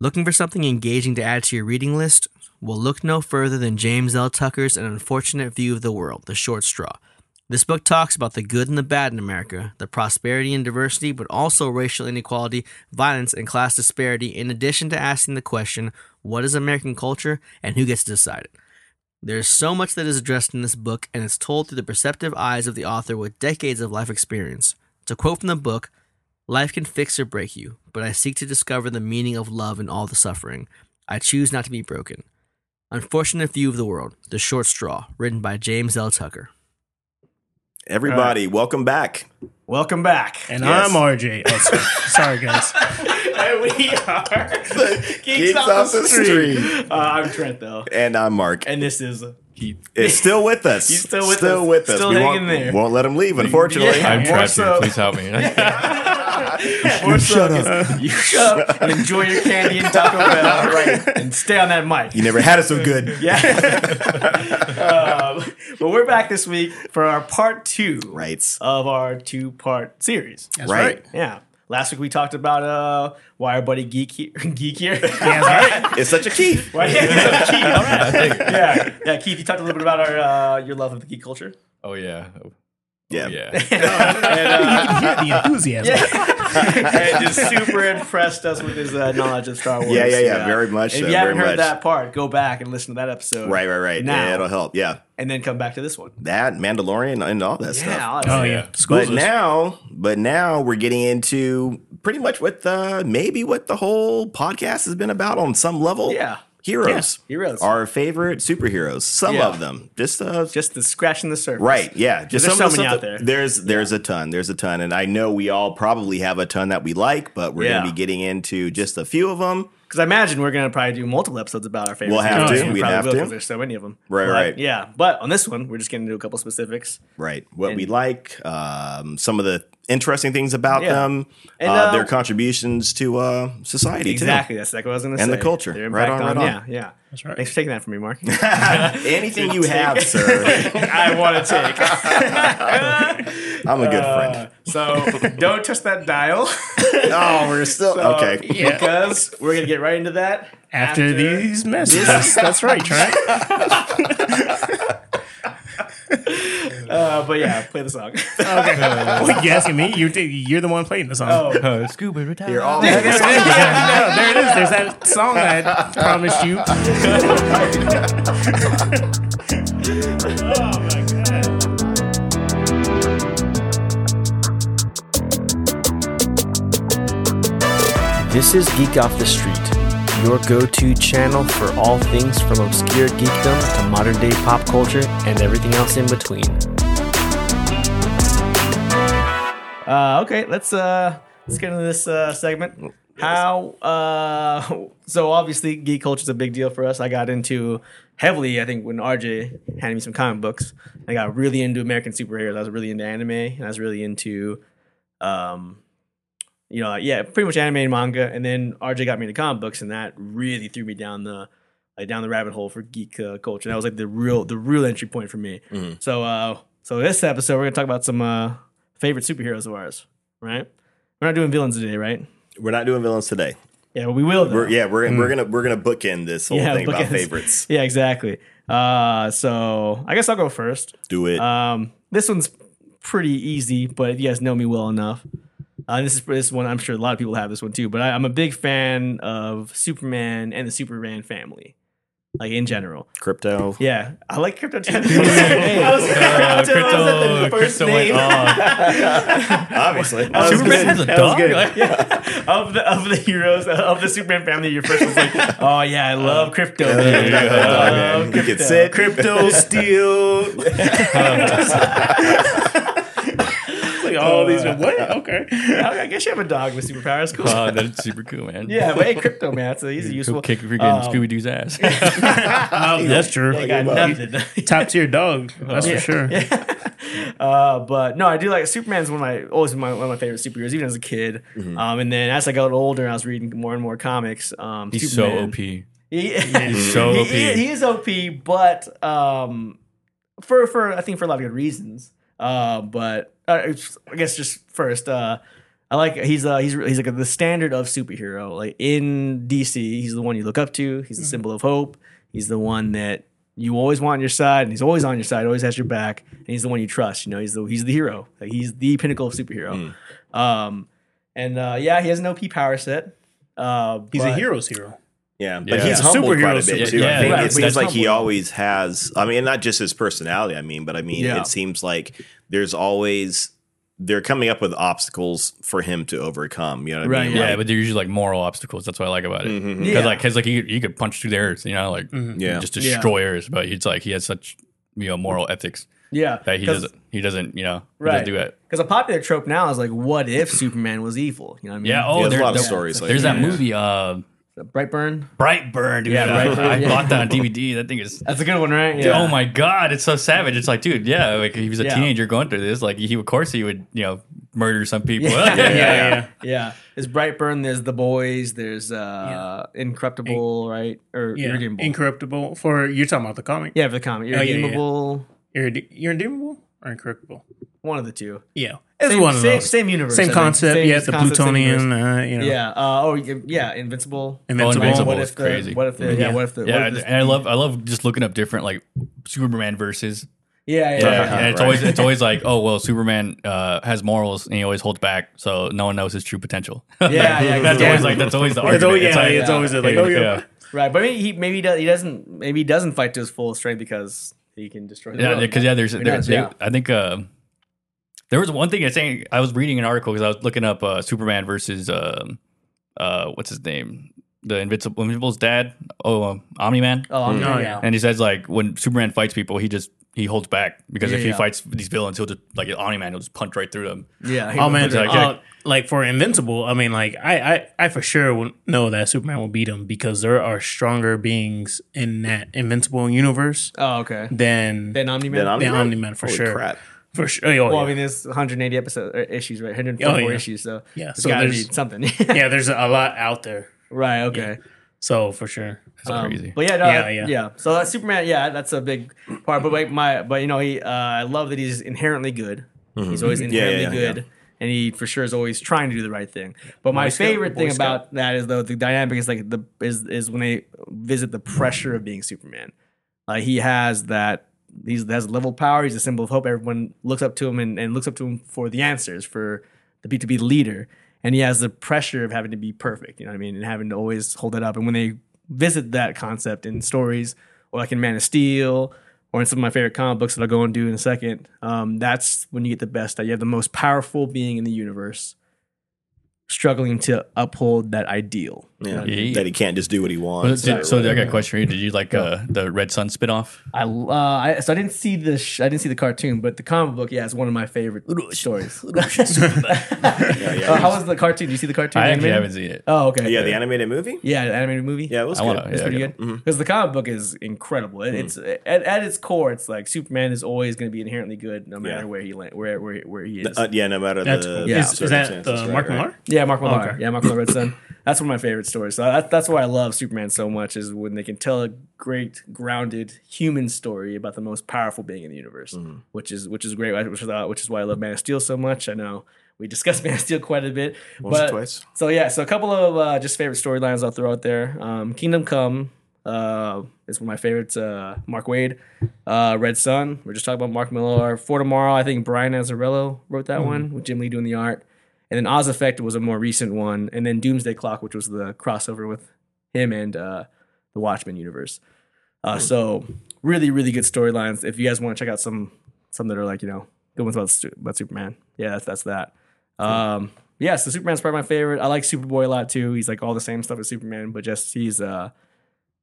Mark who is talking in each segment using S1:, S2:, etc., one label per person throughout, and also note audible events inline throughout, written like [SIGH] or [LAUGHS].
S1: Looking for something engaging to add to your reading list? Well, look no further than James L. Tucker's An Unfortunate View of the World, The Short Straw. This book talks about the good and the bad in America, the prosperity and diversity, but also racial inequality, violence, and class disparity, in addition to asking the question, what is American culture and who gets to decide it? There's so much that is addressed in this book, and it's told through the perceptive eyes of the author with decades of life experience. To quote from the book, Life can fix or break you, but I seek to discover the meaning of love in all the suffering. I choose not to be broken. Unfortunate View of the World, The Short Straw, written by James L. Tucker.
S2: Everybody,
S3: [LAUGHS]
S2: welcome back.
S3: Welcome back.
S4: And
S2: Yes.
S4: I'm RJ. Oh,
S3: [LAUGHS]
S4: sorry. sorry, guys.
S3: and we are the
S2: Geeks Off the Street.
S3: Uh, I'm Trent, though.
S2: And I'm Mark.
S3: And this is Keith.
S2: It's still with
S3: [LAUGHS]
S2: us.
S3: He's still with us.
S2: with us.
S3: Still
S2: we
S3: hanging
S2: won't,
S3: there.
S2: won't let him leave, unfortunately.
S3: Yeah.
S5: I'm
S3: more
S5: trapped
S3: so-
S5: here. Please
S3: [LAUGHS]
S5: help me. [LAUGHS]
S3: More so is You shut up and enjoy your candy and Taco [LAUGHS] Bell. Right. And stay on that mic.
S2: You never had it so
S3: [LAUGHS]
S2: good.
S3: Yeah. um, but we're back this week for our part two
S2: Right.
S3: of our two part series.
S4: That's
S2: Right.
S3: Yeah. Last week we talked about uh, why our buddy geek here, [LAUGHS] geek here.
S4: Yeah, that's
S3: [LAUGHS]
S4: right.
S2: It's such a key.
S3: Why- yeah, Keith, all right.
S5: I think-
S3: yeah, yeah. Keith, you talked a little bit about our uh, your love of the geek culture.
S5: Oh yeah. Oh,
S2: Yeah.
S5: Yeah.
S4: The enthusiasm.
S2: [LAUGHS]
S3: and just super impressed us with his uh, knowledge of Star Wars.
S2: Yeah, yeah, yeah, very much
S3: And
S2: so,
S3: if you haven't
S2: very
S3: heard
S2: much.
S3: that part, go back and listen to that episode.
S2: Right, right, right.
S3: Now.
S2: Yeah, it'll help. Yeah.
S3: And then come back to this one.
S2: That, Mandalorian, and all that
S3: Yeah,
S2: stuff.
S3: all that
S4: Oh
S3: stuff.
S4: yeah.
S2: But
S4: Schools us.
S2: now, but now we're getting into pretty much what uh maybe what the whole podcast has been about on some level.
S3: Yeah.
S2: heroes,
S3: Yeah, heroes.
S2: our favorite superheroes. Some
S3: Yeah.
S2: of them, just uh,
S3: Just the scratching the surface.
S2: right, yeah. Just
S3: There's
S2: some of
S3: so
S2: the
S3: many
S2: stuff
S3: out
S2: that-
S3: there.
S2: There's there's a ton. There's a ton, and I know we all probably have a ton that we like, but we're
S3: Yeah.
S2: gonna be getting into just a few of them.
S3: Because I imagine we're gonna probably do multiple episodes about our favorite.
S2: We'll have
S4: to.
S2: We'd have to.
S3: There's so many of them.
S2: Right,
S3: But,
S2: right.
S3: Yeah, but on this one, we're just gonna do a couple specifics.
S2: Right, what we
S3: And-
S2: like, um, some of the interesting things about
S3: Yeah.
S2: them,
S3: And,
S2: uh,
S3: uh,
S2: their contributions to uh, society. too.
S3: Exactly. That's like what I was gonna say.
S2: And the culture.
S3: Their
S2: Right
S3: impact
S2: on, right on.
S3: Yeah, yeah. That's
S4: right.
S3: Thanks for taking that from me,
S2: [LAUGHS]
S3: Mark.
S2: Anything you
S3: [LAUGHS]
S2: have, sir,
S3: I want to take.
S2: I'm a good friend. [LAUGHS]
S3: So don't touch that dial. [LAUGHS]
S2: Oh, we're still okay.
S4: Yeah.
S3: because we're gonna get right into that
S4: After,
S3: [LAUGHS]
S4: these messages. that's right, Trent.
S3: Uh, but yeah, play the song.
S4: What you asking me? You're, you're the one playing the song.
S3: Oh.
S5: Uh, scuba retire.
S2: You're
S4: [LAUGHS]
S2: all
S3: [LAUGHS]
S4: No, there it is. There's that song that I promised you. oh my god.
S1: This is Geek Off the Street, your go to channel for all things from obscure geekdom to modern day pop culture and everything else in between.
S3: [LAUGHS] Uh, okay, let's uh, let's get into this uh, segment. How? Uh, so obviously, geek culture is a big deal for us. I got into heavily, I think, when RJ handed me some comic books. I got really into American superheroes. I was really into anime, and I was really into, um, you know, yeah, pretty much anime and manga. And then RJ got me into comic books, and that really threw me down the like down the rabbit hole for geek uh, culture. That was like the real the real entry point for me.
S2: Mm-hmm.
S3: So uh, so this episode we're gonna talk about some uh, favorite superheroes of ours, right? We're not doing villains today, right?
S2: We're not doing villains today.
S3: Yeah, we will. Though.
S2: We're, yeah, we're
S5: Mm.
S2: we're gonna we're gonna bookend this whole
S3: Yeah,
S2: thing about
S3: bookends.
S2: favorites.
S3: yeah, exactly. Uh, so I guess I'll go first.
S2: Do it.
S5: Uh,
S3: Um, this one's pretty easy, but if you guys know me well enough, uh, this is this one I'm sure a lot of people have this one too. But I, I'm a big fan of Superman and the Superman family, like in general.
S2: Crypto.
S3: Yeah, I like crypto
S5: [LAUGHS]
S3: too. I was- [LAUGHS] I was at the
S5: Uh, Crypto, uh,
S3: first
S5: crypto went
S3: name. [LAUGHS]
S5: off.
S2: Obviously,
S5: [LAUGHS] Superman has a dog.
S3: [LAUGHS]
S5: Like,
S3: of the of the heroes of the Superman family, your first was like,
S5: [LAUGHS]
S3: oh yeah, I
S5: Uh,
S3: love crypto. man.
S2: yeah,
S3: I love
S2: man. You
S3: crypto.
S2: can sit.
S3: crypto steal.
S4: Like all these are what? Okay.
S3: [LAUGHS] I guess you have a dog with superpowers. Cool.
S5: [LAUGHS] Oh, that's super cool,
S3: [LAUGHS]
S5: man.
S3: yeah, but hey, crypto man, so he's a
S5: Go
S3: useful.
S5: kick freaking
S3: Um,
S5: Scooby
S3: [LAUGHS]
S5: Doo's ass.
S4: Oh, that's true.
S3: I got nothing. [LAUGHS]
S4: Top tier dog. That's for sure.
S3: Uh, but no, I do like Superman's one of my always my, one of my favorite superheroes, even as a kid.
S5: Mm-hmm.
S3: Um, and then as I got older, I was reading more and more comics. Um,
S5: He's
S3: Superman.
S5: so
S3: [LAUGHS]
S5: OP.
S3: He,
S5: He's so
S3: he,
S5: OP.
S3: he- he is OP, but um, for for I think for a lot of good reasons. Uh, but uh, it's- I guess just first, uh, I I like he's uh, he's he's like the standard of superhero. Like in DC, he's the one you look up to. He's
S4: Mm-hmm.
S3: the symbol of hope. He's the one that you always want on your side, and he's always on your side. Always has your back, and he's the one you trust. You know, he's the he's the hero. Like, he's the pinnacle of superhero.
S4: Mm.
S3: Um, and uh, yeah, he has an OP power set. Uh,
S4: He's
S3: but-
S4: a hero's hero.
S2: Yeah, but
S5: Yeah.
S2: he's
S5: He's a
S2: humbled quite a
S4: superhero,
S2: bit
S5: superhero.
S2: too. I
S5: Yeah,
S2: think
S5: right,
S2: it
S5: but
S2: seems
S5: he's
S2: like he always has. I mean, not just his personality. I mean, but I mean,
S3: Yeah.
S2: it seems like there's always they're coming up with obstacles for him to overcome. You know what I
S3: Right,
S2: mean?
S5: Yeah,
S2: Like,
S5: but they're usually like moral obstacles. That's what I like about it.
S2: mhm.
S5: Because
S3: Mm-hmm. Yeah. Mm-hmm.
S5: like, cause like he, he could punch through the earth, you know, like
S2: Yeah.
S5: just
S3: Yeah.
S5: destroy earth. But he's like he has such you know moral ethics
S3: Yeah,
S5: that he
S3: 'cause-
S5: doesn't he doesn't you know he
S3: Right.
S5: doesn't do it.
S3: Because a popular trope now is like, what if Superman was evil? You know what I mean?
S5: Yeah. Oh,
S2: Yeah, there's
S5: there-
S2: a lot of
S5: there-
S2: stories. Like
S5: There's
S2: that.
S5: that movie, uh,
S3: Brightburn.
S5: Brightburn. Dude.
S3: Yeah, Brightburn,
S5: I
S3: yeah.
S5: bought that on DVD. That thing is.
S3: That's a good one, right?
S5: Oh my god, it's so savage. It's like, dude, yeah, like he was a
S3: Yeah.
S5: teenager going through this. Like, he of course he would, you know, murder some people.
S3: [LAUGHS] Yeah.
S5: [LAUGHS] Yeah.
S4: yeah.
S3: Yeah. There's Brightburn. There's The Boys. There's uh, Incorruptible, right? Or
S4: yeah.
S3: Irredeemable.
S4: Incorruptible. For you're talking about the comic.
S3: yeah, for the comic.
S4: yeah, yeah.
S3: Irredeemable.
S4: Irrede- irredeemable or incorruptible.
S3: One of the two.
S4: Yeah, it's
S3: Same,
S4: one of
S3: same,
S4: those. Same,
S3: same universe. I think.
S4: concept.
S3: Same
S4: yeah, the
S3: concept, same
S4: plutonium.
S3: universe.
S4: Uh, you know,
S3: Yeah. Uh, oh, yeah, yeah. Invincible. Uh,
S4: invincible.
S5: Invincible.
S3: What
S5: is
S3: if the,
S5: crazy.
S3: What if the, yeah.
S4: Yeah.
S3: What if the?
S5: Yeah,
S3: What if this-
S5: and I love I love just looking up different like Superman verses.
S3: yeah.
S5: Yeah,
S3: Yeah. yeah.
S5: and it's
S2: right.
S5: always it's always like, oh well, Superman uh, has morals and he always holds back, so no one knows his true potential. [LAUGHS]
S3: Yeah, yeah,
S5: that's
S3: yeah.
S5: always like that's always the argument.
S4: It's always, yeah,
S5: It's like,
S4: it's always like,
S5: yeah,
S4: oh yeah.
S5: yeah.
S3: Right, but maybe he maybe he, does, he doesn't maybe he doesn't fight to his full strength because he can destroy. The
S5: Yeah,
S3: world.
S5: because yeah, there's there,
S3: knows?
S5: they-
S3: Yeah.
S5: I think uh, there was one thing I saying I was reading an article because I was looking up uh, Superman versus um, uh, what's his name, the Invincible Invincible's dad, oh um, Omni Man,
S3: Oh, I'm yeah.
S4: Oh, yeah.
S5: and he says like when Superman fights people, he just he holds back because
S3: Yeah,
S5: if he
S3: yeah.
S5: fights these villains, he'll just like Omni Man, he'll just punch right through them.
S3: Yeah. he
S4: Oh
S3: was
S4: man,
S5: Looks like-
S4: uh, like for Invincible, I mean, like I, I, I for sure would know that Superman will beat him because there are stronger beings in that Invincible universe
S3: Oh, okay.
S4: than than,
S3: Then Omni
S2: Then
S3: Man.
S2: Omni-Man?
S4: Omni-Man for
S2: Holy
S4: sure,
S2: crap.
S4: for sure. Oh,
S3: Well, I
S4: yeah.
S3: mean, there's 180 episode or issues, right? 144
S4: Oh, yeah.
S3: issues, so
S4: Yeah,
S3: it's
S4: so
S3: gotta be
S4: there's-
S3: something.
S4: yeah, there's a lot out there,
S3: right. Okay.
S4: so for sure.
S5: It's
S3: Um,
S5: crazy.
S3: But yeah, no,
S4: Yeah,
S3: that- yeah,
S4: yeah.
S3: So that's Superman, yeah, that's a big part. But like my, but you know, he, uh, I love that he's inherently good. He's always
S2: yeah,
S3: inherently
S2: yeah.
S3: good, and he for sure is always trying to do the right thing. But my
S2: Scout,
S3: favorite
S2: Boy
S3: thing
S2: Scout.
S3: about that is though the dynamic is like the is is when they visit the pressure of being Superman. Like he has that. He's has level power. He's a symbol of hope. Everyone looks up to him and, and looks up to him for the answers, for the be to be leader. And he has the pressure of having to be perfect. You know what I mean? And having to always hold that up. And when they visit that concept in stories, or like in Man of Steel, or in some of my favorite comic books that I'll go and do in a second, um, that's when you get the best. That you have the most powerful being in the universe struggling to uphold that ideal.
S2: Yeah.
S5: Yeah.
S2: That he can't just do what he
S5: But
S2: wants.
S5: did- so I got a question for you. Did you like uh, the Red Sun spinoff?
S3: I, uh, I so I didn't see the sh- I didn't see the cartoon, but the comic book, yeah, it's one of my favorite stories. Uh, [LAUGHS] how was the cartoon? Do you see the cartoon?
S5: I actually
S3: animated?
S5: haven't seen it.
S3: Oh, okay.
S2: yeah, the animated movie.
S3: yeah, the animated movie.
S2: Yeah, Mm-hmm. it was
S5: I
S2: good.
S5: wanna-
S3: It's
S5: yeah,
S3: pretty
S5: yeah.
S3: good because the comic book is incredible. It, It's at, at its core, it's like Superman is always going to be inherently good, no matter
S2: Yeah.
S3: where he land, where where where he is.
S2: Uh, yeah, no matter
S4: That's
S2: the
S4: cool.
S3: yeah.
S4: Is, is that the
S2: circumstances, right,
S4: Mark
S2: right.
S4: Millar?
S3: yeah, Mark Millar.
S4: okay.
S3: Yeah, Mark Millar Red Sun. That's one of my favorite stories. So that, that's why I love Superman so much is when they can tell a great grounded human story about the most powerful being in the universe, which is which is great. Which is uh, which is why I love Man of Steel so much. I know we discussed [LAUGHS] Man of Steel quite a bit,
S2: Once or
S3: but-
S2: twice.
S3: so yeah, so a couple of uh, just favorite storylines I'll throw out there. Um, Kingdom Come uh, is one of my favorites. Uh, Mark Wade, uh, Red Sun. We're just talking about Mark Millar. For Tomorrow, I think Brian Azzarello wrote that one with Jim Lee doing the art. And then Oz Effect was a more recent one, and then Doomsday Clock, which was the crossover with him and uh, the Watchmen universe. Uh, so really, really good storylines. If you guys want to check out some some that are like you know good ones about Su- about Superman, yeah, that's that's that. Um, yeah, so Superman's probably my favorite. I like Superboy a lot too. He's like all the same stuff as Superman, but just he's uh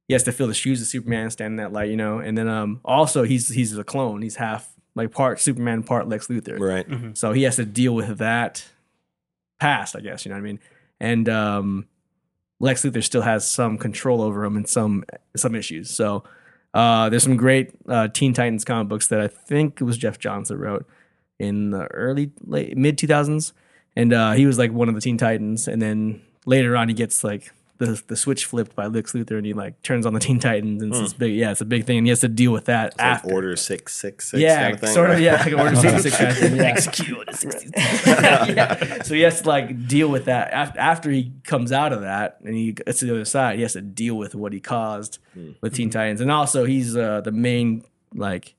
S3: he has to fill the shoes of Superman, stand in that light, you know. And then um also he's he's a clone. He's half like part Superman, part Lex Luthor.
S2: Right.
S3: Mm-hmm. So he has to deal with that past, I guess, you know what I mean? And um, Lex Luthor still has some control over him and some some issues. So uh, there's some great uh, Teen Titans comic books that I think it was Jeff Johns that wrote in the early late mid 2000s and uh, he was like one of the Teen Titans and then later on he gets like the the the switch flipped by Lex Luthor and he like turns on the Teen Titans and it's this big yeah it's a big thing and he has to deal with that
S2: Like
S3: after
S2: order six six six.
S3: yeah
S2: kind of thing.
S3: sort of yeah like order sixty six kind of thing yeah. [LAUGHS] yeah. so he has to like deal with that after after he comes out of that and he gets to the other side he has to deal with what he caused with Teen Titans and also he's uh, the main like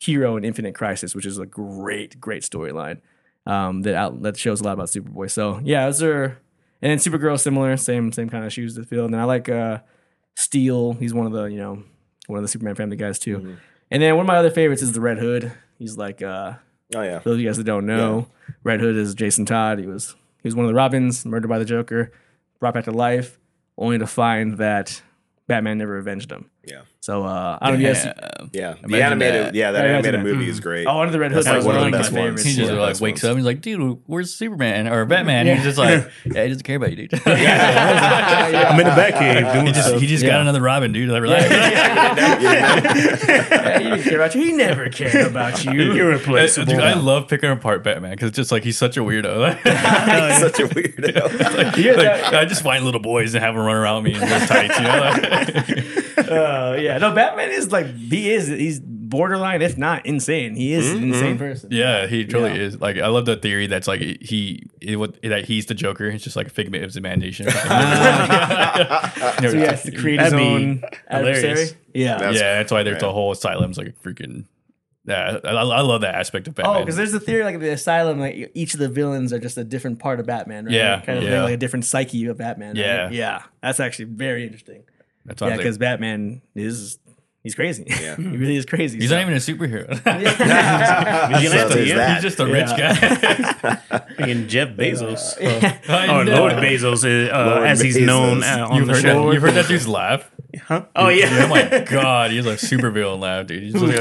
S3: hero in Infinite Crisis which is a great great storyline um, that out, that shows a lot about Superboy so yeah those are and then Supergirl similar same same kind of shoes to fill and then I like uh, Steel he's one of the you know one of the Superman family guys too and then one of my other favorites is the Red Hood he's like uh
S2: Oh yeah.
S3: for those of you guys that don't know, Red Hood is Jason Todd. He was he was one of the Robins, murdered by the Joker, brought back to life, only to find that Batman never avenged him.
S2: Yeah.
S3: So uh, I don't know. Yes,
S5: Yeah.
S2: Yeah. The
S5: Imagine
S2: animated
S5: that.
S2: yeah, that
S3: Yeah,
S2: animated
S3: imagine that.
S2: movie is great.
S3: oh, under the Red Hood.
S2: That's
S3: was
S2: like
S3: one of
S2: the
S3: my
S2: best ones.
S3: favorites.
S5: He just
S2: Yeah,
S5: like
S2: best
S5: wakes
S2: ones.
S5: up and he's like, dude, where's Superman or Batman? He's just like, yeah, he doesn't care about you, dude. [LAUGHS]
S3: Ah,
S4: I'm in the back cave [LAUGHS] doing
S5: He just,
S4: stuff.
S5: he just
S3: Yeah.
S5: got another Robin, dude. Like, relax. [LAUGHS]
S3: Yeah, he didn't care about you. He never cared about you.
S4: Irreplaceable.
S5: Dude, I love picking apart Batman because it's just like he's such a weirdo.
S2: [LAUGHS]
S5: [LAUGHS]
S2: He's such a weirdo.
S5: Like, I just find little boys and have them run around me in those tights, you know?
S3: Uh, yeah, no, Batman is like he is. He's borderline, if not insane. He is an insane person.
S5: [LAUGHS] yeah, he truly
S3: Yeah.
S5: is. Like, I love the theory that's like he, it, what, that he's the Joker. It's just like a figment of his imagination. [LAUGHS]
S3: So he has to create
S4: That'd
S3: his
S4: be
S3: own
S4: hilarious.
S3: adversary. Yeah.
S2: That's [LAUGHS]
S5: yeah, that's why there's
S2: right.
S5: a whole asylum's like a freaking. Yeah, I, I love that aspect of Batman.
S3: Oh, because there's the theory like the asylum, like each of the villains are just a different part of Batman, right?
S5: Yeah,
S3: kind of thing,
S5: yeah.
S3: like a different psyche of Batman. right?
S5: Yeah.
S3: yeah, that's actually very interesting.
S5: that's why
S3: Yeah,
S5: I was like,
S3: because Batman is he's crazy. Yeah, [LAUGHS] he really is crazy.
S5: he's
S3: So- [LAUGHS]
S5: not even a superhero. [LAUGHS]
S4: He's
S2: So there's
S5: he's
S2: that.
S5: just a rich guy. [LAUGHS]
S4: and Jeff Bezos, Uh,
S5: I
S4: or
S5: know.
S4: Oh, Lord Bezos, is, uh,
S2: Lord
S4: as he's
S2: Bezos.
S4: known uh, on
S5: You've
S4: the
S5: heard,
S4: show.
S5: that, you've heard that dude's laugh.
S4: Huh? Oh
S5: Oh
S4: yeah, [LAUGHS]
S5: my god, he's like super villain laugh, dude. He's just like,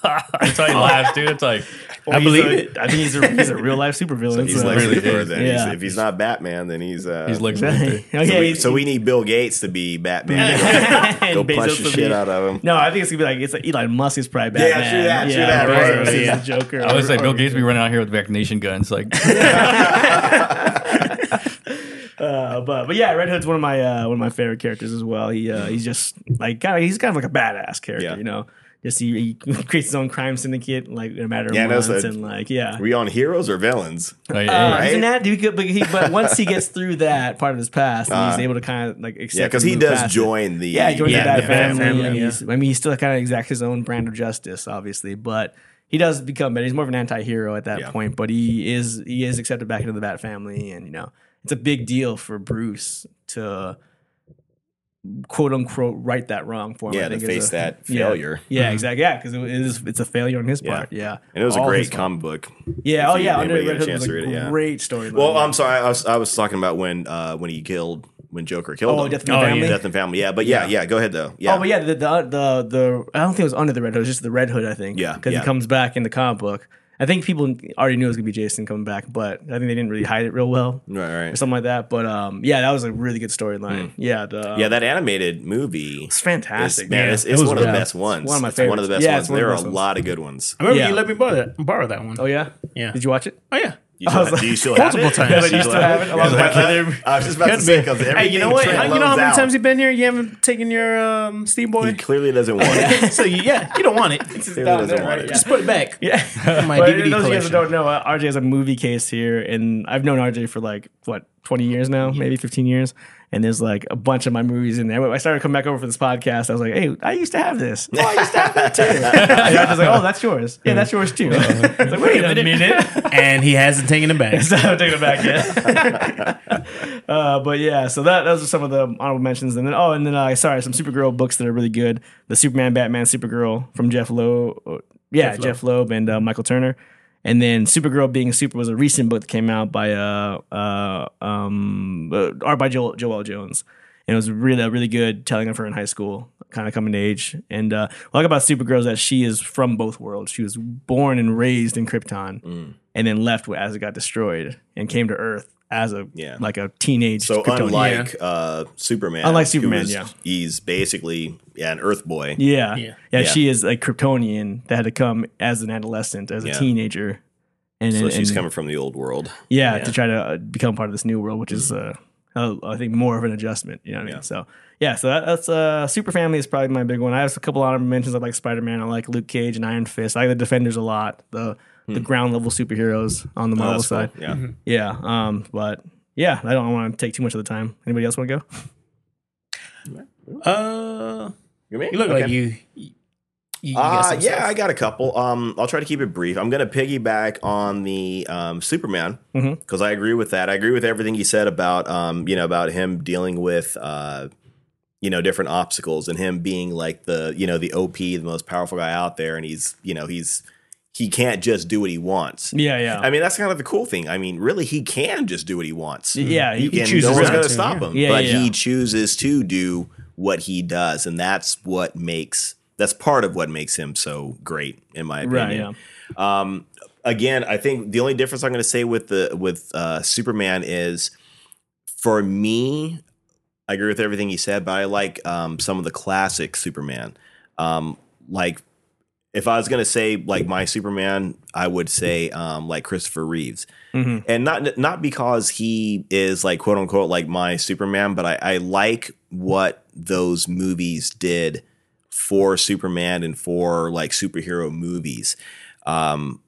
S5: [LAUGHS] that's how he laughs, dude. It's like
S4: I believe
S3: He's a-
S4: it.
S3: I think he's a he's a real life supervillain.
S2: He's
S3: so- [LAUGHS]
S2: Lex
S5: [LAUGHS] really
S2: Luthor.
S5: is.
S2: Then He's-
S3: Yeah.
S2: if he's not Batman, then he's uh,
S5: he's like
S3: okay,
S2: So we,
S3: he's-
S2: so we need Bill Gates to be Batman.
S3: [LAUGHS] and
S2: Go punch
S3: Bezos
S2: the
S3: would
S2: shit
S3: be-
S2: out of him.
S3: [LAUGHS] No, I think it's gonna be like it's like Elon Musk is probably
S2: Yeah,
S3: Batman.
S2: true that, true that,
S3: Bezos
S2: right,
S3: is
S4: yeah.
S3: the Joker.
S5: I would say
S3: or-
S5: Bill
S3: or-
S5: Gates be running out here with vaccination
S4: [LAUGHS]
S5: guns, like
S3: Uh, but but yeah, Red Hood's one of my uh, one of my favorite characters as well. He uh, he's just like kind of he's kind of like a badass character,
S2: Yeah.
S3: you know. Just he, he [LAUGHS] creates his own crime syndicate like in a matter of
S2: Yeah, that's
S3: months,
S2: a-
S3: and like yeah.
S2: Are we on heroes or villains?
S5: like,
S3: Uh,
S5: yeah.
S3: He's
S2: right?
S3: an ad, dude, but, he, but once he gets through that part of his past, and he's able to kind of like accept
S2: Uh-huh. Yeah, because
S3: and
S2: he
S3: move
S2: does
S3: past it.
S2: join the
S3: Yeah, he joins
S4: Yeah,
S3: the bad
S4: the bad
S3: family.
S4: family,
S3: and
S4: yeah.
S3: he's- I mean, he still kind of exacts his own brand of justice, obviously, but he does become better. He's more of an anti-hero at that
S2: Yeah.
S3: point, but he is he is accepted back into the Bat family, and you know, it's a big deal for Bruce to quote unquote right that wrong for him.
S2: yeah
S3: I
S2: to
S3: think is
S2: face
S3: a-
S2: that
S3: yeah.
S2: failure. Mm-hmm.
S3: Yeah, exactly. Yeah, because it is it's a failure on his
S2: Yeah.
S3: part. Yeah,
S2: And it was
S3: All
S2: a
S3: his
S2: great
S3: fault.
S2: comic book.
S3: Yeah,
S2: If
S3: oh
S2: you-
S3: yeah, under the Red
S2: anybody get a
S3: Hood was
S2: chance
S3: a
S2: to read it, yeah.
S3: great storyline.
S2: Well, um,
S3: yeah.
S2: I'm sorry, I was, I was talking about when uh, when he killed when Joker killed
S3: Oh,
S2: him.
S3: Death in the Oh, yeah. Family?
S2: Death and Family. Yeah, but yeah, yeah. Go ahead though. Yeah.
S3: Oh, but yeah, the, the the the I don't think it was under the red hood. It was just the red hood. I think.
S2: Yeah,
S3: because
S2: yeah.
S3: he comes back in the comic book. I think people already knew it was gonna be Jason coming back, but I think they didn't really hide it real well
S2: Right,
S3: or
S2: right.
S3: something like that. But um, yeah, that was a really good storyline. Yeah, the,
S2: Hmm. Yeah, that animated movie.
S3: it's
S2: It's,
S3: fantastic.
S2: man,
S3: uh, yeah.
S2: it's, it's
S4: was
S2: one of the
S4: really-
S2: best ones.
S3: one of my
S2: It's one of the
S3: favorites.
S2: best
S3: Yeah,
S2: ones.
S3: it's one of
S2: There
S3: the
S2: are a
S3: best ones.
S2: lot of good ones.
S4: I remember
S3: Yeah.
S4: you let me borrow that, borrow that one.
S3: oh yeah,
S4: Yeah.
S3: Did you watch it?
S4: Oh, yeah.
S2: You still
S3: was
S2: have-
S3: like-
S2: do you still have
S4: Multiple
S2: it?
S4: times. Yeah, but you
S2: Do
S4: still
S3: have it?
S2: Yeah,
S3: I was
S2: like,
S4: like,
S2: I- I was just about to say because
S4: Hey, you know what? You
S2: Trent
S4: know how
S2: loves
S4: many
S2: out.
S4: times you've been here? You haven't taken your um, steam
S2: he
S4: boy.
S2: clearly doesn't
S3: [LAUGHS]
S2: want it.
S4: [LAUGHS] so you, yeah, you don't want it.
S2: Clearly doesn't want it.
S4: Just put it back.
S3: Yeah.
S4: [LAUGHS] My
S3: But
S4: DVD
S3: those of you guys that
S4: collection.
S3: don't know, uh, RJ has a movie case here, and I've known RJ for like what twenty years now, maybe fifteen years. And there's like a bunch of my movies in there. When I started coming back over for this podcast. I was like, "Hey, I used to have this. Oh, I used to have that too."
S4: [LAUGHS]
S3: and I was like, "Oh, that's yours. Yeah, that's yours too." I was like, wait a minute.
S4: and he hasn't taken
S2: [LAUGHS]
S4: it back.
S3: [LAUGHS] So I'm taking it back
S4: [LAUGHS]
S3: yet. uh, but yeah, so that those are some of the honorable mentions, and then oh, and then uh, sorry, some Supergirl books that are really good: the Superman, Batman, Supergirl from Jeff Loeb, uh, yeah, Jeff Loeb, and uh, Michael Turner, and then Supergirl being super was a recent book that came out by uh, uh um uh, art by Joel Joel Jones. And it was really a really good telling of her in high school, kind of coming to age. And uh, what I like about Supergirl is that she is from both worlds. She was born and raised in Krypton, and then left as it got destroyed and came to Earth as a
S2: Yeah.
S3: like a teenage.
S2: So
S3: Kryptonian.
S2: unlike uh, Superman,
S3: Unlike
S2: who
S3: Superman,
S2: is-
S3: yeah.
S2: he's basically yeah, an Earth boy.
S3: yeah.
S4: Yeah.
S3: yeah, she is a Kryptonian that had to come as an adolescent, as a
S2: Yeah.
S3: teenager, and
S2: So
S3: and-
S2: she's
S3: and-
S2: coming from the old world.
S3: yeah, to try to uh, become part of this new world, which is uh,
S2: Mm-hmm.
S3: uh, I think more of an adjustment. You know what I mean? So yeah, so that, that's uh, Super Family is probably my big one. I have a couple honorable mentions. I like Spider Man. I like Luke Cage and Iron Fist. I like the Defenders a lot. The the ground level superheroes on the
S2: Hmm. Oh,
S3: Marvel
S2: that's cool.
S3: side. Mm-hmm.
S2: Yeah.
S3: Yeah. Um. But yeah, I don't want to take too much of the time. Anybody else want
S2: [LAUGHS]
S3: to go?
S4: Uh,
S2: You mean?
S4: you look
S2: Okay.
S4: like you. you, you got
S2: Uh,
S4: some
S2: yeah,
S4: stuff.
S2: I got a couple. Um, I'll try to keep it brief. I'm going to piggyback on the um, Superman because
S3: Mhm.
S2: I agree with that. I agree with everything you said about um, you know about him dealing with uh, you know different obstacles and him being like the you know the OP, the most powerful guy out there, and he's you know he's he can't just do what he wants.
S3: Yeah. Yeah.
S2: I mean, that's kind of the cool thing. I mean, really, he can just do what he wants.
S3: yeah. You,
S4: He
S2: and
S4: chooses
S2: no one's
S4: not
S2: going to
S4: to,
S2: stop
S4: yeah.
S2: him.
S3: Yeah,
S2: but
S3: yeah, yeah.
S2: he chooses to do what he does, and that's what makes that's part of what makes him so great, in my opinion.
S3: right. Yeah.
S2: Um, again, I think the only difference I'm going to say with the with uh, Superman is, for me, I agree with everything he said, but I like um, some of the classic Superman. Um, like, if I was going to say like my Superman, I would say um, like Christopher Reeves,
S3: Mhm.
S2: and not not because he is like quote unquote like my Superman, but I, I like what those movies did for Superman and for like superhero movies. Um,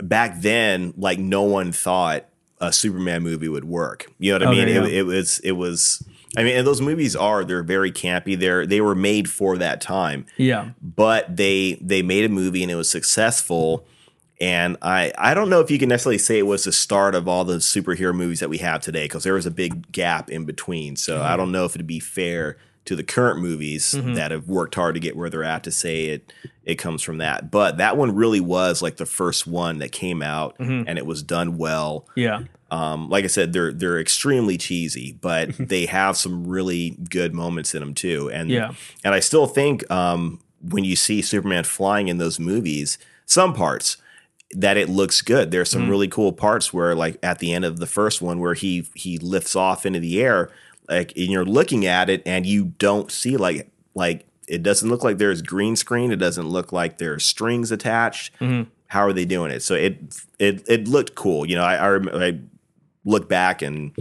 S2: back then, like no one thought a Superman movie would work. You know what I
S3: Okay,
S2: mean? It,
S3: yeah.
S2: it was it was. I mean, and those movies are they're very campy. They're they were made for that time,
S3: Yeah.
S2: but they they made a movie and it was successful. And I I don't know if you can necessarily say it was the start of all the superhero movies that we have today because there was a big gap in between. So I don't know if it'd be fair to the current movies that have worked hard to get where they're at to say it it comes from that. But that one really was like the first one that came out and it was done well.
S3: Yeah.
S2: Um, like I said, they're they're extremely cheesy, but they have some really good moments in them too. And
S3: Yeah.
S2: and I still think um, when you see Superman flying in those movies, some parts that it looks good. There's
S3: Mm.
S2: some really cool parts where, like at the end of the first one, where he he lifts off into the air, like and you're looking at it and you don't see like like it doesn't look like there's green screen. It doesn't look like there's strings attached.
S3: Mm-hmm.
S2: How are they doing it? So it it it looked cool. You know, I I, rem- I look back and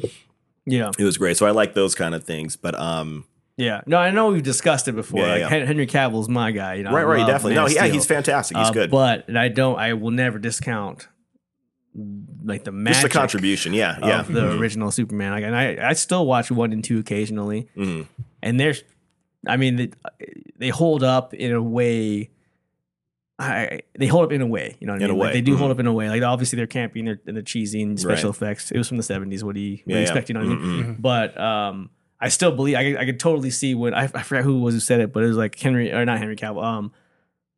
S3: Yeah.
S2: it was great. So I like those kind of things. But um,
S3: Yeah. No, I know we've discussed it before.
S2: Yeah,
S3: like
S2: yeah.
S3: Hen- Henry Cavill's my guy. You know, I
S2: right, right,
S3: love
S2: definitely.
S3: Man
S2: No,
S3: of
S2: yeah,
S3: Steel.
S2: he's fantastic. He's
S3: Uh,
S2: good.
S3: But and I don't. I will never discount like the magic.
S2: Just the contribution. Yeah,
S3: of
S2: yeah. Mm-hmm.
S3: the original Superman. Like, and I, I still watch one and two occasionally,
S2: Mhm.
S3: and there's, I mean, they, they hold up in a way. I, they hold up in a way, you know what I
S2: In a
S3: mean. Like,
S2: way,
S3: they do hold
S2: mhm.
S3: up in a way. Like obviously they're campy and they're, and they're cheesy and special effects. It was from the seventies. What do you, what do you
S2: Yeah, Mm-hmm. yeah.
S3: expect? You know what I mean.
S2: Mm-mm.
S3: But um, I still believe I, could- I could totally see when I, I forgot who it was who said it, but it was like Henry or not Henry Cavill, um,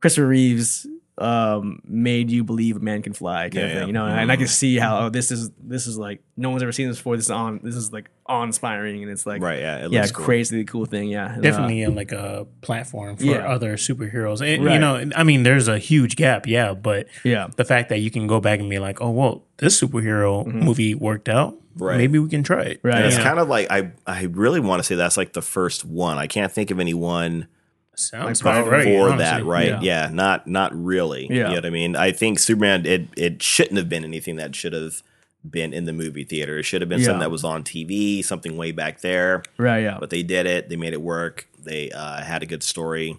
S3: Christopher Reeves um made you believe a man can fly kind
S2: Yeah,
S3: of thing,
S2: yeah. Mm-hmm.
S3: you know. And I can see how oh, this is this is like no one's ever seen this before. This is on this is like awe inspiring and it's like
S2: right. Yeah. It
S3: yeah,
S2: looks cool.
S3: crazy cool thing. Yeah, And, uh,
S4: definitely uh, like a platform for
S3: Yeah.
S4: other superheroes. And,
S3: Right.
S4: You know, I mean, there's a huge gap, yeah, but
S3: yeah,
S4: the fact that you can go back and be like, oh, well, this superhero movie worked out.
S2: Mm-hmm. Right.
S4: Maybe we can try it.
S3: Right.
S2: And it's
S4: You know,
S2: kind of like I I really want to say that's like the first one. I can't think of anyone
S4: sounds
S3: Like,
S4: about right.
S2: for
S4: honestly.
S2: that, right?
S3: Yeah.
S2: Yeah. not not really. You
S3: Yeah.
S2: know what I mean? I think Superman it it shouldn't have been anything that should have been in the movie theater. It should have been
S3: Yeah.
S2: something that was on TV, something way back there.
S3: right, yeah,
S2: [LAUGHS] But they did it. They made it work. They uh, had a good story.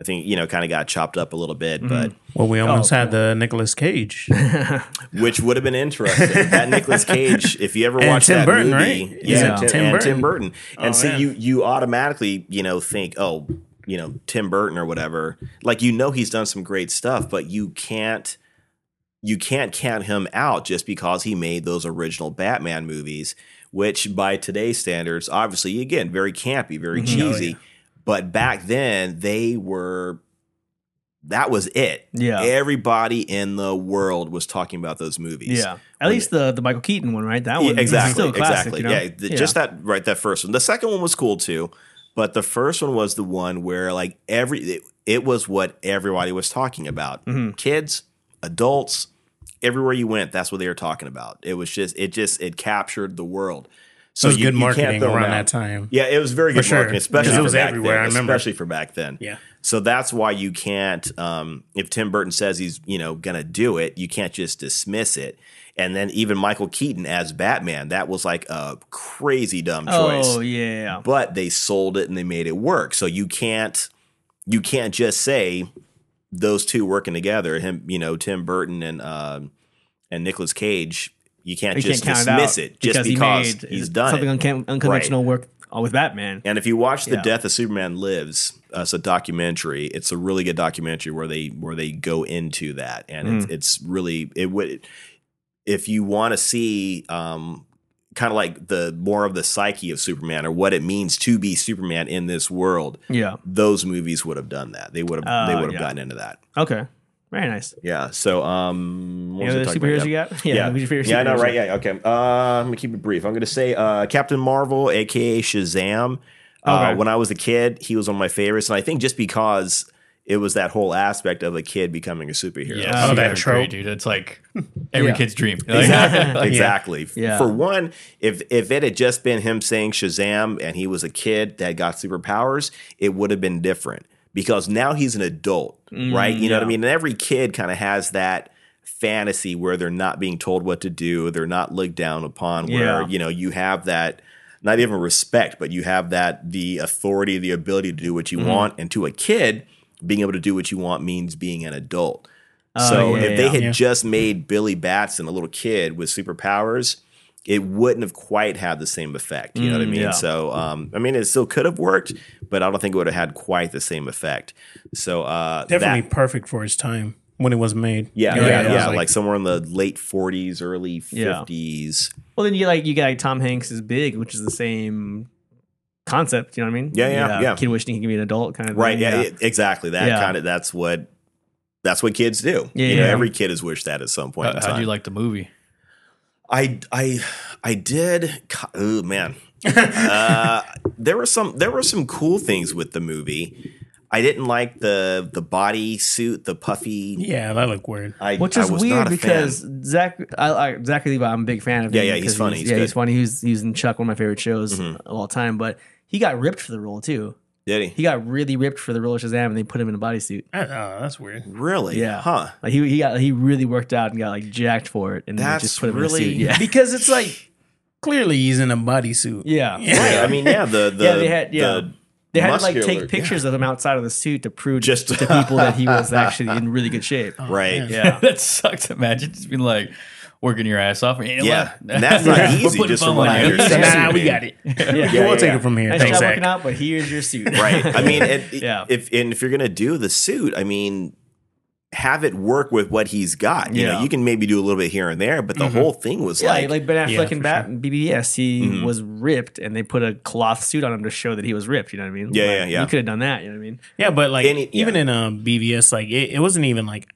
S2: I think you know, kind of got chopped up a little bit, but
S4: Well, we almost
S3: Oh,
S4: had the Nicolas Cage.
S2: which would have been interesting.
S4: [LAUGHS]
S2: that Nicolas Cage, if you ever
S4: And
S2: watched
S4: Tim
S2: that
S4: Burton,
S2: movie,
S4: right?
S2: yeah,
S3: Yeah.
S2: Tim,
S4: Tim
S2: and
S4: Burton.
S2: Tim Burton, and
S4: Oh,
S2: so
S4: man.
S2: you you automatically you know think oh you know Tim Burton or whatever, like you know he's done some great stuff, but you can't you can't count him out just because he made those original Batman movies, which by today's standards, obviously again very campy, very
S4: Mm-hmm. Oh,
S2: cheesy, but back then they were. That was it.
S3: Yeah.
S2: Everybody in the world was talking about those movies.
S3: [LAUGHS] yeah. At least the the Michael Keaton one, right? That one
S2: Yeah,
S3: is
S2: exactly,
S3: still a classic,
S2: exactly.
S3: you know?
S2: yeah, th- just that right. That first one. The second one was cool too, but the first one was the one where like every it, it was what everybody was talking about.
S3: Mm-hmm.
S2: Kids, adults, everywhere you went, that's what they were talking about. It was just it just it captured the world. So
S4: So it was
S2: you-
S4: good
S2: you can't
S4: marketing
S2: throw 'em
S4: around
S2: out.
S4: that time.
S2: Yeah, it was very good
S4: sure.
S2: marketing, especially
S4: Because it
S2: for
S4: was
S2: back
S4: everywhere,
S2: Then,
S4: I remember.
S2: especially for back then.
S4: Yeah.
S2: So that's why you can't. Um, if Tim Burton says he's you know gonna do it, you can't just dismiss it. And then even Michael Keaton as Batman, that was like a crazy dumb choice
S3: Oh yeah.
S2: but they sold it and they made it work. So you can't you can't just say those two working together, him, you know, Tim Burton and um and Nicolas Cage, you can't
S3: You
S2: just
S3: can't count
S2: dismiss
S3: out
S2: it just because,
S3: he made
S2: he's done
S3: something
S2: it.
S3: uncon- unconventional work uh, with Batman.
S2: and if you watch the
S3: Yeah.
S2: death of Superman Lives, uh, it's a documentary. It's a really good documentary where they where they go into that, and
S3: Hmm.
S2: it's, it's really it would if you want to see um, kind of like the more of the psyche of Superman or what it means to be Superman in this world.
S3: Yeah.
S2: Those movies would have done that. They would have they
S3: Oh,
S2: would have
S3: yeah.
S2: gotten into that.
S3: Okay. Very nice.
S2: Yeah. So um, what
S3: Any other
S2: was I talking
S3: superheroes
S2: about?
S3: you got? [LAUGHS]
S2: Yeah,
S3: who's your favorite
S2: yeah, I know,
S3: superheroes?
S2: right? Yeah, okay. Uh, I'm gonna keep it brief. I'm gonna say uh, Captain Marvel, aka Shazam. Uh,
S3: Okay.
S2: When I was a kid, he was one of my favorites, and I think just because it was that whole aspect of a kid becoming a superhero.
S5: Yeah,
S4: Oh,
S5: you
S4: that
S5: gotta
S4: trope.
S5: agree, dude. It's like every
S3: Yeah.
S5: kid's dream.
S2: [LAUGHS] Exactly. exactly.
S3: Yeah.
S2: For one, if if it had just been him saying Shazam and he was a kid that got superpowers, it would have been different because now he's an adult,
S3: Mm,
S2: right? You know what I mean? And every kid kind of has that fantasy where they're not being told what to do, they're not looked down upon, where
S3: Yeah.
S2: you know you have that. Not even respect, but you have that the authority, the ability to do what you
S3: Mm.
S2: want. And to a kid, being able to do what you want means being an adult.
S3: Oh,
S2: so
S3: yeah,
S2: if they
S3: yeah.
S2: had
S4: Yeah.
S2: just made Billy Batson a little kid with superpowers, it wouldn't have quite had the same effect. You know what I mean?
S3: yeah.
S2: So, um, I mean, it still could have worked, but I don't think it would have had quite the same effect. So, uh,
S4: Definitely
S2: that-
S4: perfect for its time when it was made.
S2: yeah,
S4: You
S2: yeah,
S4: know,
S2: yeah,
S4: it was
S2: Like, somewhere in the late 40s, early 50s.
S3: Well, then you like you got like Tom Hanks is big, which is the same concept. You know what I mean?
S2: Yeah, yeah, yeah.
S3: Kid wishing he can be an adult, kind of
S2: Right.
S3: Thing.
S2: Yeah, it- exactly. That
S3: Yeah.
S2: kind of that's what that's what kids do.
S3: Yeah,
S2: you know,
S3: yeah.
S2: every kid has wished that at some point. in
S5: [LAUGHS] How,
S2: time.
S5: how do Uh, you like the movie?
S2: I I I did. co-
S3: [LAUGHS]
S2: Oh man, uh, there were some there were some cool things with the movie. I didn't like the the body suit, the puffy.
S4: Yeah, that looked weird.
S2: I,
S3: Which
S2: I
S3: is
S2: was
S3: weird
S2: not a
S3: because
S2: fan.
S3: Zach, I, I, Zach Levi, I'm a big fan of.
S2: Yeah,
S3: him
S2: yeah, he's
S3: because
S2: funny, he's
S3: yeah, he's
S2: good. Mm-hmm.
S3: funny. He was, he was in Chuck, one of my favorite shows of all time. But he got ripped for the role too.
S2: did he
S3: He got really ripped for the role of Shazam, and they put him in a bodysuit.
S4: I, oh, that's weird.
S2: really?
S3: Yeah. [LAUGHS]
S2: huh?
S3: Like he, he got he really worked out and got like jacked for it, and they
S2: That's
S3: just put him
S2: really-
S3: in a suit.
S2: [LAUGHS]
S3: Yeah,
S4: Because it's like clearly he's in a bodysuit. [LAUGHS]
S3: yeah,
S2: Right. I mean, yeah. The, the
S3: yeah. They had
S2: the-
S3: yeah. they had to like
S2: muscular-
S3: take pictures of him outside of the suit to prove
S2: Just-
S3: just to people that he
S2: [LAUGHS]
S3: was actually in really good shape.
S2: right. Yeah.
S3: Yeah.
S5: [LAUGHS] that sucks. Imagine just being like working your ass off. You know [LAUGHS]
S2: Yeah.
S5: what?
S2: And that's not
S5: We're
S2: easy
S5: putting
S2: just
S5: phone
S2: from what I
S4: [LAUGHS]
S5: lines.
S4: Nah,
S2: understand.
S4: nah, we got it.
S3: [LAUGHS]
S4: [LAUGHS]
S3: Yeah.
S4: Yeah, we'll
S2: yeah,
S4: take
S2: yeah.
S4: it from here.
S3: Nice
S4: Thanks,
S3: job
S4: Zach.
S3: working out, but here's your [LAUGHS] suit.
S2: Right. I
S3: [LAUGHS]
S2: mean, it, it-
S3: Yeah.
S2: if and if you're gonna do the suit, I mean, have it work with what he's got. You know,
S3: Yeah. Mm-hmm.
S2: you can maybe do a little bit here and there, but the whole thing was
S3: Yeah,
S2: like,
S3: like, Ben
S4: Yeah,
S3: Affleck
S4: for
S3: and Bat BBS, he
S2: Mm-hmm.
S3: was ripped, and they put a cloth suit on him to show that he was ripped. You know what I mean?
S2: Yeah,
S3: Like,
S2: yeah, yeah.
S3: You could have done that. You know what I [LAUGHS] mean?
S4: Yeah, but like
S2: Any-
S4: even
S2: yeah.
S4: in uh, a BVS, like it, it wasn't even like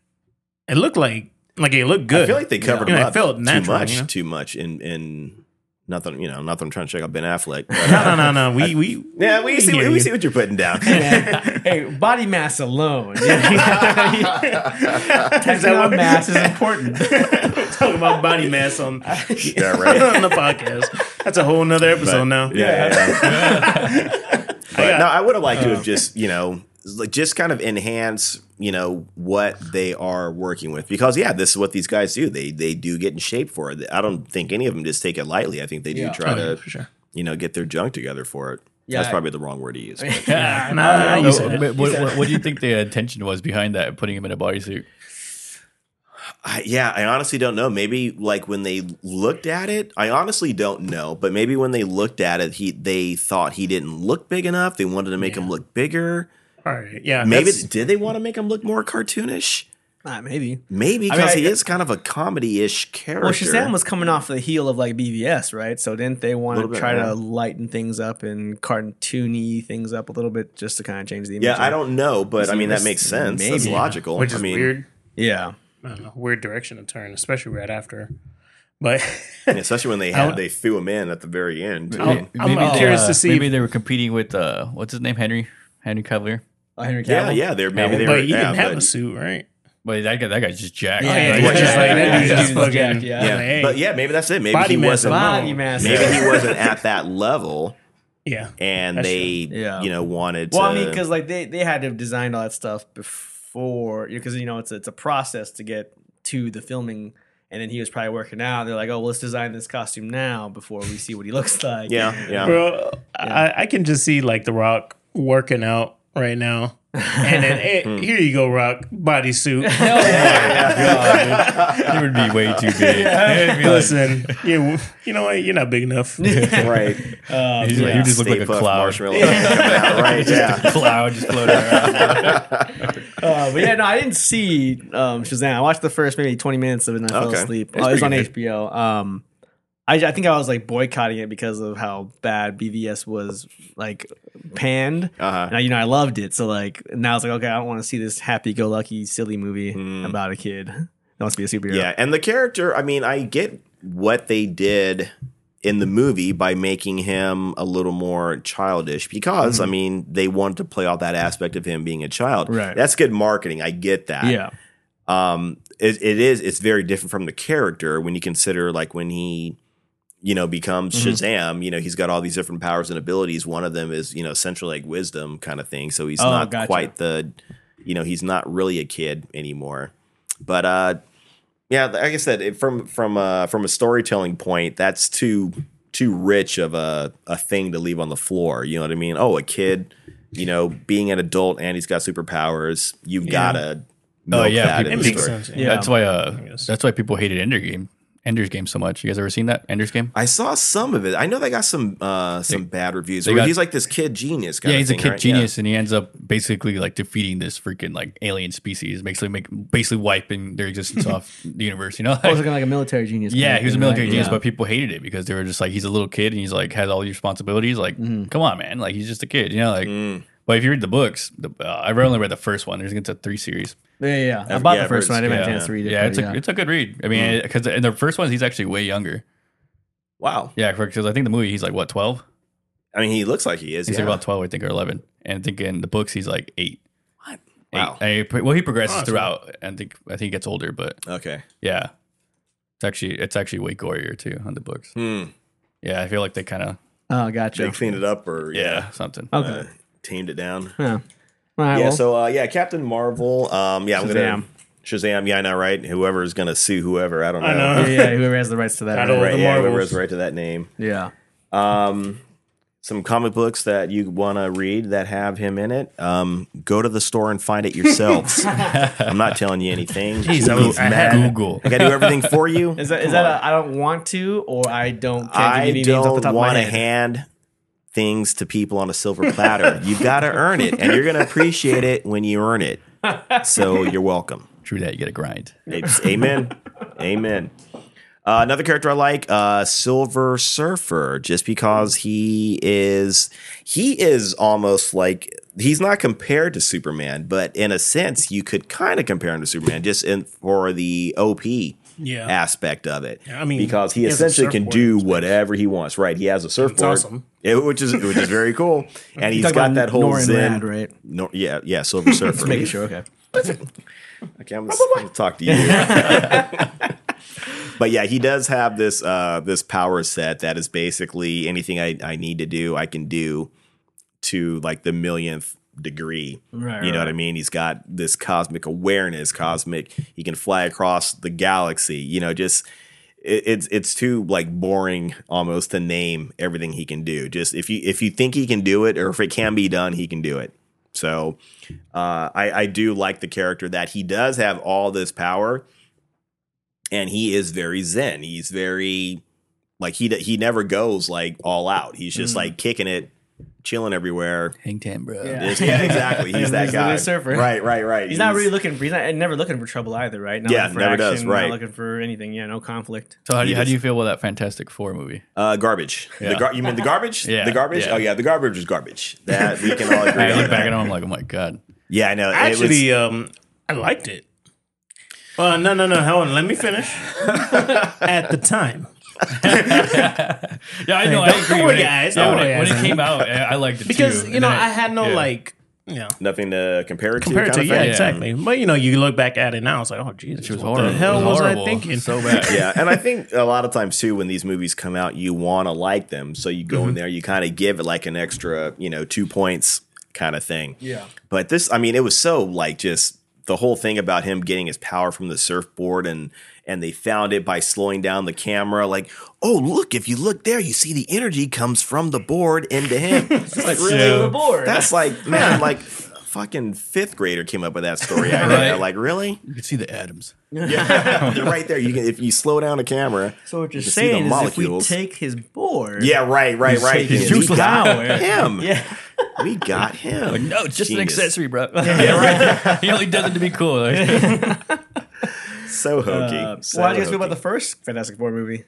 S4: it looked like like it looked good.
S2: I feel like
S4: [LAUGHS]
S2: they covered
S4: You
S2: him
S4: know, it
S2: up
S4: felt
S2: too
S4: natural,
S2: much,
S4: you know?
S2: too much in in nothing. You know, nothing. I'm trying to check out Ben Affleck.
S4: [LAUGHS]
S2: but,
S4: no,
S2: uh,
S4: no, no, no.
S2: [LAUGHS]
S4: We we
S2: yeah, we see
S4: hear
S2: we
S4: you.
S2: see what you're putting
S4: [LAUGHS]
S2: down. [LAUGHS]
S3: hey, body mass alone. [LAUGHS] Textile mass is [LAUGHS]
S2: [LAUGHS]
S3: important.
S4: talking about body mass [LAUGHS] on
S2: yeah, right.
S4: on the podcast. That's a whole nother episode now.
S2: Yeah, yeah,
S4: [LAUGHS]
S2: yeah. but no, I would have liked
S4: Oh.
S2: to have just you know like just kind of enhance you know what they are working with because yeah, this is what these guys do. They they do get in shape for it. I don't think any of them just take it lightly. I think they do try
S4: Oh, yeah,
S2: to
S4: for sure.
S2: you know get their junk together for it.
S3: Yeah,
S2: That's
S3: I-
S2: probably the wrong word to use. but-
S4: Nah, nah, you said it.
S5: But Oh, What, what, what do you think the intention was behind that? Putting him in a bodysuit.
S2: I, yeah, I honestly don't know. Maybe like when they looked at it, I honestly don't know. But maybe when they looked at it, he they thought he didn't look big enough. They wanted to make him look bigger.
S4: All right, yeah.
S2: Maybe
S4: that's-
S2: did they want to make him look more cartoonish?
S3: Ah, maybe.
S2: Maybe
S3: I mean,
S2: because
S3: I-
S2: he is kind of a comedy-ish character.
S3: Well, Shazam was coming off the heel of like BVS, right? So didn't they want
S2: Little
S3: to
S2: bit,
S3: try
S2: yeah.
S3: to lighten things up and cartoony things up a little bit just to kind of change the image?
S2: yeah, I don't know, but I mean that
S3: was-
S2: makes sense. That's
S3: maybe.
S2: logical.
S4: which is
S2: I mean,
S4: weird.
S3: Yeah.
S4: I don't know, weird direction to turn, especially right after. But
S2: [LAUGHS] especially when they had they threw him in at the very end.
S3: Oh,
S2: too.
S4: I'm, I'm
S5: they,
S4: curious
S5: uh,
S4: to see.
S5: Maybe they were competing with uh, what's his name, Henry Henry Cavalier.
S3: Oh, Henry Cavill.
S2: yeah, yeah, they're maybe they were.
S4: but he
S2: yeah,
S4: didn't have
S2: but-
S4: a suit, right?
S5: But that guy, that guy's just jacked.
S3: Yeah,
S4: Yeah, he's
S5: Like,
S2: yeah,
S4: just
S2: yeah,
S4: like
S2: yeah,
S4: that
S2: yeah,
S4: dude's
S3: yeah.
S4: fucking.
S3: Yeah.
S4: like,
S2: yeah.
S4: hey,
S2: But yeah, maybe that's it. Maybe
S4: body
S2: he
S4: mass
S2: wasn't.
S4: alone.
S3: Body mass.
S2: Maybe he wasn't at that level.
S4: yeah.
S2: and
S4: That's
S2: they
S3: true. Yeah.
S2: you know
S3: [LAUGHS]
S2: wanted
S3: Well,
S2: to
S3: I mean, because like they they had to have designed all that stuff before, because you know it's it's a process to get to the filming, And then he was probably working out. They're like, oh, well, let's design this costume now before we see what he looks [LAUGHS] like.
S2: Yeah,
S5: Oh.
S2: yeah.
S4: Bro, I, I can just see like The Rock working out right now. and then
S5: [LAUGHS] Hmm.
S4: eh, here you go, Rock bodysuit. [LAUGHS]
S5: it would be way too big. It'd be like-
S4: Listen, you you know what? You're not big
S5: [LAUGHS]
S4: enough.
S1: [LAUGHS]
S2: Right.
S5: he's like- you just look
S2: Stay
S5: like a
S2: Puft
S5: cloud.
S2: Marshmallow coming out, [LAUGHS]
S5: [LAUGHS]
S2: right. Yeah.
S5: cloud just floating around.
S3: Uh, but yeah, no, I didn't see um, Shazam. I watched the first maybe 20 minutes of it and I
S2: Okay.
S3: fell asleep.
S5: It's
S3: Oh, it was on
S5: pretty
S3: HBO. Um, I, I think I was like boycotting it because of how bad BVS was like panned.
S2: Uh-huh.
S3: And I, you know, I loved it. So like now it's like, okay, I don't want to see this happy go lucky, silly movie about a kid that wants to be a superhero.
S2: Hmm. Yeah, and the character, I mean, I get what they did in the movie by making him a little more childish because I mean, they wanted to play all that aspect of him being a child.
S3: Right.
S2: That's good marketing. I get that.
S3: Yeah.
S2: Um it, it is it's very different from the character when you consider like when he you know becomes
S3: Mm-hmm.
S2: Shazam, you know, he's got all these different powers and abilities. One of them is, you know, central like wisdom kind of thing. So he's
S3: Oh,
S2: not
S3: gotcha.
S2: quite the you know, he's not really a kid anymore. But uh yeah, like I said, it, from from uh from a storytelling point, that's too too rich of a a thing to leave on the floor. You know what I mean? Oh, a kid, you know, being an adult and he's got superpowers. You've got to milk
S5: Oh, yeah,
S2: that in
S5: people-
S4: It
S2: the
S4: makes
S2: story.
S4: sense. [LAUGHS] Yeah.
S5: That's why. Uh, that's why people hated Ender Game. Ender's Game so much. You guys ever seen that Ender's Game?
S2: I saw some of it. I know they got some uh some bad reviews. Where
S5: got-
S2: he's like this kid genius. Kind
S5: Yeah,
S2: of
S5: he's a
S2: thing,
S5: kid
S2: right?
S5: genius, and he ends up basically like defeating this freaking like alien species, basically make basically wiping their
S4: [LAUGHS]
S5: existence off the universe. You know,
S3: I was looking like a military genius.
S5: yeah, he was a military genius,
S3: Yeah.
S5: but people hated it because they were just like, he's a little kid and he's like has all these responsibilities. Like, come on, man, like he's just a kid, you know.
S2: Mm.
S5: Like, but if you read the books, the, uh, I've only read the first one. There's it's a three series.
S3: Yeah, yeah, yeah. I bought
S2: yeah,
S3: the first one. I didn't have a
S2: yeah.
S3: chance to read it.
S5: Yeah,
S3: but
S5: it's a it's a good read. I mean, because in the first one, he's actually way younger.
S2: Wow.
S5: Yeah, because I think the movie he's like what twelve.
S2: I mean, he looks like he is.
S5: He's
S2: yeah.
S5: like about twelve, I think, or eleven. And I think in the books he's like eight. What?
S2: Wow.
S5: well, he progresses
S4: Awesome.
S5: throughout, and think I think he gets older, but
S2: okay.
S5: yeah, it's actually it's actually way gorier too on the books.
S2: Hmm.
S5: Yeah, I feel like they kind of
S3: Oh, gotcha.
S2: They cleaned it up or yeah,
S5: something.
S3: Okay.
S2: uh, tamed it down.
S3: yeah. All right,
S2: Yeah,
S3: well,
S2: so uh, yeah, Captain Marvel. Um, yeah, I'm
S3: Shazam.
S2: gonna Shazam. Yeah, I know, right? Whoever's gonna sue whoever, I don't know.
S4: I
S3: yeah,
S4: know.
S3: yeah, whoever has the rights to that.
S4: Title.
S3: right?
S2: [LAUGHS] Right,
S4: The
S2: yeah, whoever
S4: Marvels.
S2: has the right to that name.
S3: Yeah.
S2: Um, some comic books that you want to read that have him in it. Um, go to the store and find it
S3: [LAUGHS]
S2: yourselves. I'm not telling you
S4: [LAUGHS]
S2: anything. Jeez,
S4: I was- I had-
S5: Google.
S2: I got to do everything for you.
S3: [LAUGHS] Is that is
S2: Come
S3: that
S2: on.
S3: a, I don't want to or I don't can't give you
S2: I
S3: any names off the
S2: don't
S3: top of
S2: want
S3: my
S2: to
S3: head.
S2: hand things to people on a silver platter. you got to earn it, and you're going to appreciate it when you
S3: [LAUGHS]
S2: earn it. So you're welcome.
S5: True that. You got to grind.
S2: It's- amen. Amen. Uh, another character I like, uh, Silver Surfer, just because he is he is almost like he's not compared to Superman, but in a sense, you could kind of compare him to Superman just in for the OP
S4: Yeah.
S2: aspect of it.
S4: Yeah, I mean,
S2: because he,
S4: he has a
S2: essentially can
S4: surfboard
S2: do
S4: in space.
S2: whatever he wants. Right? He has a surfboard,
S4: awesome.
S2: It- which is which is very
S4: [LAUGHS]
S2: cool, and he's
S3: talking
S2: got
S3: about
S2: that whole
S3: Norrin
S2: Zen,
S3: Rad, right?
S2: Nor- yeah, yeah,
S4: [LAUGHS]
S2: Silver Surfer.
S3: Just making sure. Okay.
S2: Okay, I'm going to [LAUGHS] talk to you. [LAUGHS] but yeah, he does have this uh, this power set that is basically anything I, I need to do, I can do to like the millionth degree.
S3: Right,
S2: you know
S3: right.
S2: what I mean? He's got this cosmic awareness, cosmic. He can fly across the galaxy. You know, just it, it's it's too like boring almost to name everything he can do. Just if you if you think he can do it or if it can be done, he can do it. So uh, I, I do like the character that he does have all this power, and he is very zen. He's very like he d- he never goes like all out. He's just like kicking it, chilling everywhere.
S5: Hang ten, bro.
S2: Just- yeah, exactly. He's that
S3: He's the
S2: guy.
S3: surfer.
S2: Right, right, right.
S3: He's not really looking. For, he's not and never looking for trouble either, right? Not
S2: Yeah,
S3: looking for
S2: never does,
S3: not
S2: right.
S3: looking for anything. Yeah, no conflict.
S5: So how do
S2: He
S5: you, how
S2: just-
S5: do you feel about that Fantastic
S4: [LAUGHS]
S5: Four movie?
S2: uh, garbage. The
S5: Yeah.
S2: gar- you mean the garbage?
S5: Yeah,
S2: The garbage.
S5: yeah.
S2: Oh yeah, the garbage is garbage. That we can all agree
S5: I
S2: on.
S5: look back
S2: That.
S5: at him, I'm like, oh my god.
S2: Yeah, I know. It was-
S4: Actually, um, I liked it. Uh, no, no, no. Hold on. Let me
S5: [LAUGHS]
S4: finish. At the time,
S5: Yeah, I know.
S4: don't- don't worry, guys, don't
S5: when,
S4: worry,
S5: it, when it
S4: guys.
S5: came out, I I liked it
S4: because
S5: too.
S4: you
S5: And
S4: know,
S5: then
S4: I had no
S5: yeah.
S4: like, you know,
S2: nothing to compare it to.
S4: compared
S2: kind
S4: to
S2: of
S4: yeah,
S2: thing.
S4: exactly. But you know, you look back at it now, it's like, oh Jesus,
S5: It was
S4: what
S5: horrible.
S4: the hell
S5: it
S4: was, I
S5: horrible.
S4: thinking?
S5: So
S4: [LAUGHS]
S5: bad.
S2: yeah, and I think a lot of times too, when these movies come out, you want to like them, so you go in there, you kind of give it like an extra, you know, two points kind of thing. Yeah. But this, I mean, it was so like just the whole thing about him getting his power from the surfboard and and they found it by slowing down the camera. Like, oh look, if you look there, you see the energy comes from the board into him. It's like,
S3: Really bored.
S2: That's like man, like fucking fifth grader came up with that story idea.
S5: Right.
S2: Like, really?
S5: You can see the atoms.
S2: [LAUGHS] Yeah, they're right there. You can if you slow down the camera.
S3: so what you're
S2: you can see the
S3: saying is if we
S2: molecules.
S3: take his board,
S2: Yeah, right, right, right.
S5: he's
S2: We
S5: useless.
S2: got him.
S3: yeah,
S2: We got him.
S5: Like, no, it's just
S2: Genius.
S5: an accessory,
S4: [LAUGHS]
S5: bro. Yeah, right. [LAUGHS] he only does it to be cool. Like,
S2: So hokey.
S3: Uh,
S2: So
S3: well, how do you guys feel about
S2: hokey.
S3: the first Fantastic Four movie?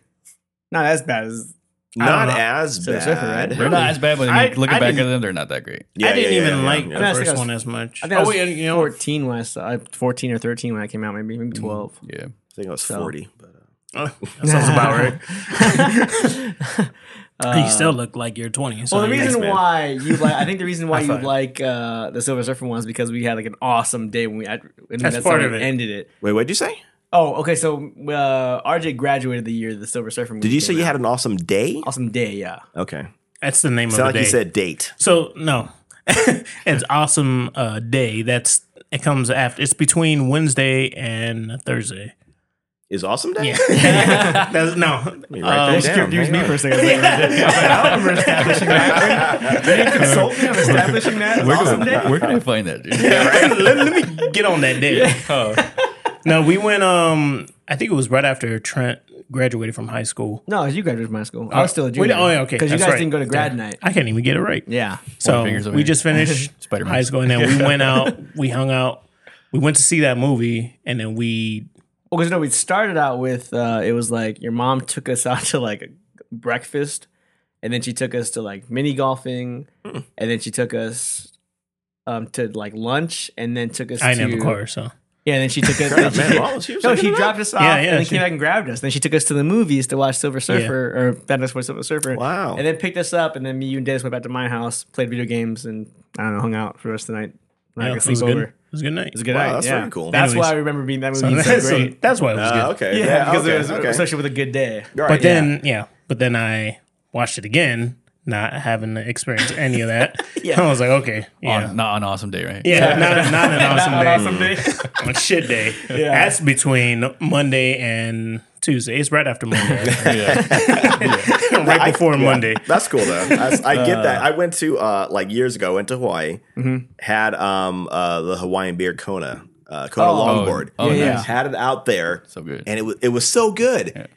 S3: Not as bad as
S2: not
S3: I don't know.
S2: as
S3: So
S2: bad?
S3: it's different, right?
S5: they're not as bad, but
S4: I-
S5: looking
S4: I
S5: back at
S4: didn't-
S5: them, they're not that great.
S2: Yeah,
S4: I didn't
S2: yeah, yeah,
S4: even
S2: yeah,
S4: like
S2: yeah.
S4: the
S3: I think
S4: first
S3: I was-
S4: one as much.
S3: I think I was
S4: Oh, wait, you know,
S3: 14 when I saw, uh, 14 or 13 when I came out, maybe maybe 12.
S5: Yeah.
S2: I think I was
S3: So.
S2: forty. But, uh,
S4: that sounds [LAUGHS] about right.
S2: Mm.
S3: [LAUGHS]
S2: [LAUGHS]
S4: you still look like you're 20. So
S3: well, the
S4: I mean,
S3: reason
S2: X-Men.
S3: why you like, I think the
S2: [LAUGHS]
S3: reason why
S4: High
S3: you
S4: five.
S3: like uh, the Silver Surfer one is because we had like an awesome day when we I, when
S4: That's
S3: that's
S4: part
S3: how
S4: of
S3: we
S4: it.
S3: ended it.
S2: wait, what'd you say?
S3: Oh, okay. So uh, RJ graduated the year the Silver Surfer. Movie
S2: Did you say
S3: came
S2: you
S3: out.
S2: had an awesome day?
S3: awesome day?
S2: [LAUGHS]
S3: Yeah.
S2: Okay,
S4: that's the name of
S2: sound
S4: the
S2: like
S4: day.
S2: you said date.
S4: so, no. [LAUGHS] it's awesome uh, day. That's it comes after. It's between Wednesday and Thursday.
S2: Is awesome day?
S4: Yeah. [LAUGHS] that's no.
S2: Let me
S3: Oh,
S2: write that down.
S3: Excuse
S2: Hang
S3: me
S2: on.
S3: for a second.
S4: [LAUGHS]
S3: I remember establishing that. You didn't consult me on establishing that.
S5: Where,
S3: awesome
S5: do,
S3: day.
S5: where can I find that, dude?
S4: let, let me get on that day.
S5: Oh,
S4: [LAUGHS] No, we went. Um, I think it was right after Trent graduated from high school.
S3: No, you graduated from high school. I was still a
S4: Wait,
S3: junior.
S4: oh, yeah, okay,
S3: Because you
S4: that's
S3: guys
S4: right.
S3: didn't go to grad night.
S4: I can't even get it right.
S3: Yeah.
S4: So
S5: fingers over
S4: we
S5: here.
S4: just finished
S5: Spider-Man.
S4: high school, and then we went out. We hung out. We went to see that movie, and then we
S3: Well, because no, we started out with uh, it was like your mom took us [LAUGHS] out to like breakfast, and then she took us to like mini golfing,
S2: Hmm.
S3: and then she took us um, to like lunch, and then took us.
S4: I
S3: to,
S4: didn't have a car, so
S3: Yeah, and then she
S2: [LAUGHS]
S3: took us. then
S2: Crap,
S3: she,
S2: man, Wallace, she
S3: [LAUGHS]
S2: was
S3: no,
S2: looking
S3: she
S2: it
S3: dropped us off,
S4: Yeah, yeah,
S3: and then
S4: she-
S3: came back and grabbed us. Then she took us to the movies to watch Silver Surfer or Fantastic Four Silver Surfer.
S2: Wow.
S3: And then picked us up, and then me, you, and Dennis went back to my house, played video games, and I don't know, hung out for the rest of the night. Like
S4: yeah,
S3: a
S4: it was good.
S3: sleepover.
S4: It was a good night.
S3: It's a good
S2: Wow,
S3: night.
S2: that's
S3: yeah.
S2: really cool.
S3: That's
S4: Anyways.
S3: why I remember being that
S4: So
S3: movie so
S4: that's,
S3: great.
S4: [LAUGHS] so that's why it was
S2: Ah,
S4: good.
S2: okay.
S3: Yeah, because
S2: okay,
S3: it was
S2: okay.
S3: associated with a good day.
S2: All right,
S4: But then, yeah. but then I watched it again, not having experienced any of that.
S3: Yeah.
S4: I was like, okay, yeah,
S5: on, not on awesome day, right?
S4: yeah, not, not
S3: [LAUGHS]
S4: an awesome
S3: Not
S4: day.
S5: Mm.
S3: awesome
S5: [LAUGHS]
S3: day.
S4: on shit day. That's between Monday and Tuesday. It's right after Monday. [LAUGHS] right before Monday.
S2: That's cool though. I, I get that. I went to uh, like years ago. Went to Hawaii.
S4: mm-hmm.
S2: Had um uh, the Hawaiian beer Kona uh, Kona longboard.
S5: oh,
S3: Yeah, nice. yeah.
S2: Had it out there.
S5: So good.
S2: And it was it was so good.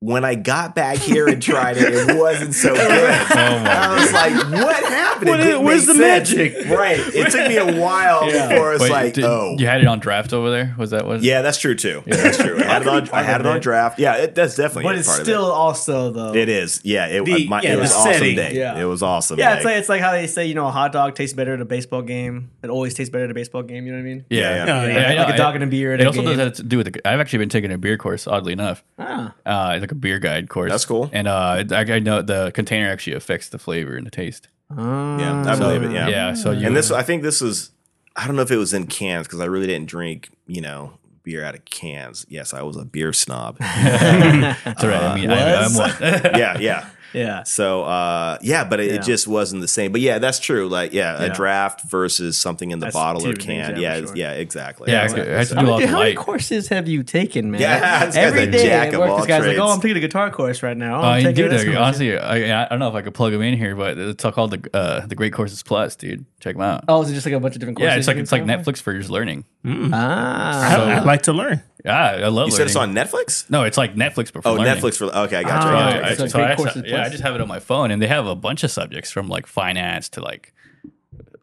S2: When I got back here and tried it, it wasn't
S4: [LAUGHS]
S2: so good.
S5: Oh my.
S2: I was like, "What happened? It
S4: What is-
S2: didn't
S4: where's
S2: make
S4: the
S2: sense.
S4: magic?
S2: Right. It took me a while before it's
S5: Wait,
S2: like,
S5: did-
S2: "Oh,
S5: You had it on draft over there? Was that what?
S2: yeah, that's true too. That's true. I had it on. I had it on draft. Yeah, it, that's definitely.
S3: But
S2: a
S3: it's
S2: part of
S3: still also though.
S2: It is. Yeah. It,
S4: The-
S2: my,
S4: yeah,
S2: it
S4: the
S2: was awesome
S4: setting.
S2: day.
S3: Yeah.
S2: It was awesome.
S3: yeah,
S2: day.
S3: it's like it's like how they say you know a hot dog tastes better at a baseball game. It always tastes better at a baseball game. You know what I mean?
S5: Yeah.
S2: Yeah,
S5: yeah.
S2: yeah.
S4: No,
S5: Yeah,
S4: yeah.
S5: I know.
S3: Like a
S5: It-
S3: dog and a beer at
S5: It
S3: a
S5: also
S3: game.
S5: does have to do with. The, I've actually been taking a beer course, oddly enough.
S3: Ah.
S5: Uh, like a beer guide course.
S2: That's cool.
S5: And uh, I, I know the container actually affects the flavor and the taste.
S3: Uh,
S2: Yeah, I believe it. Yeah.
S5: Yeah. So you.
S2: And this, I think this was, I don't know if it was in cans because I really didn't drink, you know, beer out of cans. Yes, I was a beer
S5: [LAUGHS]
S2: snob.
S5: That's all right. I mean, I, I'm
S3: was?
S5: one. [LAUGHS]
S2: yeah, yeah.
S3: Yeah.
S2: So, uh, yeah, but it,
S3: Yeah.
S2: it just wasn't the same. But yeah, that's true. Like, yeah,
S3: Yeah.
S2: a draft versus something in the
S3: That's
S2: bottle
S3: two
S2: or
S3: things,
S2: can.
S3: yeah,
S2: Yeah,
S3: for sure.
S2: yeah, exactly.
S5: Yeah, I
S2: That's-
S5: could- I had to do
S3: Dude, [LAUGHS]
S5: a lot of
S3: how many
S5: light.
S3: courses have you taken, man?
S2: Yeah, this guy's
S3: every
S2: a
S3: day
S2: jack
S3: at
S2: of
S3: work,
S2: all
S3: this guy's like, "Oh,
S2: trades.
S3: I'm taking a guitar course right now. Oh,
S5: Uh,
S3: I'm
S5: you
S3: taking
S5: do,
S3: this
S5: dude.
S3: course."
S5: honestly, I, I don't know if I could plug them in here, but it's called the uh, the Great Courses Plus, dude. Check them out.
S3: Oh, is it just like a bunch of different courses?
S5: uh, yeah, it's like
S3: you
S5: it's like
S3: can try?
S5: Netflix for just learning.
S4: I,
S3: Ah,
S4: I like to learn.
S5: Yeah, I love.
S2: You said it's on Netflix?
S5: No, it's like Netflix, but for
S2: Oh,
S5: learning.
S2: Netflix for, okay, I got
S3: Oh,
S2: you.
S5: So
S2: I got you,
S5: I-
S2: I
S5: I-
S3: like
S2: got you.
S5: so
S3: Great
S5: I actually-
S3: Courses
S5: yeah, I
S3: Plus.
S5: just have it on my phone, and they have a bunch of subjects from like finance to like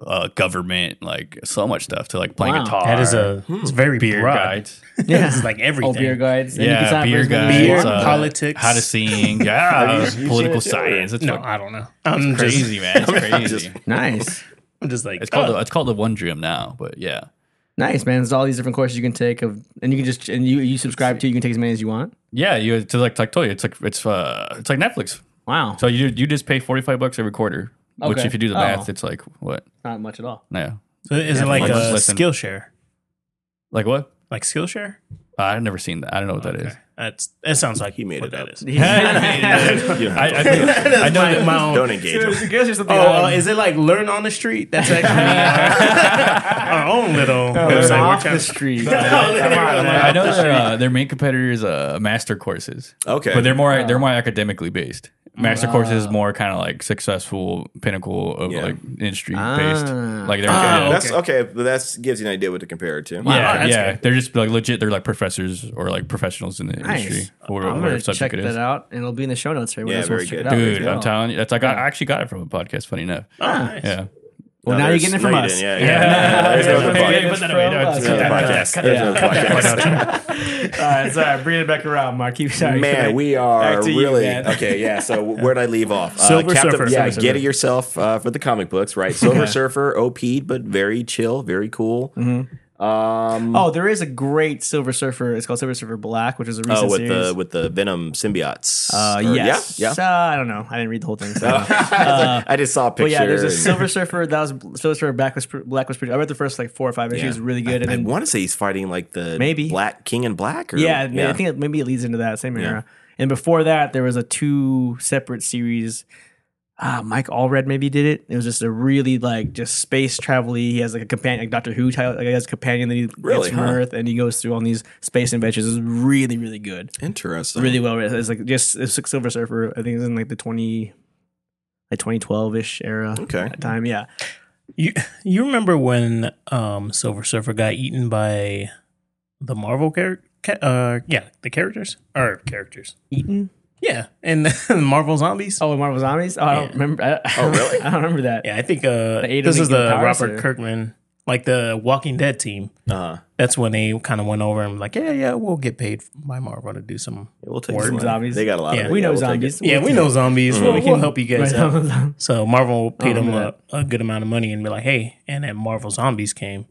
S5: uh, government, like so much stuff to like playing
S3: Wow.
S5: guitar.
S4: That is a it's very
S5: beer
S4: broad.
S5: guides. [LAUGHS]
S3: Yeah.
S4: it's like everything.
S3: hmm, oh, beer guides. And you can sign
S5: Yeah,
S3: up for
S5: beer
S3: as many
S5: guides,
S3: as you want.
S4: Beer,
S5: uh,
S4: politics.
S5: how
S3: [LAUGHS]
S5: to sing, yeah,
S2: you- you
S5: political
S2: seen it too, or-
S5: science. It's
S4: No,
S5: fucking
S4: I don't know. [LAUGHS] I'm
S5: crazy, man. It's crazy.
S3: Nice,
S4: Just, I'm just like
S5: It's called
S4: oh.
S5: the, it's called the One Dream now, but yeah.
S3: nice, man. There's all these different courses you can take of, and you can just and you you subscribe to. You can take as many as you want.
S5: Yeah, you it's like like told you, it's like it's uh it's like Netflix.
S3: Wow,
S5: So you you just pay forty five bucks every quarter. Which
S3: Okay.
S5: if you do the
S3: Oh.
S5: math, it's like what?
S3: not much at all.
S5: No.
S4: So is it like
S5: like
S4: a
S5: listen.
S4: Skillshare?
S5: Like what?
S4: like Skillshare.
S5: Uh, I've never seen that. I don't know what that is.
S4: Okay. That's that sounds like
S2: He made
S4: what
S2: it
S4: that
S3: [LAUGHS]
S2: up.
S4: is. [LAUGHS]
S2: You don't
S5: I,
S2: have [LAUGHS]
S5: I,
S2: to-
S5: think-
S4: I know that my own.
S2: don't
S3: [LAUGHS]
S2: engage him.
S3: I guess there's something.
S4: Oh,
S3: on-
S2: [LAUGHS]
S4: uh, is it like learn on the street? That's actually our, our own little
S3: Oh,
S4: website. We're
S3: off
S4: trying
S3: the
S2: [LAUGHS]
S4: to-
S3: street. [LAUGHS]
S5: I know their uh, their main competitor is uh, master courses,
S2: Okay.
S5: but they're more they're more academically based. Master courses is more kind of like successful pinnacle of
S2: Yeah.
S5: like industry
S1: Ah.
S5: based. Like they're
S4: Ah,
S3: Oh,
S5: yeah.
S2: that's okay. But that's gives you an idea what to compare it to.
S5: yeah,
S4: that's
S5: yeah.
S4: good.
S5: They're just like legit. They're like professors or like professionals in the
S1: Nice.
S5: industry. or
S1: I'm
S5: whatever
S1: gonna
S5: subject
S1: check
S5: it
S1: that
S5: is.
S1: out, and it'll be in the show notes for everyone
S2: Yeah,
S1: else wants
S2: very
S1: to check
S2: good.
S1: it out.
S5: Dude,
S1: Yeah.
S5: I'm telling you, that's I got. I actually got it from a podcast. Funny enough.
S4: Oh, nice.
S5: Yeah.
S1: Well,
S2: No,
S1: now you're
S2: there's-
S1: getting it from
S2: no, you
S1: us.
S2: didn't. Yeah, yeah. There's
S3: [LAUGHS]
S2: another
S4: Hey, hey,
S2: podcast.
S4: put that away. No,
S2: There's
S4: cut
S2: another
S4: that out.
S2: podcast. There's another podcast.
S3: All right, sorry, bring it back around, Mark. Keep sorry.
S2: Man, we are
S3: Back to you,
S2: really
S3: man.
S2: okay.
S3: [LAUGHS]
S2: Yeah. So where did I leave off? Uh,
S4: Silver
S2: Captain-
S4: Surfer.
S2: Yeah,
S4: Silver
S2: get
S4: Surfer.
S2: it yourself uh, for the comic books, right? Silver Surfer, OP'd, but very chill, very cool. Um,
S3: Oh, there is a great Silver Surfer. It's called Silver Surfer Black, which is a recent
S2: oh, with
S3: series.
S2: the with the Venom symbiotes.
S3: uh,
S2: Or-
S3: yes.
S2: Yeah. [LAUGHS] Yeah.
S3: Uh, I don't know. I didn't read the whole thing.
S2: [LAUGHS]
S3: So I don't know.
S2: I just saw a picture.
S3: But yeah, there's a
S2: and-
S3: Silver Surfer. That was Silver Surfer Black was pr- Black was pretty. I read the first like four or five issues. Really good. And
S2: I
S3: then
S2: want to say he's fighting like the
S3: Maybe.
S2: Black King and Black. Or,
S3: yeah, ma- I think it, maybe it leads into that same era. And before that, there was a two separate series. Ah, Mike Allred maybe did it. It was just a really like just space travel. He has like a companion, like Doctor Who type. Like he has a companion that he
S2: Really?
S3: gets from
S2: Huh.
S3: Earth, and he goes through on these space adventures. It's really, really good.
S2: interesting.
S3: really well written. It's like just it's like Silver Surfer. I think it's in like the twenty, like twenty twelve ish era.
S2: Okay.
S3: that time. Yeah,
S4: You you remember when um, Silver Surfer got eaten by the Marvel character? Uh, yeah, the characters or characters.
S3: Eaton.
S4: Yeah, and [LAUGHS] Marvel zombies.
S3: Oh, and Marvel Zombies. Oh, I don't
S4: Yeah.
S3: remember. I, oh, [LAUGHS]
S2: really?
S3: I don't remember that.
S4: Yeah, I think uh,
S3: The eight
S4: this
S3: of
S4: is
S3: Lincoln
S4: the
S3: Powers,
S4: Robert
S3: or-
S4: Kirkman, like the Walking Dead team.
S2: Uh,
S4: That's when they kind of went over and like, yeah, yeah, we'll get paid by Marvel to do some.
S2: we'll take
S4: Word
S2: some
S3: zombies.
S2: They got a lot
S4: Yeah.
S2: of. it.
S3: We know
S2: we'll take
S3: zombies.
S4: Yeah, we know zombies. Well, we can help
S3: [LAUGHS]
S4: you guys out.
S3: Right.
S4: So Marvel paid
S3: Oh,
S4: them
S3: man.
S4: a, a good amount of money and be like, hey, and then Marvel Zombies came,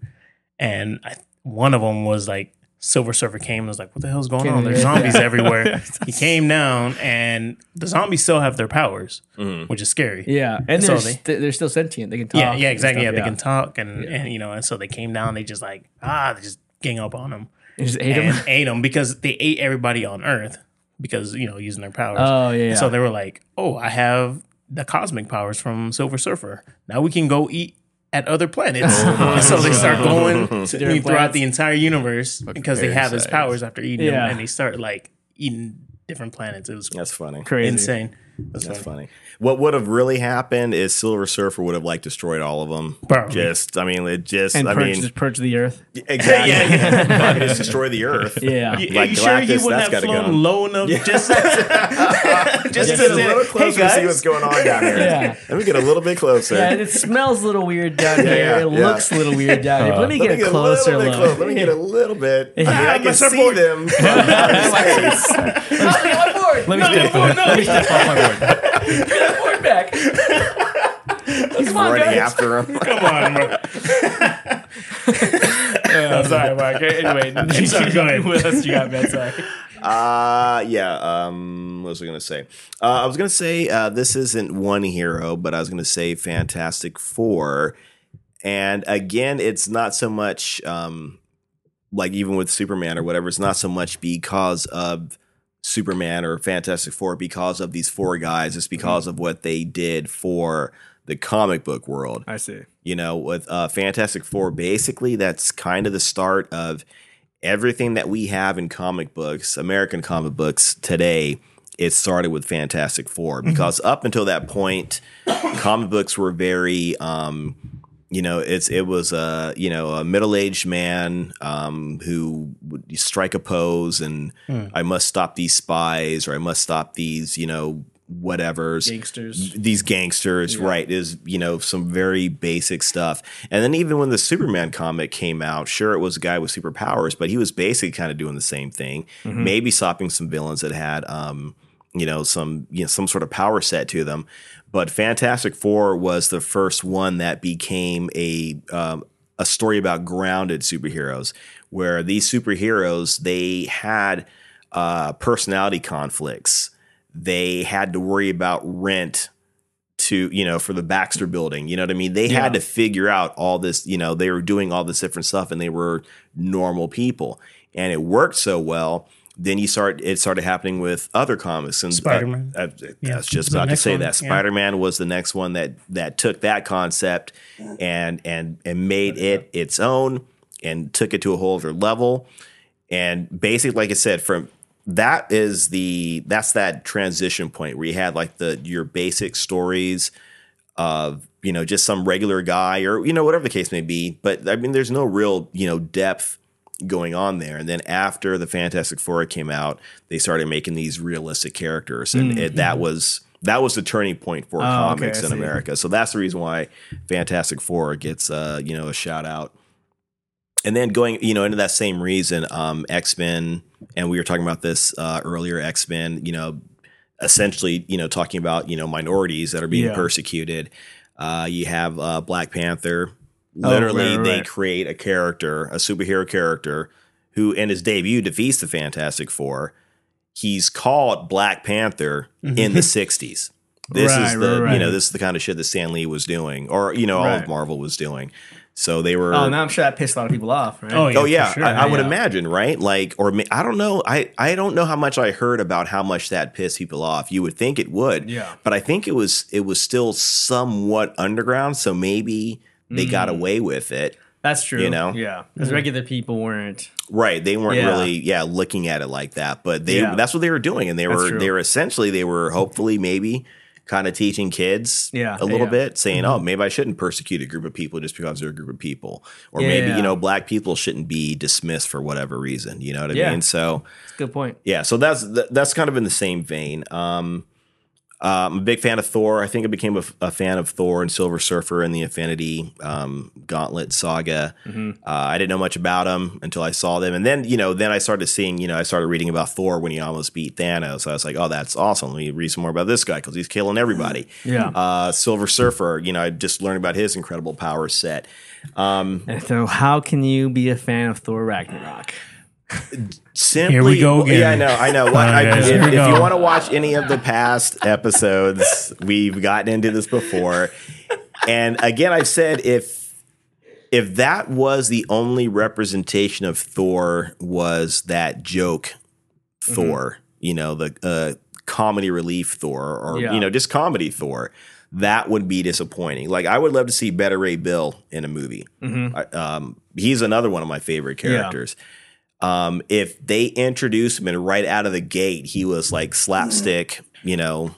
S4: and I, one of them was like Silver Surfer came and was like, what the hell's going on? There's
S3: [LAUGHS]
S4: zombies everywhere. he came down, and the zombies still have their powers, which is scary.
S3: Mm-hmm. Yeah, and
S4: So
S3: they're,
S4: they-
S3: st- they're still sentient. They can talk.
S4: Yeah, yeah,
S3: and
S4: exactly.
S3: stuff,
S4: yeah, they can talk, and, and you know, and so they came down. They just like ah, they just gang up on them
S3: You just ate 'em?
S4: and ate them because they ate everybody on Earth because you know using their powers.
S3: Oh yeah.
S4: And so they were like, oh, I have the cosmic powers from Silver Surfer. Now we can go eat at other planets.
S2: Oh,
S4: [LAUGHS] And so they
S2: [LAUGHS]
S4: start going throughout
S3: planets.
S4: the entire universe because they have his
S5: parasites.
S4: powers after eating
S3: Yeah.
S4: them, and they start like eating different planets. It was
S2: That's funny.
S3: crazy.
S4: insane.
S2: That's funny. What would have really happened is Silver Surfer would have like destroyed all of them.
S4: Probably.
S2: Just, I mean, it just,
S3: [LAUGHS] And
S2: I
S3: purge,
S2: mean,
S3: just purge the earth.
S2: [LAUGHS] exactly. I
S3: [LAUGHS]
S2: mean, just destroy the Earth. [LAUGHS]
S3: Yeah.
S4: You-
S2: Like
S4: you sure
S2: Galactus,
S4: he wouldn't
S2: that's
S4: have
S2: gotta
S4: flown
S2: go.
S4: low enough
S2: [LAUGHS]
S4: just just
S2: Let's get
S4: to [LAUGHS]
S2: a little closer to see what's going on [LAUGHS] down here.
S3: Yeah.
S2: Let me get a little bit closer.
S3: Yeah, and it smells a little weird down here.
S2: yeah,
S3: it
S2: yeah.
S3: looks a little weird down here. But let me
S2: Let
S3: get
S2: me
S3: a closer look.
S2: little bit close. Let me get a little bit. I mean,
S4: Yeah,
S2: I
S4: my
S2: can see
S3: [LAUGHS]
S4: surfboard.
S2: them. from outer [LAUGHS] space.
S3: [LAUGHS] Let me
S5: Step off- step off my board.
S3: [LAUGHS] get a board back. Come on,
S2: Running
S3: guys.
S2: after them.
S4: Come on, [LAUGHS] bro.
S3: I'm sorry, Mark.
S4: [LAUGHS]
S3: Anyway,
S4: sorry, go ahead.
S3: what else you got, man? Sorry.
S2: Uh, yeah. Um, what was I gonna say? Uh, I was gonna say uh, this isn't one hero, but I was gonna say Fantastic Four. And again, it's not so much um, like even with Superman or whatever. It's not so much because of Superman or Fantastic Four because of these four guys. It's because of what they did for the comic book world
S3: I see.
S2: you know with uh, fantastic four basically that's kind of the start of everything that we have in comic books american comic books today it started with fantastic four because up until that point comic books were very um, you know it's it was a you know a middle-aged man um, who would strike a pose and i must stop these spies or i must stop these you know whatever's
S3: Gangsters.
S2: these gangsters, right, is, you know, some very basic stuff. And then even when the Superman comic came out, sure, it was a guy with superpowers, but he was basically kind of doing the same thing, maybe stopping some villains that had, um, you know, some, you know, some sort of power set to them. But Fantastic Four was the first one that became a, um, a story about grounded superheroes where these superheroes, they had, uh, personality conflicts. They had to worry about rent to you know for the Baxter Building. You know what I mean? They had to figure out all this. You know, they were doing all this different stuff, and they were normal people, and it worked so well. Then you start it started happening with other comics and uh,
S4: Spider-Man.
S2: I, I- I
S4: Yeah.
S2: was just
S4: So
S2: about to
S4: next
S2: say
S4: one,
S2: that
S4: yeah.
S2: Spider Man was the next one that that took that concept and and and made it its own and took it to a whole other level. And basically, like I said, from that is the that's that transition point where you had like the your basic stories of you know just some regular guy or you know whatever the case may be. But I mean, there's no real you know depth going on there. And then after the Fantastic Four came out, they started making these realistic characters, and it, that was that was the turning point for comics
S3: Mm-hmm. Oh, I
S2: in
S3: see.
S2: America. So that's the reason why Fantastic Four gets uh, you know a shout out. And then going, you know, into that same reason, um, X Men, and we were talking about this uh, earlier. X Men, you know, essentially, you know, talking about you know minorities that are being
S3: Yeah.
S2: persecuted. Uh, you have uh, Black Panther.
S3: Oh,
S2: Literally,
S3: right, right,
S2: they
S3: right.
S2: create a character, a superhero character, who in his debut defeats the Fantastic Four. He's called Black Panther
S3: [LAUGHS]
S2: in the '60s. This
S3: Mm-hmm. Right,
S2: is the
S3: right,
S2: you know
S3: right.
S2: this is the kind of shit that Stan Lee was doing, or you know all of
S3: Right.
S2: Marvel was doing. So they were
S3: Oh, now I'm sure that pissed a lot of people off, right?
S4: Oh, yeah.
S2: Oh yeah,
S4: for sure.
S2: I, I would
S3: Yeah.
S2: imagine, right? Like, or ma- I don't know. I I don't know how much I heard about how much that pissed people off. You would think it would,
S3: Yeah.
S2: But I think it was it was still somewhat underground, so maybe they got away with it,
S3: That's true.
S2: You know?
S3: Yeah. Because regular people weren't.
S2: right? They weren't
S3: Yeah.
S2: really, yeah, looking at it like that. But they
S3: Yeah.
S2: that's what they were doing, and they
S3: That's
S2: were
S3: true.
S2: they were essentially they were hopefully maybe kind of teaching kids
S3: Yeah,
S2: a little
S3: yeah. Mm-hmm.
S2: bit saying oh maybe i shouldn't persecute a group of people just because they're a group of people or
S3: Yeah,
S2: maybe
S3: yeah.
S2: you know black people shouldn't be dismissed for whatever reason you know what i
S3: Yeah.
S2: mean so
S3: That's a good point.
S2: yeah so that's th- that's kind of in the same vein um uh, I'm a big fan of Thor. I think I became a, f- a fan of Thor and Silver Surfer and the Infinity um, Gauntlet saga. Uh, I didn't know much about them until I saw them, and then you know, then I started seeing, you know, I started reading about Thor when he almost beat Thanos. I was like, oh, that's awesome. Let me read some more about this guy because he's killing everybody.
S3: Yeah.
S2: Uh, Silver Surfer, you know, I just learned about his incredible power set. Um,
S3: And so, how can you be a fan of Thor Ragnarok?
S2: Simply,
S4: Here we go again.
S2: Yeah, I know, I know. What, I,
S4: Alright,
S2: if,
S4: here we
S2: if you
S4: go.
S2: want to watch any of the past episodes, we've gotten into this before. And again, I've said if if that was the only representation of Thor was that joke Thor, you know, the uh, comedy relief Thor, or
S3: Yeah.
S2: you know, just comedy Thor. That would be disappointing. Like I would love to see Better Ray Bill in a movie. I, um, he's another one of my favorite characters. Um, if they introduced him and right out of the gate, he was like slapstick, you know,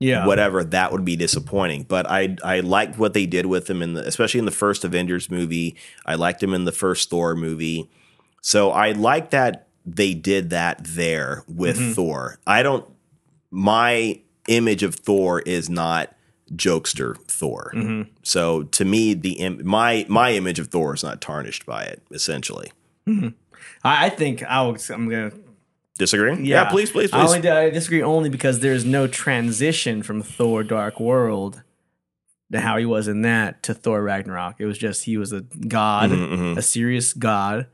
S3: Yeah.
S2: whatever that would be disappointing but i i liked what they did with him in the especially in the first avengers movie i liked him in the first thor movie so i like that they did that there with
S3: Mm-hmm.
S2: thor i don't my image of thor is not jokester thor
S3: Mm-hmm.
S2: so to me the im- my my image of thor is not tarnished by it essentially
S3: I, I think I was, I'm going to.
S2: disagree
S3: Yeah.
S2: please please
S3: I,
S2: please
S3: only, I disagree only because there's no transition from Thor Dark World to how he was in that to Thor Ragnarok. It was just he was a god,
S2: Mhm, mhm.
S3: a serious god,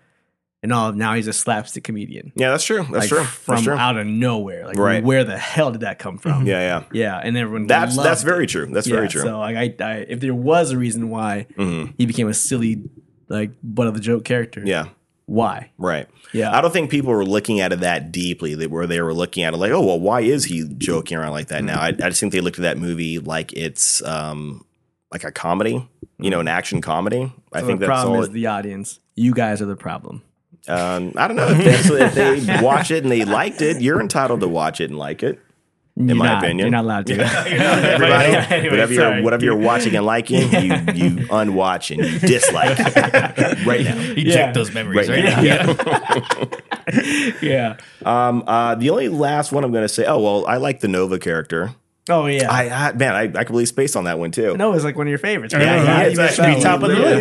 S3: and all now he's a slapstick comedian.
S2: yeah that's true that's
S3: like
S2: true
S3: from
S2: that's true
S3: out of nowhere. Like
S2: Right.
S3: where the hell did that come from?
S2: yeah yeah
S3: Yeah, and everyone
S2: that's
S3: loved
S2: that's
S3: it.
S2: very true that's
S3: Yeah,
S2: very true
S3: So like I, I if there was a reason why
S2: Mhm.
S3: he became a silly like butt of the joke character,
S2: yeah
S3: why?
S2: Right.
S3: Yeah.
S2: I don't think people were looking at it that deeply that where they were looking at it like, oh well, why is he joking around like that now?
S3: Mm-hmm.
S2: I, I just think they looked at that movie like it's um like a comedy, you know, an action comedy.
S3: Mm-hmm.
S2: I
S3: So
S2: think
S3: the
S2: that's
S3: problem
S2: all.
S3: is the audience. You guys are the problem.
S2: um,
S3: [LAUGHS]
S2: I don't know if, that's, if they watch it and they liked it, you're entitled to watch it and
S3: [LAUGHS]
S2: like it.
S3: In
S2: my opinion.
S3: you're not allowed to.
S2: [LAUGHS]
S3: do that.
S2: Everybody,
S3: Anyway,
S2: whatever
S3: sorry.
S2: you're whatever you're watching and liking, you you unwatch and you
S3: [LAUGHS]
S2: dislike right now.
S5: Eject
S3: Yeah.
S5: those memories
S2: Right
S5: right,
S2: now.
S5: now.
S3: [LAUGHS] yeah.
S2: Um, uh, the only last one I'm going to say. Oh well, I like the Nova character.
S3: Oh yeah.
S2: I, I man, I, I completely spaced on that one too.
S3: no, it's like one of your favorites.
S4: Yeah,
S3: right?
S4: he
S3: How do you
S2: Yeah, he
S4: is.
S3: miss
S2: is actually
S3: that
S2: be
S3: one?
S2: top of the
S4: Yeah.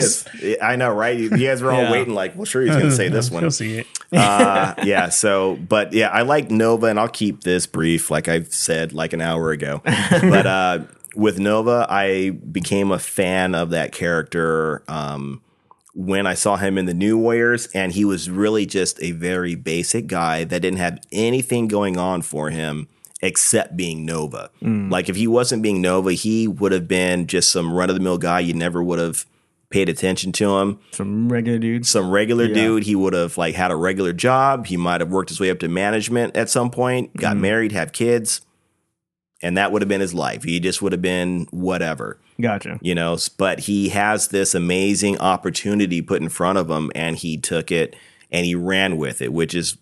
S2: list. I know, right? You guys were all
S3: Yeah.
S2: waiting, like, well, sure, he's [LAUGHS] going to say this
S4: You'll
S2: one.
S4: see it.
S2: Uh, yeah. So, but yeah, I like Nova, and I'll keep this brief, like I said, like an hour ago. But uh, with Nova, I became a fan of that character um, when I saw him in the New Warriors, and he was really just a very basic guy that didn't have anything going on for him except being Nova. Like if he wasn't being Nova, he would have been just some run of the mill guy. You never would have paid attention to him.
S3: Some regular dudes.
S2: Some regular dude, he would have like had a regular job. He might have worked his way up to management at some point, got married, had kids, and that would have been his life. He just would have been whatever
S3: Gotcha.
S2: you know s- but he has this amazing opportunity put in front of him and he took it and he ran with it which is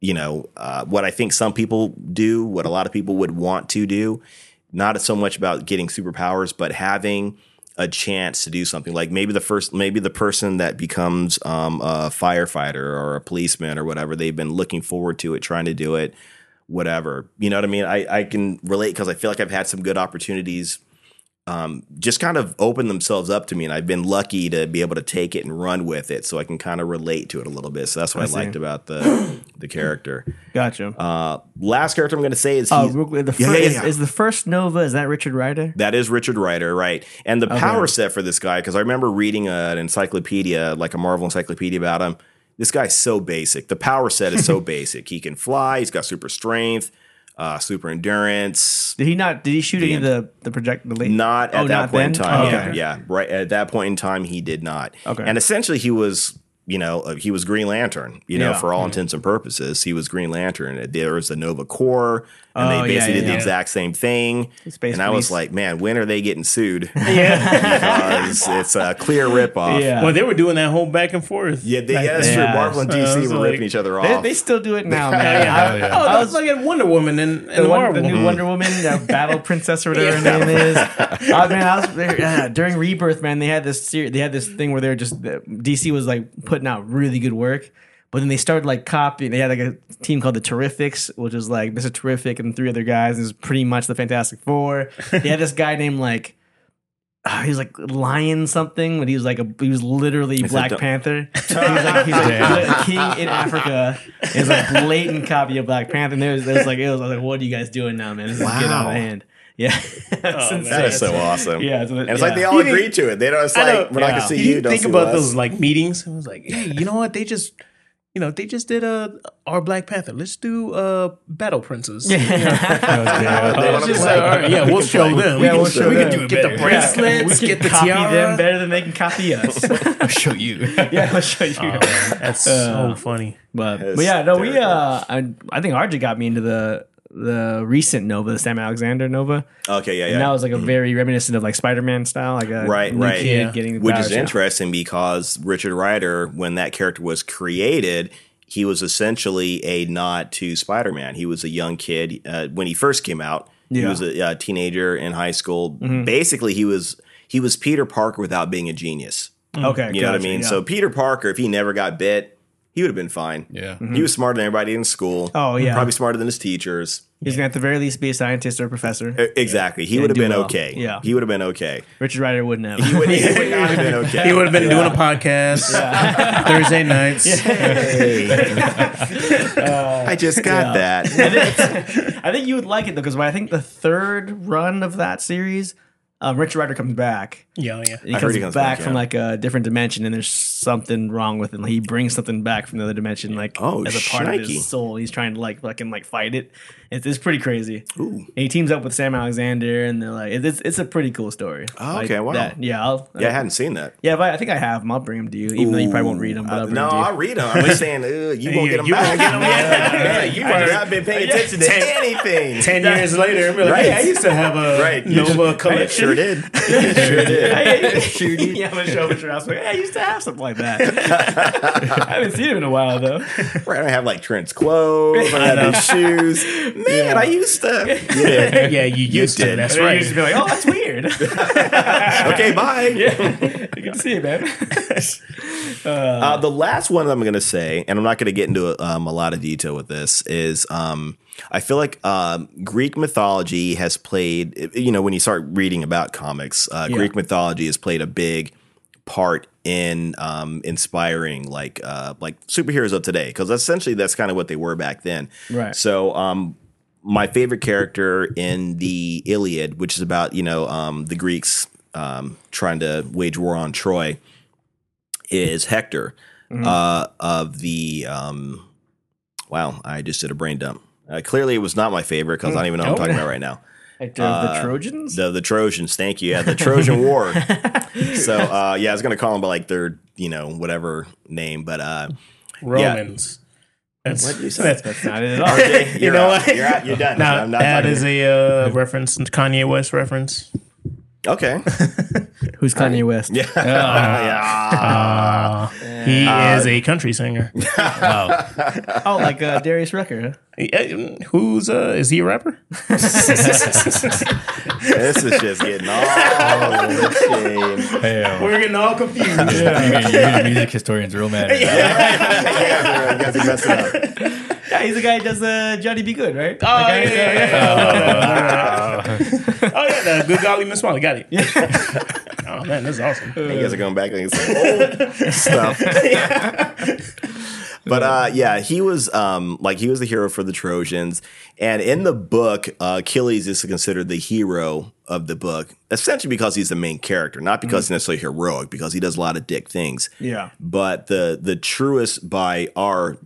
S2: you know uh, what i think some people do what a lot of people would want to do not so much about getting superpowers but having a chance to do something like maybe the first maybe the person that becomes um, a firefighter or a policeman or whatever they've been looking forward to it trying to do it whatever you know what i mean i, I can relate because i feel like i've had some good opportunities just kind of opened themselves up to me and I've been lucky to be able to take it and run with it so I can kind of relate to it a little bit. So that's what I, liked about the the character.
S3: Gotcha.
S2: Uh last character I'm going to say is
S3: Uh,
S2: he's-
S3: real quick, the
S2: Yeah,
S3: fir-
S2: yeah,
S3: is-
S2: yeah.
S3: Is, the first Nova? Is that Richard Ryder?
S2: that is Richard Ryder, right? And the power set for this guy cuz I remember reading uh, an encyclopedia, like a Marvel encyclopedia about him. This guy's so basic. The power set is
S3: [LAUGHS]
S2: so basic. He can fly, he's got super strength, uh super endurance,
S3: Did he not? Did he shoot any of the the project? The late?
S2: Not at
S3: Oh,
S2: that
S3: not
S2: point in
S3: then?
S2: time.
S3: Oh,
S2: yeah,
S3: okay.
S2: yeah. Right at that point in time, he did not.
S3: Okay.
S2: And essentially, he was, you know, uh, he was Green Lantern. You know,
S3: Yeah. Mm-hmm.
S2: for all intents and purposes, he was Green Lantern. There was the Nova Corps,
S3: Oh,
S2: and they
S3: yeah,
S2: basically
S3: yeah,
S2: did the
S3: yeah.
S2: exact same thing.
S3: Space
S2: and I was
S3: police.
S2: like, man, when are they getting
S3: [LAUGHS]
S2: sued? Yeah, because it's a clear ripoff.
S3: Yeah.
S4: Well, they were doing that whole back and forth.
S2: Yeah, they, yeah, that's
S3: then.
S2: true.
S3: Yeah.
S2: Marvel and
S4: So
S2: DC
S4: it was
S2: were
S4: like-
S2: ripping each other
S3: They,
S2: off.
S3: they still do it
S2: [LAUGHS]
S3: now, man.
S5: yeah, yeah.
S4: Oh, that was like a Wonder Woman in, in
S3: the, one, the
S4: Marvel.
S3: new Wonder Woman, the Battle Princess or whatever her name is. Oh, man, I was there, uh, during Rebirth, man. They had this ser- they had this thing where they were just the, DC was like putting out really good work, but then they started like copying. They had like a team called the Terrifics, which was like Mister Terrific and three other guys. It was pretty much the Fantastic Four. They had this guy named like. [SIGHS] uh, He was like lion something, but he was like a he was literally Black
S2: don't-
S3: Panther. He was like, he was like the king in Africa. It was a blatant copy of Black Panther. And there was, there was like it was, I was like, what are you guys doing now, man? This is getting out
S2: Wow.
S3: of hand. Yeah, [LAUGHS] It's insane.
S2: that is so awesome.
S3: Yeah, it's-
S2: and it's like
S3: yeah.
S2: they
S3: [LAUGHS]
S2: all agree to it. They don't. It's
S4: I
S2: like
S4: don't-
S2: we're not gonna
S4: yeah.
S2: see
S4: Did
S2: you. don't
S4: think
S2: sue
S4: about
S2: us.
S4: those like meetings. It was like, hey, you know what? They just, you know, they just did a our Black Panther. Let's do uh Battle Princess. [LAUGHS] Yeah,
S2: They wanna
S4: just
S2: play.
S4: like, all right, yeah, we'll show them.
S3: Yeah,
S4: we can,
S3: we'll
S4: we
S3: show
S4: can
S3: them.
S4: do
S5: We
S4: it
S5: can
S4: get
S5: do
S4: the
S5: it better.
S4: bracelets,
S3: we
S4: get
S3: can
S4: the
S3: copy
S4: tiara.
S3: them better than they can copy us.
S5: I'll show you.
S3: [LAUGHS] yeah, I'll show you.
S4: Oh, That's [LAUGHS] so funny.
S3: but,
S2: That's
S3: but yeah, no, we
S2: hysterical.
S3: uh, I, I think RJ got me into the the recent Nova, the Sam Alexander Nova,
S2: Okay, yeah, yeah.
S3: and that was like a very reminiscent of like Spider Man style, like a
S2: Right,
S3: new
S2: right.
S3: kid
S4: Yeah.
S3: getting the
S2: which is
S3: powers, yeah.
S2: interesting because Richard Ryder, when that character was created, he was essentially a nod to Spider Man. He was a young kid uh, when he first came out. He
S3: Yeah. Mm-hmm.
S2: was a, uh teenager in high school. Basically, he was he was Peter Parker without being a genius.
S3: Okay,
S2: You know what I
S3: Mm-hmm. gotcha,
S2: mean?
S3: yeah.
S2: So Peter Parker, if he never got bit, he would have been fine.
S5: Yeah.
S2: He was smarter than everybody in school.
S3: Mm-hmm. Oh, yeah.
S2: probably smarter than his teachers.
S3: he's gonna at the very least be a scientist or a professor.
S2: E- Exactly. He would have
S3: do
S2: been
S3: well.
S2: okay.
S3: Yeah.
S2: he would have been
S3: [LAUGHS]
S2: okay.
S3: Richard Ryder wouldn't have.
S2: [LAUGHS] He would he would not have been okay.
S4: He would have been doing a podcast [LAUGHS] Thursday nights.
S2: I just got that.
S3: [LAUGHS] I think you would like it though, because I think the third run of that series, um, Richard Ryder comes back.
S4: Yeah, yeah.
S3: He
S2: I heard
S3: comes,
S2: he comes
S3: back
S2: back,
S3: from
S2: yeah.
S3: like a different dimension, and there's something wrong with him. He brings something back from the other dimension, like
S2: Oh,
S3: as a part of
S2: shnikey.
S3: his soul. He's trying to like fucking like fight it. It's, it's pretty crazy.
S2: Ooh.
S3: And he teams up with Sam Alexander, and they're like, it's it's a pretty cool story.
S2: Oh,
S3: Like,
S2: okay, wow.
S3: yeah, I'll,
S2: Yeah, I hadn't seen that.
S3: yeah. If I, I think I have them. I'll bring them to you, even though you probably won't read them. But
S2: Uh,
S3: I'll bring
S2: no,
S3: 'em to you.
S2: I read them. I'm just saying, uh, you won't get them
S4: you
S2: back.
S4: won't get 'em
S2: [LAUGHS]
S4: back.
S2: Yeah, you might not been paying attention to anything.
S4: Ten years later, I'm like,
S2: Right.
S4: hey, I used to have a
S2: Right, you
S4: Nova
S2: just- I
S4: collection.
S2: sure did. [LAUGHS] sure did.
S3: yeah, I'm gonna show up at your house. Like, hey, I used to have something like that. I haven't seen him in a while though.
S2: Right, I have like Trent's clothes. I have his
S4: [LAUGHS]
S2: shoes. Man, I used to. Yeah.
S4: Yeah, you used to.
S2: did.
S4: That's
S3: And right.
S4: right.
S3: you used to be like, oh, that's weird. [LAUGHS]
S2: Okay, bye.
S3: Good to see you, man.
S2: Uh, the last one I'm going to say, and I'm not going to get into um, a lot of detail with this, is um, I feel like um, Greek mythology has played, you know, when you start reading about comics, uh, Greek mythology has played a big part in um, inspiring like uh, like superheroes of today because essentially that's kind of what they were back then.
S3: Right.
S2: So um, my favorite character in the Iliad, which is about you know um, the Greeks um, trying to wage war on Troy, is
S4: Mm-hmm.
S2: Hector uh, of the. Um, wow, I just did a brain dump. Uh, clearly, it was not my favorite because I don't even know
S4: Mm,
S2: what I'm talking about right now.
S3: Like, uh, the Trojans?
S2: The the Trojans, thank you. Yeah, the
S4: [LAUGHS]
S2: Trojan War. so uh, yeah, I was gonna call them by like their you know whatever name, but
S4: [LAUGHS]
S2: uh,
S4: Romans. That's,
S2: What you said.
S4: that's,
S3: That's not it
S2: [LAUGHS]
S3: at all.
S2: you're
S4: know
S2: out.
S4: what?
S2: You're out. You're done.
S4: now,
S2: I'm not
S4: that
S2: talking-
S4: is a uh, reference, Kanye West reference. [LAUGHS]
S2: okay.
S4: Uh,
S3: Who's Kanye West?
S2: Yeah. yeah.
S4: Uh, he is a country singer. [LAUGHS]
S5: Wow.
S3: Oh, like uh, Darius Rucker. huh?
S4: Eh, Who's uh, is he a rapper?
S2: This is just
S4: [LAUGHS] Oh,
S2: getting all shame. [LAUGHS]
S5: Damn.
S4: We're getting all confused.
S5: You're the music historian's real mad. at me.
S2: Yeah, you guys are messing up.
S3: Yeah, he's the guy who does uh, Johnny Be Good, right? Oh,
S4: yeah, yeah, yeah. oh yeah, the good golly Miss Molly got it. [LAUGHS] oh man, this is awesome.
S2: You guys are going back and it's like old stuff. but uh, yeah, he was um, like he was the hero for the Trojans, and in the book, uh, Achilles is considered the hero of the book, essentially because he's the main character, not because he's necessarily heroic, because he does a lot of dick things.
S3: Yeah.
S2: But the the truest by our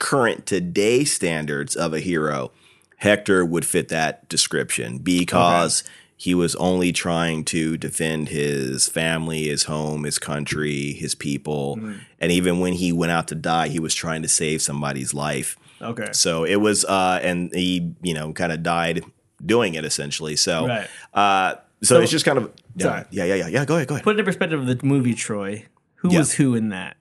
S2: current today standards of a hero, Hector would fit that description because he was only trying to defend his family, his home, his country, his people.
S3: Mm-hmm.
S2: And even when he went out to die, he was trying to save somebody's life.
S3: Oh. Okay.
S2: So it was, uh, and he, you know, kind of died doing it essentially. So,
S3: Right.
S2: uh, so,
S3: So-
S2: it's just kind of, yeah,
S3: Sorry.
S2: yeah, yeah, yeah, yeah. Go ahead, go ahead.
S3: Put it in perspective of the movie Troy. Who
S2: Yeah.
S3: was who in that?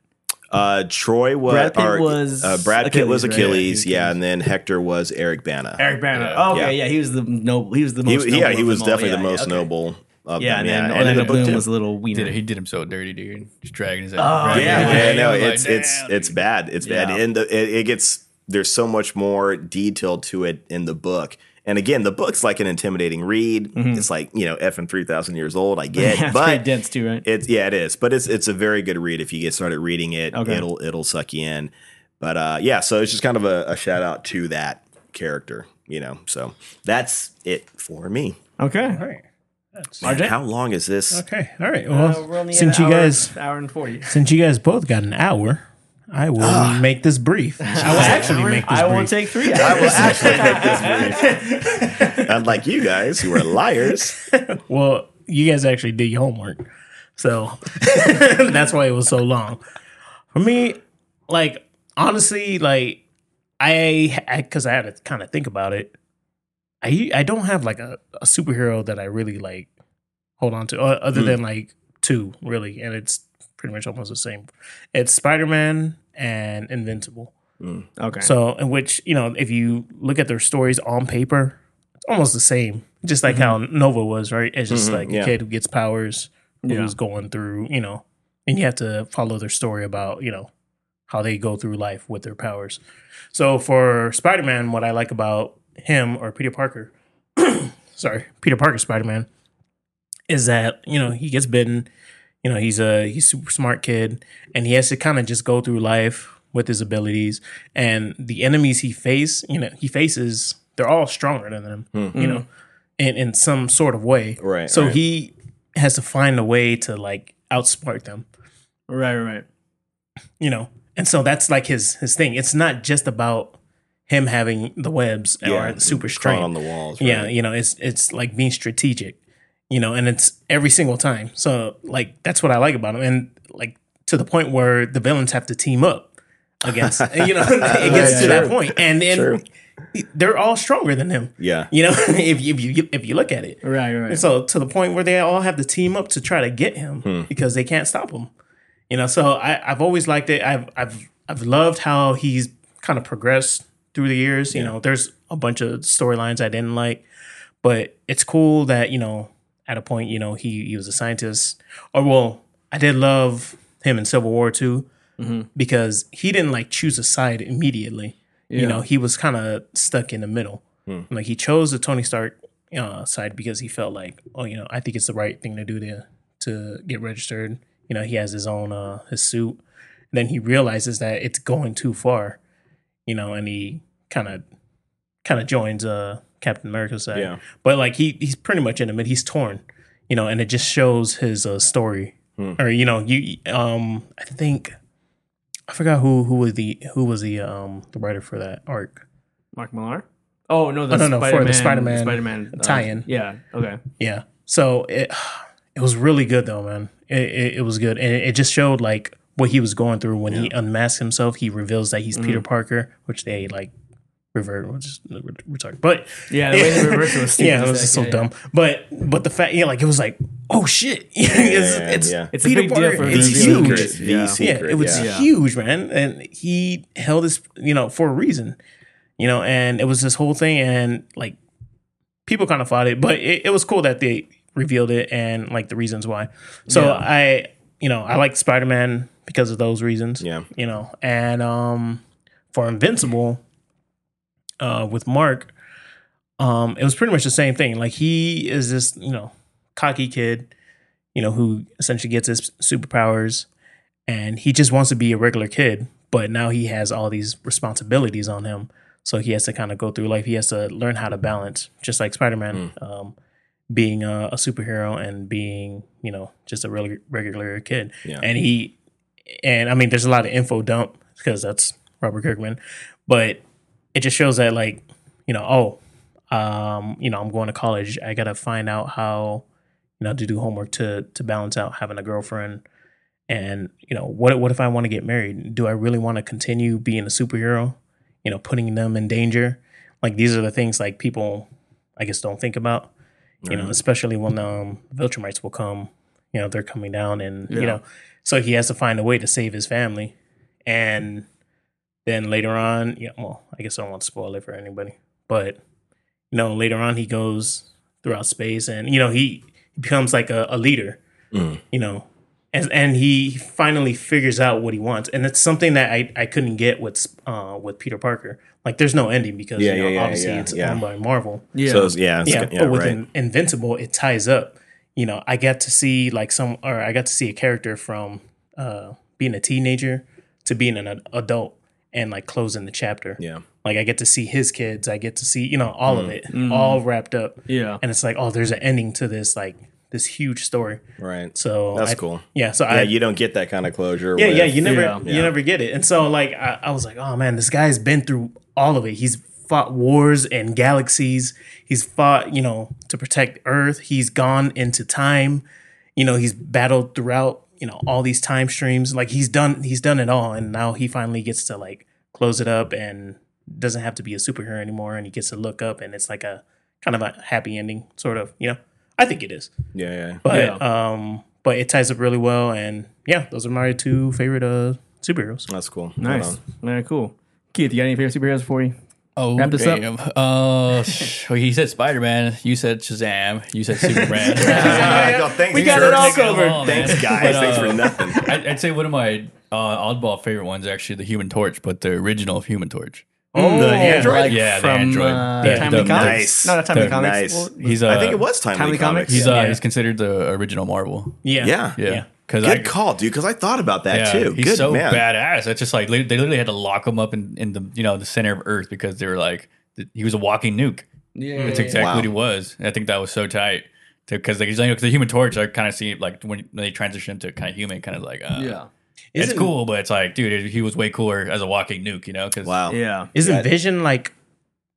S2: Uh, Troy was
S3: Brad Pitt
S2: or,
S3: was
S2: uh, Brad Pitt was
S3: Achilles, right?
S2: Achilles,
S3: Yeah,
S2: yeah, and then Hector was Eric Bana.
S3: Eric Banner.
S5: Yeah.
S3: Oh, okay,
S2: Yeah.
S3: yeah. he was the noble. He was the
S2: He-
S3: most.
S2: yeah,
S3: noble
S2: he
S3: of
S2: was
S3: them all.
S2: definitely
S3: Yeah,
S2: the most
S3: yeah, okay.
S2: noble. Of
S3: Yeah,
S2: them,
S3: and then
S2: yeah.
S3: Orlando
S2: in the book,
S3: Bloom
S2: too.
S3: was a little wiener.
S5: Did he did him so dirty, dude? Just dragging his ass.
S3: Oh,
S5: Dragging his
S2: Yeah,
S5: ass.
S2: yeah, no,
S5: Like,
S2: it's it's
S5: damn,
S2: it's bad. It's bad.
S3: Yeah.
S2: And the, it, it gets there's so much more detail to it in the book. And again, the book's like an intimidating read. It's like you know, effing three thousand years old. I get,
S3: Mm-hmm. [LAUGHS] yeah, it's pretty
S2: but
S3: dense too, right?
S2: It's yeah, it is, but it's it's a very good read if you get started reading it.
S3: Okay.
S2: It'll it'll suck you in. But uh, yeah, so it's just kind of a, a shout out to that character, you know. So that's it for me.
S3: okay.
S4: All right. That's-
S2: Man, how long is this?
S4: Okay. All right. Well,
S3: we're only
S4: since you guys
S3: hour and [LAUGHS] forty.
S4: since you guys both got an hour, I will make this brief. Ah. [LAUGHS] I will actually make this
S3: I
S4: brief.
S3: won't take [LAUGHS] three.
S2: [LAUGHS]
S3: hours.
S2: Actually, make this brief. Unlike you guys who are liars,
S4: well, you guys actually did your homework, so [LAUGHS] that's why it was so long. For me, like honestly, like I because I, had to kind of think about it. I I don't have like a, a superhero that I really like hold on to, o- other than like two really, and it's pretty much almost the same. It's Spider Man and Invincible.
S3: okay.
S4: So, in which, you know, if you look at their stories on paper, it's almost the same. Just like how
S3: Mm-hmm.
S4: Nova was, right? It's just like
S2: yeah.
S4: a kid who gets powers,
S3: Yeah.
S4: who's going through, you know, and you have to follow their story about, you know, how they go through life with their powers. So for Spider Man, what I like about him or Peter Parker, sorry, Peter Parker Spider Man, is that, you know, he gets bitten, you know, he's a he's super smart kid and he has to kind of just go through life with his abilities and the enemies he face, you know, he faces, they're all stronger than him, you know, in, in some sort of way.
S2: Hmm. Right,
S4: So
S2: right.
S4: he has to find a way to like outsmart them
S3: right, right, right.
S4: you know and so that's like his his thing it's not just about him having the webs
S2: Yeah,
S4: or super
S2: crawling
S4: strength
S2: on the walls.
S4: yeah
S2: right?
S4: you know it's it's like being strategic you know and it's every single time so like that's what i like about him and like to the point where the villains have to team up
S2: [LAUGHS]
S4: against you know [LAUGHS] it gets to that point and and
S2: True.
S4: they're all stronger than him
S2: Yeah.
S4: you know [LAUGHS] if you, if you if you look at it
S3: Right, right.
S4: and so to the point where they all have to team up to try to get him because they can't stop him. You know, so I, I've always liked it. I've I've I've loved how he's kind of progressed through the years. You know, there's a bunch of storylines I didn't like, but it's cool that, you know, at a point, you know, he he was a scientist. Or well, I did love him in Civil War too, because he didn't like choose a side immediately. You know, he was kind of stuck in the middle. Like he chose the Tony Stark uh, side because he felt like, oh, you know, I think it's the right thing to do to to get registered. You know, he has his own uh, his suit. Then he realizes that it's going too far. You know, and he kind of kind of joins uh, Captain America's side.
S2: Yeah.
S4: But like he he's pretty much in the mid. He's torn. You know, and it just shows his uh, story. Or you know, you um, I think I forgot who who was the who was the um the writer for that arc.
S3: Mark Millar. Oh no, the
S4: no, no, for the Spider-Man
S3: Spider-Man uh,
S4: tie-in.
S3: Yeah.
S2: [LAUGHS]
S3: Okay.
S4: Yeah. So it it was really good though, man. It it, it was good, and it, it just showed like what he was going through when he unmasked himself. He reveals that he's
S3: Mm-hmm.
S4: Peter Parker, which they like revert, which is retarded. But
S3: Yeah. The way they reversed it was stupid.
S4: [LAUGHS] yeah, it was just so dumb. But but the fact, yeah, like it was like, oh shit, [LAUGHS] it's,
S2: Yeah,
S4: it's
S2: yeah.
S3: It's a big deal for
S4: it's
S3: the
S4: huge.
S3: viewers.
S2: The
S3: Yeah.
S2: secret.
S4: Yeah, it was
S2: yeah.
S4: huge, man. And he held this, you know, for a reason, you know, and it was this whole thing. And like people kind of fought it, but it, it was cool that they revealed it and like the reasons why. So
S3: Yeah.
S4: I, you know, I like Spider Man because of those reasons,
S2: Yeah.
S4: you know, and um, for Invincible, uh, with Mark, um, it was pretty much the same thing. Like he is this, you know, cocky kid, you know, who essentially gets his superpowers and he just wants to be a regular kid, but now he has all these responsibilities on him. So he has to kind of go through life. He has to learn how to balance, just like Spider Man, um, being a, a superhero and being, you know, just a regular, regular kid.
S2: Yeah.
S4: And he, and I mean, there's a lot of info dump because that's Robert Kirkman, but it just shows that, like, you know, oh, um, you know, I'm going to college. I got to find out how, you know, to do homework to to balance out having a girlfriend and you know what what if i want to get married do i really want to continue being a superhero you know putting them in danger like these are the things like people i guess don't think about you know especially when um viltrumites will come you know they're coming down and you know so he has to find a way to save his family and then later on yeah well i guess i don't want to spoil it for anybody but you know later on he goes throughout space and you know he becomes like a, a leader
S2: Mm.
S4: you know and, and he finally figures out what he wants and it's something that i, I couldn't get with uh, with peter parker like there's no ending because
S2: Yeah,
S4: you know,
S2: yeah, yeah,
S4: obviously
S2: yeah,
S4: it's
S2: yeah.
S4: owned by marvel
S3: Yeah.
S2: So it's- yeah, it's-
S4: yeah,
S2: yeah,
S4: but with
S2: right.
S4: In- invincible it ties up you know i got to see like some or i got to see a character from uh, being a teenager to being an ad- adult and like closing the chapter
S2: yeah. Mm.
S4: like i get to see his kids i get to see you know all of it all wrapped up
S3: yeah.
S4: and it's like oh there's an ending to this like this huge story
S2: Right.
S4: so
S2: That's
S4: I-
S2: cool.
S4: yeah so
S2: yeah,
S4: i
S2: you don't get that kind of closure.
S4: yeah,
S2: with-
S4: yeah, you never,
S3: Yeah.
S4: you never get it. And so, like, I, I was like, oh man, this guy's been through all of it. He's fought wars and galaxies. He's fought, you know, to protect Earth. He's gone into time. You know, he's battled throughout, you know, all these time streams. Like he's done, he's done it all, and now he finally gets to like close it up and doesn't have to be a superhero anymore. And he gets to look up, and it's like a kind of a happy ending, sort of. You know, I think it is
S2: yeah, yeah.
S4: but
S3: Yeah.
S4: um, but it ties up really well, and yeah, those are my two favorite uh superheroes.
S2: That's cool. Right
S3: Nice.
S2: on.
S3: Man, cool. Keith, you got any favorite superheroes for you?
S5: Oh,
S3: Wrap this up.
S5: damn. Uh, sh- well, he said Spider Man. You said Shazam. You
S2: [LAUGHS]
S5: said Superman.
S2: Yo, thanks,
S3: We got it
S2: jerks.
S3: all
S5: Taking
S3: covered.
S4: Oh,
S5: along, man. uh,
S2: Thanks, guys. Thanks
S4: uh,
S2: for
S4: [LAUGHS]
S2: nothing.
S5: I'd, I'd say one of my uh, oddball favorite ones actually the Human Torch, but the original Human Torch.
S4: Oh, the
S5: Android?
S3: Like
S5: Yeah, the
S3: from,
S5: Android.
S3: Uh,
S5: Yeah,
S3: Timely
S5: the-
S3: Comics.
S2: nice.
S3: No, not Timely
S5: The-
S3: Comics.
S2: nice.
S3: Well,
S5: He's uh,
S2: I think it was Timely,
S3: Timely Comics?
S2: Comics.
S5: He's uh,
S4: Yeah.
S5: he's considered the original Marvel.
S4: Yeah,
S2: yeah.
S5: Yeah,
S4: Yeah.
S5: because
S2: Good call, dude. Because I thought about that too.
S5: He's
S2: Good
S5: so
S2: man.
S5: badass. It's just like li- they literally had to lock him up in, in the you know the center of Earth because they were like th- he was a walking nuke.
S3: Yeah.
S5: That's exactly
S2: Wow.
S5: what he was. And I think that was so tight because like, 'cause, like, the Human Torch, I kind of see like when when they transition to kind of human, kind of like uh,
S3: Yeah.
S5: it's
S4: Isn't-
S5: cool, but it's like dude, he was way cooler as a walking nuke, you know? Because
S2: Wow.
S3: Yeah.
S4: Isn't Vision like?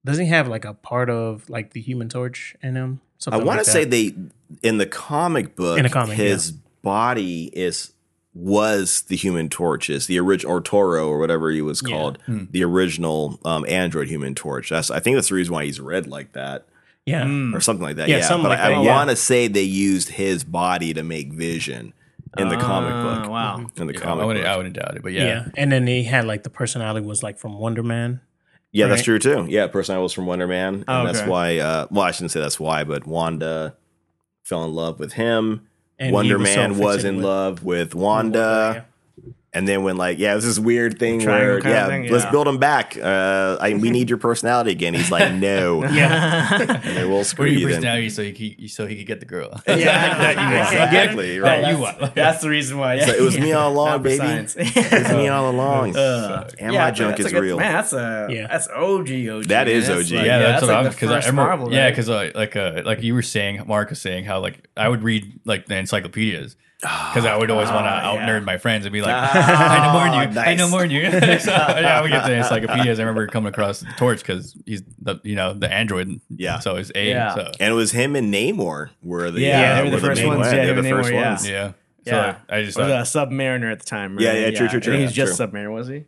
S4: Doesn't he have like a part of like the Human Torch in him?
S2: I
S4: Something
S2: want
S4: like
S2: to
S4: that.
S2: say they in the comic book.
S4: In the comic,
S2: his body is was the Human Torches, the original or Toro or whatever he was called,
S4: Hmm.
S2: the original um, android Human Torch. That's I think that's the reason why he's red like that
S4: yeah,
S2: or something like that.
S4: Hmm. Yeah,
S2: Yeah,
S4: something
S2: but
S4: like
S2: I,
S4: that,
S2: I
S4: yeah.
S2: want to say they used his body to make Vision in the comic
S4: Oh,
S2: book.
S3: wow.
S2: in the
S5: I
S2: comic
S5: wouldn't,
S2: book.
S5: I wouldn't doubt it, but
S4: yeah,
S5: yeah,
S4: And then he had like the personality was like from Wonder Man.
S2: Yeah, that's
S4: Right.
S2: true too. Yeah, personality was from Wonder Man, and
S3: Oh,
S2: that's
S3: okay.
S2: why. Uh, well, I shouldn't say that's why, but Wanda fell in love with him.
S4: And he
S2: Wonder
S4: was so
S2: Man was in
S4: fixated with-
S2: love with Wanda, and then when like yeah, it was this weird thing
S3: Triangle
S2: where
S3: kind of
S2: yeah,
S3: thing,
S2: let's
S3: yeah.
S2: build him back. Uh, I, we need your personality again. He's
S3: [LAUGHS]
S2: like, no, [LAUGHS] and
S4: Yeah,
S2: then we'll screw
S5: Where your
S2: you then.
S5: personality so he, could- so he could get the girl. [LAUGHS]
S2: exactly right.
S5: you
S3: [LAUGHS] [LAUGHS]
S5: want.
S3: That's the reason why. Yeah.
S2: So it was me all along,
S3: Not for
S2: baby.
S3: science. [LAUGHS]
S2: It was me all along. and
S3: Yeah,
S2: my
S3: but
S2: junk
S3: that's
S2: is
S3: like a-
S2: real.
S3: Man, that's a
S4: Yeah.
S3: that's OG OG. man.
S2: That is
S3: Uh, That's
S2: OG.
S3: like-
S5: yeah, that's, what I'm
S3: the
S5: because I
S3: first
S5: remember.
S3: Marvel,
S5: yeah,
S3: right?
S5: because uh, like uh, like you were saying, Mark was saying how like I would read like the encyclopedias because I would
S3: Ah,
S5: always want to out nerd my friends and be like, I know more than you. I
S2: nice.
S5: know more than you. [LAUGHS] so, yeah, we get the encyclopedias. I remember coming across the torch because he's the you know the android.
S2: Yeah.
S5: So it's A.
S3: Yeah.
S5: So
S2: And it was him and Namor were the uh,
S3: Yeah, they were the
S2: were
S3: first
S2: main
S3: ones. Yeah,
S2: they
S3: him
S2: were the
S3: and
S2: first
S3: Namor, yeah.
S2: ones.
S5: yeah. So
S3: Yeah.
S5: I just
S3: was
S5: thought,
S3: a submariner at the time. Right?
S2: Yeah, yeah, true, true, true,
S3: I think He was
S2: yeah,
S3: just
S2: true.
S3: submariner, was he?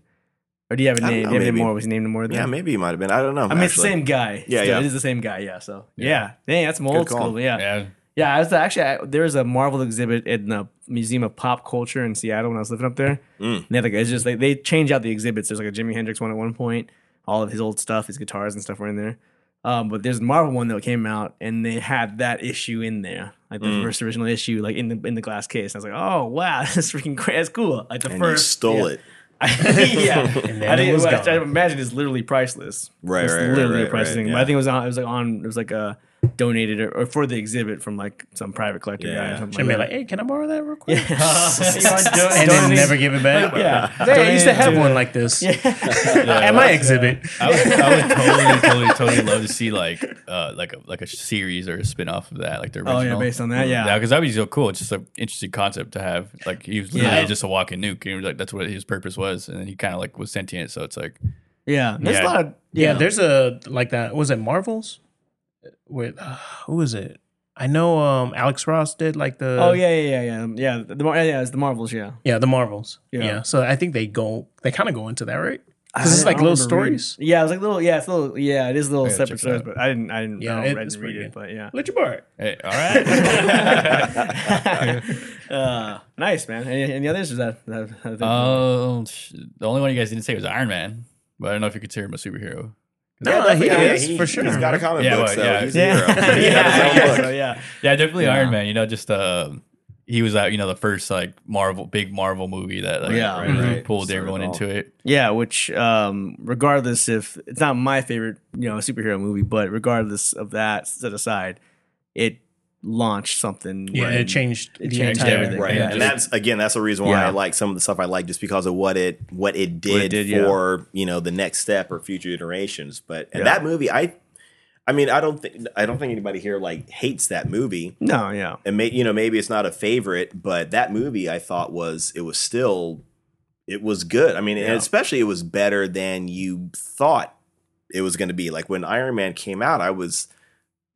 S3: Or do you have a
S2: I don't
S3: name?
S2: know,
S3: Do you have
S2: maybe.
S3: more? Was he named more than?
S2: Yeah, maybe it might have been. I don't know.
S3: I mean, it's the
S2: actually.
S3: same guy.
S2: Yeah,
S3: Still,
S2: yeah.
S3: It is the same guy. Yeah. So yeah, dang, that's some old
S2: call.
S3: school. Yeah.
S5: yeah.
S3: Yeah, I was actually I, there was a Marvel exhibit in the Museum of Pop Culture in Seattle when I was living up there.
S2: Mm.
S3: And They had like it's just like they change out the exhibits. There's like a Jimi Hendrix one at one point. All of his old stuff, his guitars and stuff were in there. Um, but there's a Marvel one that came out, and they had that issue in there, like the
S2: Mm.
S3: first original issue, like in the in the glass case. And I was like, oh wow, [LAUGHS] that's freaking great. That's cool. Like the
S2: And you
S3: first
S2: stole it.
S3: [LAUGHS] yeah,
S4: [LAUGHS] And then
S3: I
S4: it
S3: think
S4: was
S3: I, I
S4: gone.
S3: imagine it's literally priceless.
S2: Right,
S3: it's
S2: right, right,
S3: literally a
S2: right,
S3: priceless
S2: right,
S3: thing. But
S2: yeah.
S3: I think it was on. It was like on. It was like a donated or, or for the exhibit from like some private collector guy.
S2: Yeah.
S3: Or something
S4: Should be
S3: like
S4: like, hey, can I borrow that real quick?
S3: that.
S4: [LAUGHS]
S3: You are do-
S4: and then
S3: donating-
S4: never give it back. [LAUGHS]
S3: Yeah,
S4: Hey, I used to
S3: Donated
S4: have
S3: to-
S4: one like this
S5: Yeah,
S4: [LAUGHS] at my exhibit.
S5: I would, I would totally, totally, totally love to see like, uh, like a like a series or a spin off of that, like the
S3: Oh
S5: original.
S3: yeah, based on that, yeah.
S5: Yeah, because that'd be so cool. It's just an interesting concept to have. Like he was literally
S3: Yeah.
S5: just a walking nuke, and he was like, that's what his purpose was, and then he kind of like was sentient. So it's like,
S3: Yeah, there's
S5: Yeah.
S3: a lot of
S4: Yeah, there's a like that. Was it Marvels? With uh, who was it? I know um Alex Ross did like the
S3: Oh yeah, yeah, yeah, yeah, yeah. The Mar- yeah, it's the Marvels. Yeah,
S4: yeah the Marvels
S3: Yeah.
S4: yeah. So I think they go they kind of go into that right because
S3: I-
S4: it's
S3: I
S4: like
S3: don't
S4: little
S3: remember reading-
S4: stories.
S3: Yeah, it's like little. Yeah, it's little. Yeah, it is little
S5: gotta
S3: separate
S5: check it out.
S3: stories, but I didn't. I didn't.
S4: Yeah,
S3: I
S4: it-
S3: don't read,
S4: it's
S3: and read
S4: pretty
S3: it, but yeah.
S4: Let you borrow it.
S5: hey, all right.
S3: [LAUGHS]
S4: [LAUGHS]
S3: uh, nice man. Any, any others? Is that, that, that thing?
S4: Uh,
S5: Oh, sh- the only one you guys didn't say was Iron Man, but I don't know if you consider him a superhero.
S4: No,
S2: Yeah,
S4: he
S2: yeah,
S4: is
S2: he-
S4: for sure.
S2: He's got a comic
S5: Yeah,
S2: book,
S5: well,
S2: so
S5: yeah.
S3: [LAUGHS]
S2: he's [LAUGHS]
S3: yeah,
S2: a hero. He got his
S3: yeah,
S2: own
S3: I guess
S2: book.
S3: so, yeah.
S5: Yeah, definitely Iron Man. You know, just uh, he was out. You know, the first like Marvel, big Marvel movie that like
S3: Yeah.
S5: really
S2: Right, right.
S5: pulled
S2: Started
S5: everyone
S2: it all.
S5: into it.
S3: Yeah, which um, regardless if it's not my favorite, you know, superhero movie, but regardless of that set aside, it launched something.
S4: Yeah,
S3: when-
S4: it changed
S3: It
S4: the
S3: changed
S4: entire
S3: everything.
S2: Right,
S5: Yeah,
S2: and
S5: just-
S2: that's again that's the reason why
S3: Yeah.
S2: I like some of the stuff I like just because of what it what it did,
S3: What it did, yeah.
S2: for you know the next step or future iterations. But and
S3: Yeah.
S2: that movie, I, I mean, I don't think I don't think anybody here like hates that movie.
S3: No, yeah.
S2: and may, you know maybe it's not a favorite, but that movie I thought was it was still it was good. I mean,
S3: Yeah.
S2: and especially it was better than you thought it was going to be. Like when Iron Man came out, I was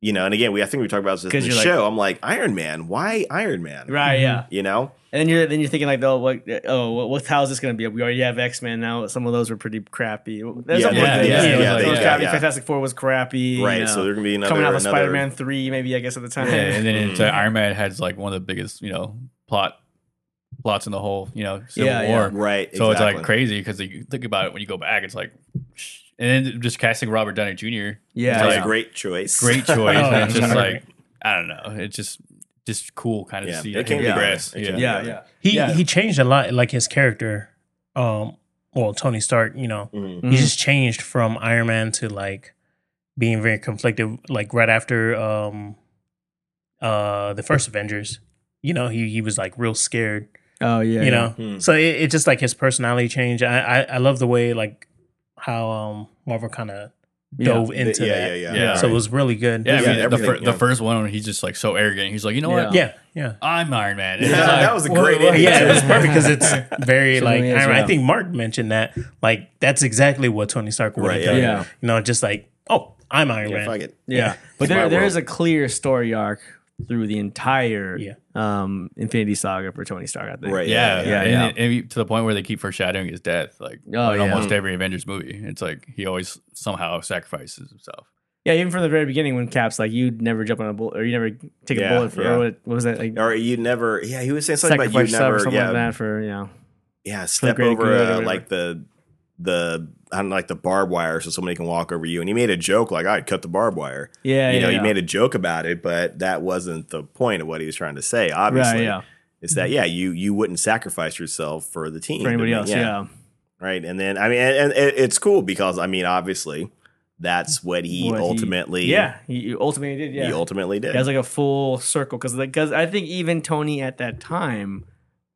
S2: you know, and again we I think we talked about this in
S3: 'Cause
S2: the
S3: you're like-
S2: show. I'm like Iron Man, why Iron Man?
S3: Right, yeah.
S2: You know,
S3: Mm-hmm. And then you're then you're thinking like, oh, what, oh, what, what how's this going to be? We already have X Men now. Some of those were pretty crappy. There's
S2: Yeah,
S3: some good
S5: yeah,
S3: things.
S5: yeah,
S3: Some
S5: yeah,
S3: of
S5: yeah,
S3: those
S5: yeah,
S3: were crappy.
S2: yeah.
S3: Fantastic Four was crappy.
S2: right?
S3: you know.
S2: So there's gonna be another
S3: coming out of
S2: another-
S3: Spider Man three, maybe I guess at the time.
S2: [LAUGHS]
S5: Yeah, and then
S2: Hmm.
S5: it's, uh, Iron Man has like one of the biggest you know plot plots in the whole you know Civil
S3: Yeah, yeah.
S5: War.
S2: right?
S5: So it's like
S2: exactly.
S5: crazy because you think about it when you go back, it's like, and then just casting Robert Downey
S3: [LAUGHS]
S5: Jr.
S3: Yeah,
S5: it's
S2: That was
S5: like,
S2: a great choice. [LAUGHS]
S5: great choice.
S2: Oh,
S5: and it's
S4: yeah.
S5: just like I don't know. It's just just cool kind of
S2: Yeah,
S5: to see
S2: it
S5: it
S2: came
S5: in the
S2: together.
S5: grass.
S2: It
S5: Yeah.
S2: came
S5: yeah.
S3: yeah,
S2: Yeah.
S3: yeah.
S4: He
S5: Yeah.
S4: he changed a lot, like his character. Um, well, Tony Stark, you know,
S2: Mhm.
S3: Mm.
S4: he just changed from Iron Man to like being very conflicted. Like right after um, uh, the first Avengers, you know, he he was like real scared,
S3: Oh yeah,
S4: you know.
S2: Hmm.
S4: So it, it just like his personality changed. I I, I love the way like how um Marvel kind of dove into
S2: yeah,
S4: that.
S2: yeah, yeah,
S5: Yeah.
S4: So it was really good.
S2: Yeah,
S5: I mean, the, fir-
S2: everything,
S5: the
S2: yeah.
S5: first one, he's just like so arrogant. He's like, you know
S3: Yeah.
S5: what?
S4: yeah, yeah.
S5: I'm Iron Man. It's
S2: Yeah, [LAUGHS]
S5: like,
S2: that was a
S5: whoa,
S2: great
S5: whoa,
S2: ending. [LAUGHS]
S4: yeah, it was perfect because it's very
S3: So
S4: like
S3: it is,
S4: I,
S3: yeah.
S4: I think Mark mentioned that. Like that's exactly what Tony Stark would
S2: Right,
S4: have
S2: yeah,
S4: done.
S3: yeah.
S4: You know, just like oh, I'm Iron
S2: Yeah,
S4: Man.
S2: fuck it.
S3: Yeah. But
S2: It's my
S3: there, there
S2: world.
S3: is a clear story arc through the entire
S4: Yeah.
S3: um, Infinity Saga for Tony Stark, I think.
S2: Right.
S5: Yeah,
S2: Yeah,
S5: yeah,
S3: yeah, yeah.
S5: And, and you- to the point where they keep foreshadowing his death, like
S3: Oh,
S5: on
S3: yeah.
S5: almost
S2: Hmm.
S5: every Avengers movie. It's like he always somehow sacrifices himself.
S3: Yeah, even from the very beginning when Cap's like, you'd never jump on a bullet or you never take
S2: Yeah,
S3: a bullet for,
S2: yeah.
S3: or what, what was that? Like,
S2: Or you never, yeah, he was saying something
S3: sacrifice
S2: about you
S3: stuff
S2: never,
S3: or something
S2: yeah,
S3: like that for, you know.
S2: yeah, step
S3: greater good or
S2: over uh,
S3: whatever.
S2: like the the I don't know, like the barbed wire, so somebody can walk over you. And he made a joke like, "I'd cut the barbed wire."
S3: Yeah,
S2: you
S3: yeah,
S2: know,
S3: yeah.
S2: he made a joke about it, but that wasn't the point of what he was trying to say. Obviously,
S3: yeah.
S2: it's that yeah, you you wouldn't sacrifice yourself for the team
S3: For anybody
S2: I
S3: else,
S2: mean,
S3: yeah.
S2: right. And then I mean, and, and it- it's cool because I mean, obviously, that's what he
S3: What he-
S2: ultimately,
S3: Yeah, he you ultimately did, yeah.
S2: he ultimately did.
S3: it was like a full circle because because I think even Tony at that time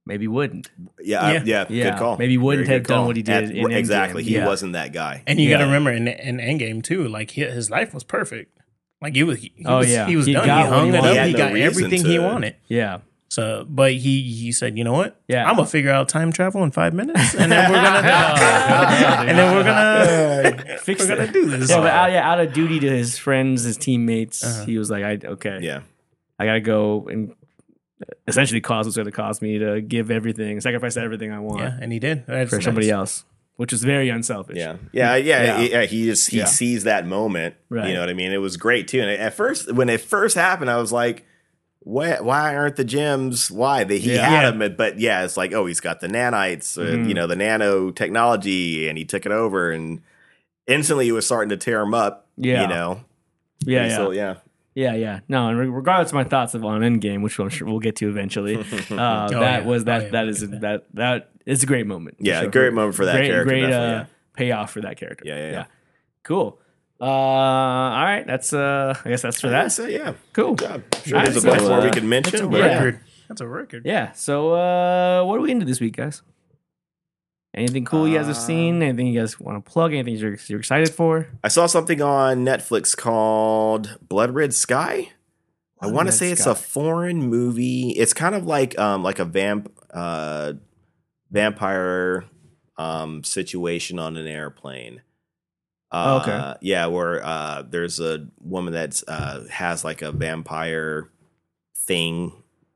S3: maybe wouldn't.
S2: yeah, I-
S4: Yeah.
S2: yeah,
S3: Yeah.
S2: good call.
S3: Maybe he wouldn't
S2: Very
S3: have
S2: good
S3: done
S2: call.
S3: what he did in Endgame.
S2: exactly, he
S3: Yeah.
S2: wasn't that guy.
S4: And you
S3: Yeah.
S4: got to remember in, in Endgame too, like he, his life was perfect. Like he was, he, he
S3: Oh,
S4: was,
S3: yeah.
S4: he was
S3: He
S4: done.
S3: got
S4: He
S3: what he
S4: hung it
S3: wanted.
S4: up.
S3: He
S4: He,
S2: had no
S4: got
S2: reason
S4: everything he
S2: to- [LAUGHS]
S4: wanted.
S3: Yeah.
S4: So, but he he said, you know what?
S3: Yeah.
S4: I'm gonna figure out time travel in five minutes, and
S3: [LAUGHS]
S4: then we're gonna and then we're gonna
S3: Fix
S4: we're
S3: it.
S4: gonna do this.
S3: Yeah, but out, yeah, out of duty to his friends, his teammates, he was like, "I okay,
S2: Uh-huh. Yeah.
S3: I gotta go and essentially cause what's gonna cost me to give everything, sacrifice everything I want
S4: Yeah, and he did That's
S3: for somebody
S4: nice.
S3: else," which is very unselfish.
S2: Yeah, yeah, yeah.
S3: Yeah.
S2: He, yeah, he just he
S3: Yeah.
S2: sees that moment.
S3: Right.
S2: You know what I mean? It was great too. And at first, when it first happened, I was like, "Why? Why aren't the gems? Why they, he
S3: Yeah. Mm-hmm.
S2: had
S4: Yeah.
S2: them?" But yeah, it's like, oh, he's got the nanites, uh, you know, the nano technology, and he took it over, and instantly it was starting to tear him up.
S3: Yeah.
S2: you know,
S3: yeah,
S2: And
S3: yeah.
S2: so, yeah.
S3: Yeah, yeah. No, and re- regardless of my thoughts of on Endgame, which I'm sure we'll get to
S2: [LAUGHS]
S3: eventually, uh, that
S4: yeah.
S3: was that
S4: Oh, yeah,
S3: that
S4: we'll
S3: is a,
S4: get
S3: that that is a great moment. for
S2: Yeah,
S3: sure.
S2: great moment for that
S3: great,
S2: character,
S3: Great uh,
S2: definitely, yeah.
S3: payoff for that character.
S2: Yeah, yeah, yeah.
S3: Cool. Uh, all right, that's uh, I guess that's for
S2: That's
S3: that.
S2: it. Yeah,
S3: Cool.
S2: Job. Sure,
S3: All
S2: there's a
S3: right,
S2: bunch
S3: so,
S2: more we
S3: uh,
S2: could
S4: That's a
S2: mention. but-
S3: Yeah.
S4: record. That's a record.
S3: Yeah. So, uh, what are we into this week, guys? Anything cool you guys have seen? Anything you guys want to plug? Anything you're, you're excited for?
S2: I saw something on Netflix called Blood Red Sky. I want to
S3: Red
S2: say it's
S3: Sky.
S2: a foreign movie. It's kind of like um like a vamp uh vampire um situation on an airplane. Uh,
S3: Oh,
S2: okay. Yeah, where uh there's a woman that's uh has like a vampire thing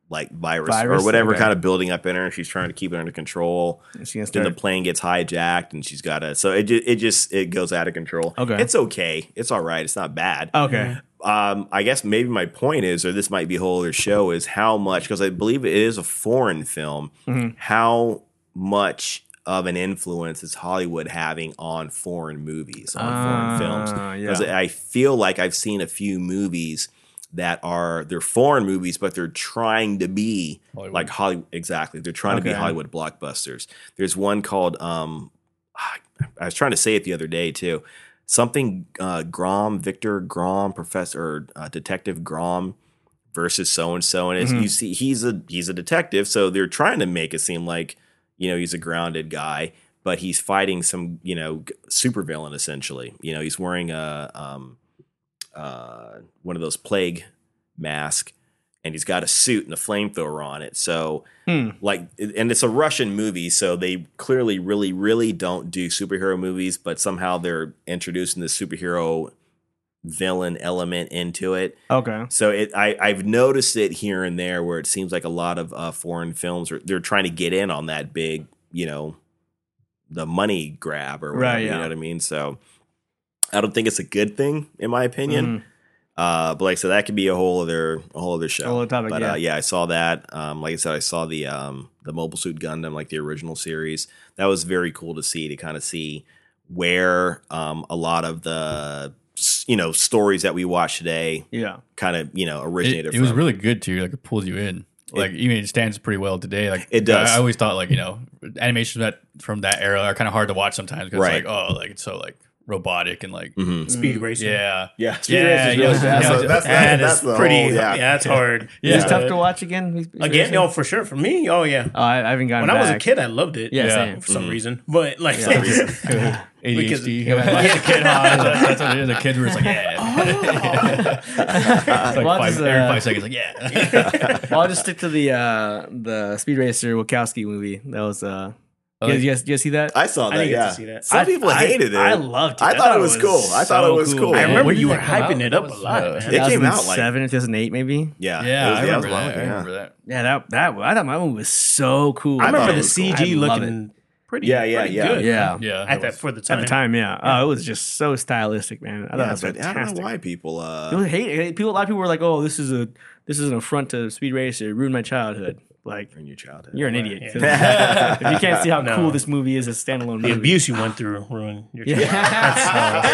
S2: like virus,
S3: Virus?
S2: or whatever
S3: Okay.
S2: kind of building up in her and she's trying to keep it under control
S3: Is she gonna
S2: then the
S3: start?
S2: plane gets hijacked and she's got to so it ju- it just it goes out of control
S3: Okay.
S2: it's okay it's all right it's not bad
S3: Okay.
S2: um i guess maybe my point is or this might be a whole other show is how much because i believe it is a foreign film
S3: Mhm.
S2: how much of an influence is hollywood having on foreign movies on foreign films
S3: Ah, yeah.
S2: because I feel like I've seen a few movies that are they're foreign movies, but they're trying to be
S5: Hollywood.
S2: like Hollywood. Exactly, they're trying to be
S3: Okay.
S2: Hollywood blockbusters. There's one called um, [SIGHS] I I was trying to say it the other day too. Something uh, Grom, Victor Grom, Professor or, uh, Detective Grom versus so and so, and it's you see he's a he's a detective, so they're trying to make it seem like you know he's a grounded guy, but he's fighting some you know g- supervillain essentially. You know he's wearing a um, uh, one of those plague mask, and he's got a suit and a flamethrower on it. So
S3: Hmm.
S2: like, and it's a Russian movie, so they clearly really really don't do superhero movies, but somehow they're introducing the superhero villain element into it.
S3: Okay.
S2: So it, I, I've noticed it here and there where it seems like a lot of uh, foreign films are they're trying to get in on that big, you know, the money grab or whatever.
S3: Right, yeah.
S2: You know what I mean? So I don't think it's a good thing, in my opinion.
S3: Mhm.
S2: Uh, but like I said, that could be a whole other a whole other show.
S3: Whole other topic,
S2: but
S3: yeah.
S2: Uh, yeah, I saw that. Um, like I said, I saw the um, the Mobile Suit Gundam, like the original series. That was very cool to see to kind of see where um, a lot of the s- you know stories that we watch today
S3: Yeah.
S2: kind of you know
S5: It,
S2: originated
S5: it
S2: from.
S5: was really good too. Like it pulls you in. Like even it stands pretty well today. Like
S2: It does.
S5: I, I always thought like you know animations that from that era are kind of hard to watch sometimes because
S2: Right.
S5: it's like oh like it's so like robotic and like
S2: Mhm.
S4: Speed
S3: Mm,
S4: racer.
S5: yeah [LAUGHS]
S2: yeah,
S5: Yeah,
S2: Racer's
S5: yeah,
S2: fast.
S5: yeah.
S2: So that's,
S4: That
S2: that's
S4: is
S2: the
S4: pretty.
S2: whole-
S4: [LAUGHS] yeah.
S2: yeah.
S4: that's hard.
S3: [LAUGHS]
S5: Yeah.
S3: It's
S5: Uh,
S3: tough to watch again. He's- he's-
S4: Again, no, for sure. For me, oh yeah.
S3: Oh, I, I haven't gotten
S4: When I was a
S3: back. [LAUGHS]
S4: kid, I loved it.
S3: Yeah,
S5: Yeah.
S3: same.
S4: For
S2: Mm-hmm.
S4: some reason, but
S3: [LAUGHS]
S4: like, Because-
S5: ADHD. Yeah, like, a kid, huh? that's, that's what it is. A kid was like [LAUGHS] yeah. It's like
S3: Well,
S5: five,
S3: this is,
S5: every
S3: uh,
S5: five seconds like yeah.
S3: Well, I'll just stick to the uh, the Speed Racer Wachowski movie. That was uh, you guys, you guys, you guys see that?
S2: I saw
S4: I
S2: that.
S4: didn't get to
S2: yeah,
S4: see that.
S2: some
S4: I-
S2: people hated it.
S4: I loved it.
S2: I, thought,
S4: I thought
S2: it was
S4: it
S2: cool.
S4: was
S2: I thought
S5: so
S2: it was
S5: cool.
S2: cool.
S5: I
S4: I
S5: Yeah,
S4: remember
S5: when did
S4: you were
S5: that come
S4: hyping
S5: out?
S4: it up
S5: That
S4: a
S5: was,
S4: lot.
S5: uh,
S4: man.
S2: It came out, like-
S3: 2007 or 2008 maybe.
S2: yeah, it
S5: Yeah,
S2: was-
S5: I
S2: it was
S5: remember
S2: long,
S5: that. I
S2: yeah.
S5: remember that.
S3: Yeah, that that I thought my movie was so cool.
S4: I remember
S2: thought
S4: the
S2: it was cool.
S4: CG
S3: I love
S4: looking pretty.
S2: Yeah, yeah,
S4: pretty
S2: yeah.
S3: it.
S4: Good.
S3: Yeah.
S5: Yeah,
S4: At
S5: it
S4: that
S5: was-
S4: for the time.
S3: At the time, yeah. Oh, it was just so stylistic, man. I thought
S2: Yeah,
S3: it was
S2: but I don't know
S3: fantastic.
S2: why people.
S3: It
S2: Uh,
S3: was hate, hate- people. A lot of people were like, "Oh, this is a this is an affront to Speed Racer. It ruined my childhood." Like,
S2: in your childhood.
S3: you're an idiot.
S2: Yeah.
S3: [LAUGHS] if you can't see
S2: [LAUGHS]
S3: how
S4: No.
S3: cool this movie is as a standalone
S4: The
S3: movie.
S4: abuse [SIGHS] you went through ruined your.
S3: [LAUGHS]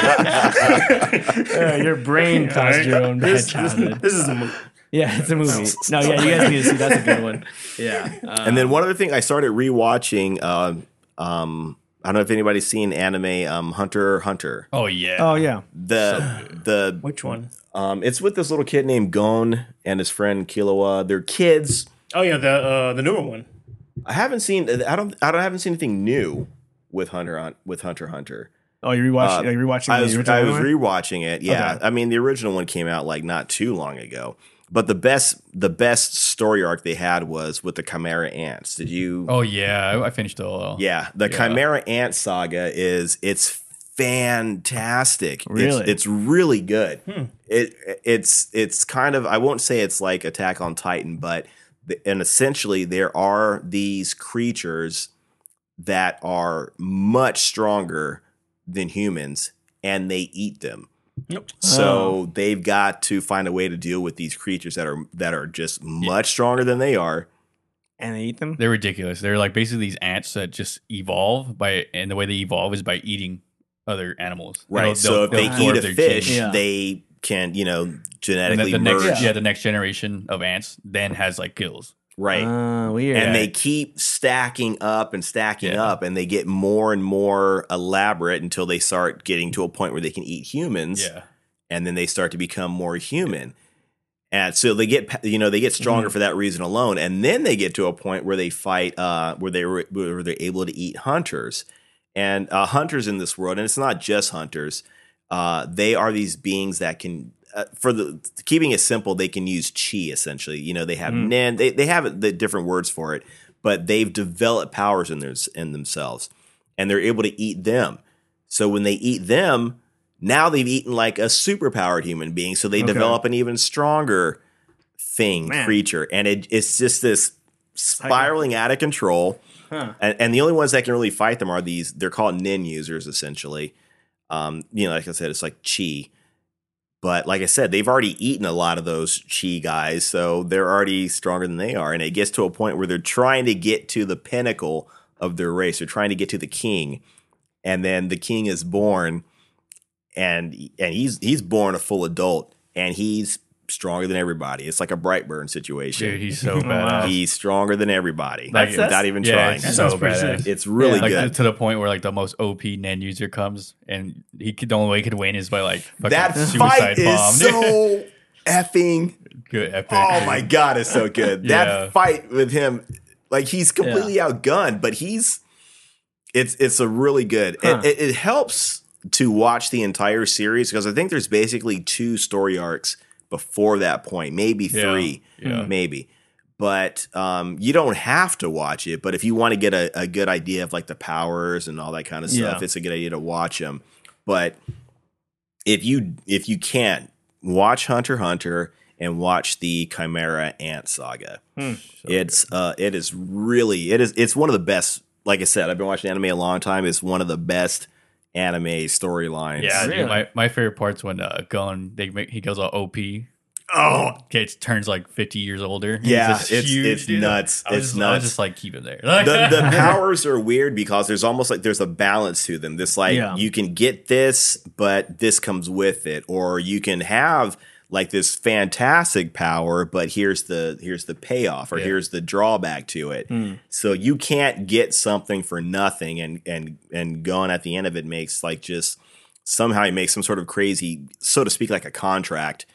S3: Yeah,
S4: [LAUGHS]
S3: your brain caused your own bad
S4: This, this,
S3: childhood.
S4: this is a movie.
S3: Yeah, it's a movie. No, yeah, you guys need to see. That's a good
S2: [LAUGHS]
S3: one. Yeah, uh,
S2: and then one other thing, I started rewatching. Um, um, I don't know if anybody's seen anime um, Hunter x Hunter.
S5: Oh yeah.
S3: Oh yeah.
S2: The the
S4: Which one?
S2: um, it's with this little kid named Gon and his friend Killua. They're kids.
S4: Oh yeah, the uh, the newer one.
S2: I haven't seen. I don't. I don't. I haven't seen anything new with Hunter on with Hunter x Hunter.
S3: Oh, you rewatched.
S2: Uh,
S3: are you rewatching
S2: I
S3: the
S2: was
S3: original
S2: I was
S3: one?
S2: rewatching it. Yeah,
S3: Okay.
S2: I mean the original one came out like not too long ago, But the best the best story arc they had was with the Chimera ants. Did you?
S5: Oh yeah, I, I finished it all.
S2: Yeah, the
S5: Yeah.
S2: Chimera Ant Saga is it's fantastic. It's-
S3: Really?
S2: it's, really good. It it's it's kind of I won't say it's like Attack on Titan, but the, and essentially there are these creatures that are much stronger than humans, and they eat them.
S4: Yep.
S2: So they've got to find a way to deal with these creatures that are that are just much stronger than they are.
S3: and they eat them.
S5: They're ridiculous. They're like basically these ants that just evolve by, and the way they evolve is by eating other animals.
S2: Right.
S5: They'll-
S2: so if
S5: they'll-
S2: they
S5: they'll
S2: eat
S5: absorb
S2: a
S5: their
S2: fish,
S5: genes.
S3: Yeah.
S2: they can, you know,
S5: and
S2: genetically
S5: then the
S2: merge.
S5: next, yeah. the next generation of ants then has like gills.
S2: Right.
S3: Uh, weird.
S2: and they keep stacking up and stacking
S5: Yeah.
S2: up, and they get more and more elaborate until they start getting to a point where they can eat humans,
S5: Yeah.
S2: and then they start to become more human. And so they get, pa- you know, they get
S5: Mm-hmm.
S2: stronger for that reason alone, and then they get to a point where they fight, uh, where they were, where they're able to eat hunters, and uh, hunters in this world, and it's not just hunters. Uh, they are these beings that can, uh, for the keeping it simple, they can use chi essentially. You know, they have
S3: Mm.
S2: nin, they they have the different words for it, but they've developed powers in theirs in themselves, and they're able to eat them. So when they eat them, now they've eaten like a superpowered human being. So they
S3: Okay.
S2: develop an even stronger thing
S3: Man.
S2: creature, and it, it's just this spiraling out of control.
S3: Huh.
S2: And, and the only ones that can really fight them are these. They're called nin users, essentially. Um, you know, like I said, it's like chi. But like I said, they've already eaten a lot of those chi guys, so they're already stronger than they are. And it gets to a point where they're trying to get to the pinnacle of their race. They're trying to get to the king, and then the king is born, and and he's he's born a full adult, and he's stronger than everybody. It's like a Brightburn situation.
S5: Dude, he's so
S3: wow.
S5: badass.
S2: He's stronger than everybody
S5: Like,
S2: without
S3: that's-
S2: even
S5: yeah,
S2: trying.
S5: he's
S4: That
S5: so
S4: sounds pretty sick.
S5: badass.
S2: It's really
S5: like
S2: good.
S5: to the point where like the most OP Nen E user comes and he could, the only way he could win is by like fucking
S2: that
S5: suicide
S2: fight
S5: bomb. [LAUGHS]
S2: is so effing.
S5: good epic.
S2: Oh
S5: dude.
S2: my god, it's so good.
S5: [LAUGHS] Yeah.
S2: That fight with him, like he's completely outgunned, but he's it's it's a really good.
S3: Huh.
S2: It, it, it helps to watch the entire series because I think there's basically two story arcs before that point, maybe
S5: Yeah.
S2: three,
S5: Yeah.
S2: maybe. But um, you don't have to watch it. But if you want to get a, a good idea of like the powers and all that kind of stuff,
S3: Yeah.
S2: it's a good idea to watch them. But if you if you can't watch Hunter x Hunter and watch the Chimera Ant Saga, it's uh it is really it is it's one of the best. Like I said, I've been watching anime a long time. It's one of the best anime storylines.
S5: Yeah, dude,
S3: Really?
S5: my, my favorite part's when uh, Gun they make he goes all OP.
S2: Oh
S5: Gets turns like fifty years older. He's
S2: yeah,
S5: just
S2: it's
S5: huge,
S2: it's
S5: dude.
S2: nuts.
S5: I was,
S2: It's
S5: just, I was
S2: nuts.
S5: just like keep him there.
S2: the,
S5: [LAUGHS]
S2: the powers are weird because there's almost like there's a balance to them. This like
S3: Yeah.
S2: you can get this, but this comes with it, or you can have like this fantastic power, but here's the here's the payoff or
S5: Yeah.
S2: here's the drawback to it. So you can't get something for nothing, and and and going at the end of it makes like just somehow he makes some sort of crazy, so to speak, like a contract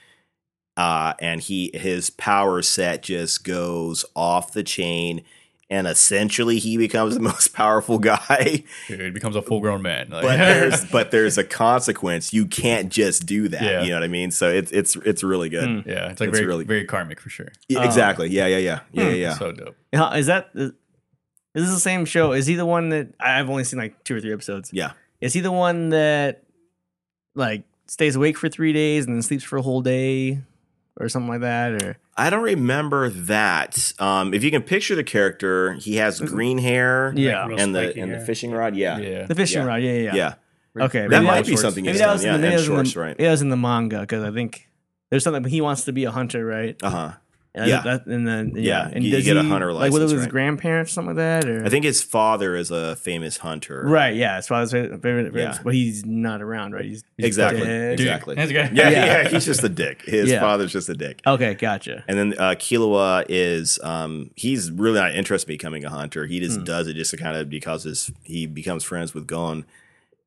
S2: uh, and he his power set just goes off the chain, and essentially he becomes the [LAUGHS] most powerful guy. [LAUGHS]
S5: dude, he becomes a full grown man. Like,
S2: But there's but there's a consequence. You can't just do that.
S5: Yeah.
S2: You know what I mean? So it's it's it's really good.
S3: Hmm.
S5: [LAUGHS]
S3: Um,
S5: yeah, it's like
S2: It's
S5: very
S2: really-
S5: very karmic for sure.
S2: Yeah, exactly. Yeah. Yeah. Yeah.
S3: hmm.
S2: Yeah. Yeah. yeah.
S5: So dope.
S3: Huh, Is that is this the same show? Is he the one that I- I've only seen like two or three episodes?
S2: Yeah.
S3: Is he the one that like stays awake for three days and then sleeps for a whole day or something like that? Or
S2: I don't remember that. Um, if you can picture the character, he has green hair.
S3: yeah,
S4: Mm-hmm. real
S2: And the
S4: spiky
S2: and the
S4: hair.
S2: fishing rod. Yeah. Yeah.
S5: Yeah.
S3: the fishing
S2: Yeah.
S3: rod. Yeah, yeah, yeah. Okay,
S5: Really
S2: That
S3: maybe
S2: might
S5: cool
S2: be
S5: shorts.
S2: something.
S3: Maybe
S2: he's
S3: that
S2: done.
S3: was,
S2: yeah,
S3: in, the, maybe
S2: and
S3: that was in the-
S2: shorts, right?
S3: maybe that was in the manga because I think there's something. He wants to be a hunter, right?
S2: Uh huh.
S3: And
S2: yeah.
S3: that- and then
S2: Yeah,
S3: yeah, and
S2: you- you
S3: does
S2: get a
S3: he-
S2: hunter
S3: Like whether it
S2: license,
S3: was his
S2: right.
S3: grandparents or something like that, or
S2: I think his father is a famous hunter.
S3: right? Yeah, that's why I was favorite. favorite
S2: Yeah.
S3: But he's not around, right? He's
S2: Exactly.
S3: dead.
S5: Dude,
S2: Exactly.
S5: that's good. [LAUGHS]
S2: Yeah, yeah,
S3: Yeah.
S2: he's just a dick. His
S3: Yeah.
S2: father's just a dick.
S3: okay. Gotcha.
S2: And then uh, Killua is um, he's really not interested in becoming a hunter. He
S5: Hmm.
S2: just does it just to kind of because his, he becomes friends with Gon,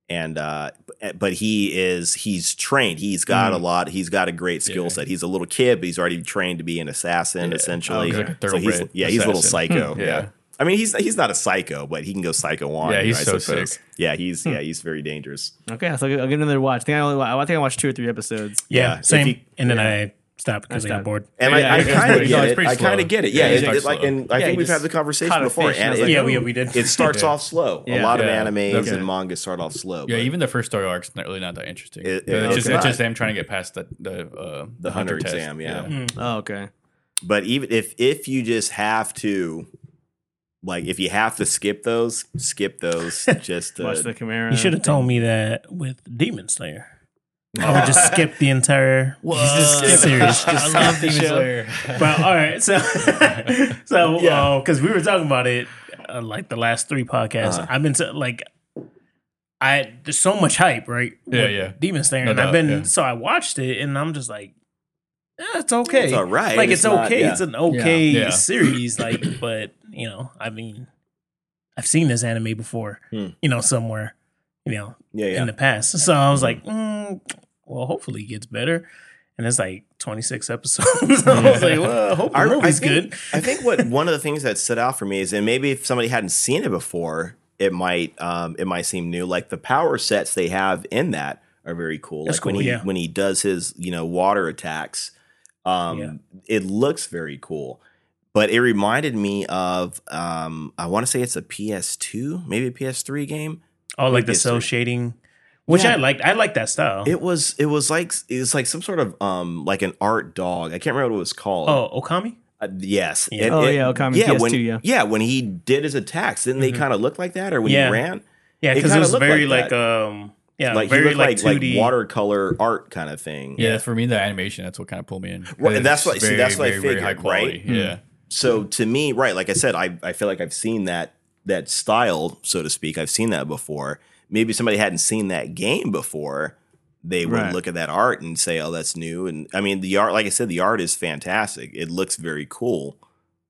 S2: and uh, but he is he's trained. He's got a lot. He's got a great skill
S5: Hmm. Yeah.
S2: set. He's a little kid, but he's already trained to be an assassin essentially.
S5: He's like a
S2: so he's
S5: thoroughbred
S2: yeah, he's a little
S5: assassin.
S2: psycho.
S5: Hmm.
S2: yeah.
S5: Yeah.
S2: I mean he's he's not a psycho, but he can go psycho on.
S5: Yeah,
S2: you,
S5: he's
S2: I
S5: so
S2: suppose.
S5: sick. Hmm.
S2: Yeah, he's yeah, he's very dangerous.
S3: Okay, so I'll give, I'll give it another watch. I think I only wa- I think I watched two or three episodes.
S4: Yeah,
S2: Yeah, if
S4: same.
S2: you-
S4: and then I stopped because I got
S3: stopped.
S4: bored.
S2: And
S5: Yeah,
S2: I, I
S5: it's
S2: kind
S5: pretty-
S2: of
S5: no,
S2: get
S5: it's
S2: it.
S5: pretty
S2: I kind
S5: slow.
S2: of get it.
S5: Yeah,
S2: Yeah,
S5: it's
S2: it-
S5: like
S2: it- like,
S5: slow.
S2: and I
S3: Yeah,
S2: think
S3: you
S2: we've had
S3: just
S2: the conversation
S3: caught a
S2: before.
S3: fish,
S2: And
S3: and I was
S2: it,
S3: like,
S4: Yeah, we we did.
S2: it starts
S5: Yeah.
S2: off slow.
S3: Yeah.
S2: a lot
S5: Yeah.
S2: of animes
S5: Okay.
S2: and manga start off slow.
S5: Yeah,
S2: but
S5: even the first story arc's not really not that interesting.
S2: It-
S5: it's,
S2: it's
S5: just,
S2: not.
S5: it's just them trying to get past the the uh,
S2: the hunter
S5: test.
S2: exam. Yeah.
S3: Oh, okay.
S2: but even if if you just have to, like, if you have to skip those, skip
S5: [LAUGHS]
S2: those. Just
S3: Watch the
S2: to,
S3: Chimera.
S4: You
S2: [LAUGHS]
S4: should have told me that with Demon Slayer. I
S2: [LAUGHS]
S4: would just skip the entire just skip series.
S5: [LAUGHS] I love Demon
S4: show.
S5: Slayer.
S4: But all right, so [LAUGHS] so
S2: Yeah.
S4: because we were talking about it uh, like the last three podcasts,
S2: Uh-huh.
S4: I've been to, like I there's so much hype, right?
S5: Yeah,
S4: with
S5: yeah.
S4: Demon Slayer,
S5: No
S4: and I've
S5: doubt,
S4: been
S5: yeah.
S4: so I watched it, and I'm just like, eh, it's okay,
S2: it's all right.
S4: like it's,
S2: not-
S4: okay,
S2: yeah.
S4: it's an okay
S5: Yeah. Yeah.
S4: series, like [COUGHS] but you know, I mean, I've seen this anime before,
S2: Hmm.
S4: you know, somewhere, you know,
S2: yeah, yeah.
S4: in the past. So I was like, mm, well, hopefully it gets better. And it's like 26 episodes. [LAUGHS] I was like, well, I hope the
S2: I- I
S4: movie's
S2: think-
S4: good.
S2: I think what [LAUGHS] one of the things that stood out for me is, and maybe if somebody hadn't seen it before, it might um, it might seem new. Like the power sets they have in that are very cool.
S4: That's
S2: like when
S4: cool,
S2: he
S4: yeah.
S2: when he does his you know water attacks, um,
S4: Yeah.
S2: it looks very cool. But it reminded me of um, I want to say it's a PS2, maybe a PS3 game.
S4: Oh, like the
S2: Obviously.
S4: cell shading, which
S2: Yeah.
S4: I liked. I like that style.
S2: It was it was like it's like some sort of um like an art dog. I can't remember what it was called.
S4: oh, Okami?
S2: Uh, yes.
S4: Yeah.
S3: Oh, yeah, Okami PS2,
S2: when,
S3: yeah.
S2: when he did his attacks, didn't they kind of look like that? Or when
S4: Yeah.
S2: he ran?
S4: Yeah,
S2: It
S4: because it,
S2: kinda
S4: was
S2: looked
S4: very
S2: like
S4: like,
S2: that.
S4: um, yeah,
S2: like he
S4: very
S2: looked
S4: like
S2: like, like
S4: 2D.
S2: watercolor art kind of thing.
S5: Yeah, for me the animation that's what kind of pulled me in.
S2: Right, and that's
S5: It's
S2: what- see, that's what I figured, right?
S5: Yeah,
S2: So to me, right, like I said, I, I feel like I've seen that that style, so to speak. I've seen that before. Maybe somebody hadn't seen that game before. They would
S3: Right.
S2: look at that art and say, "Oh, that's new." And I mean, the art, like I said, the art is fantastic. It looks very cool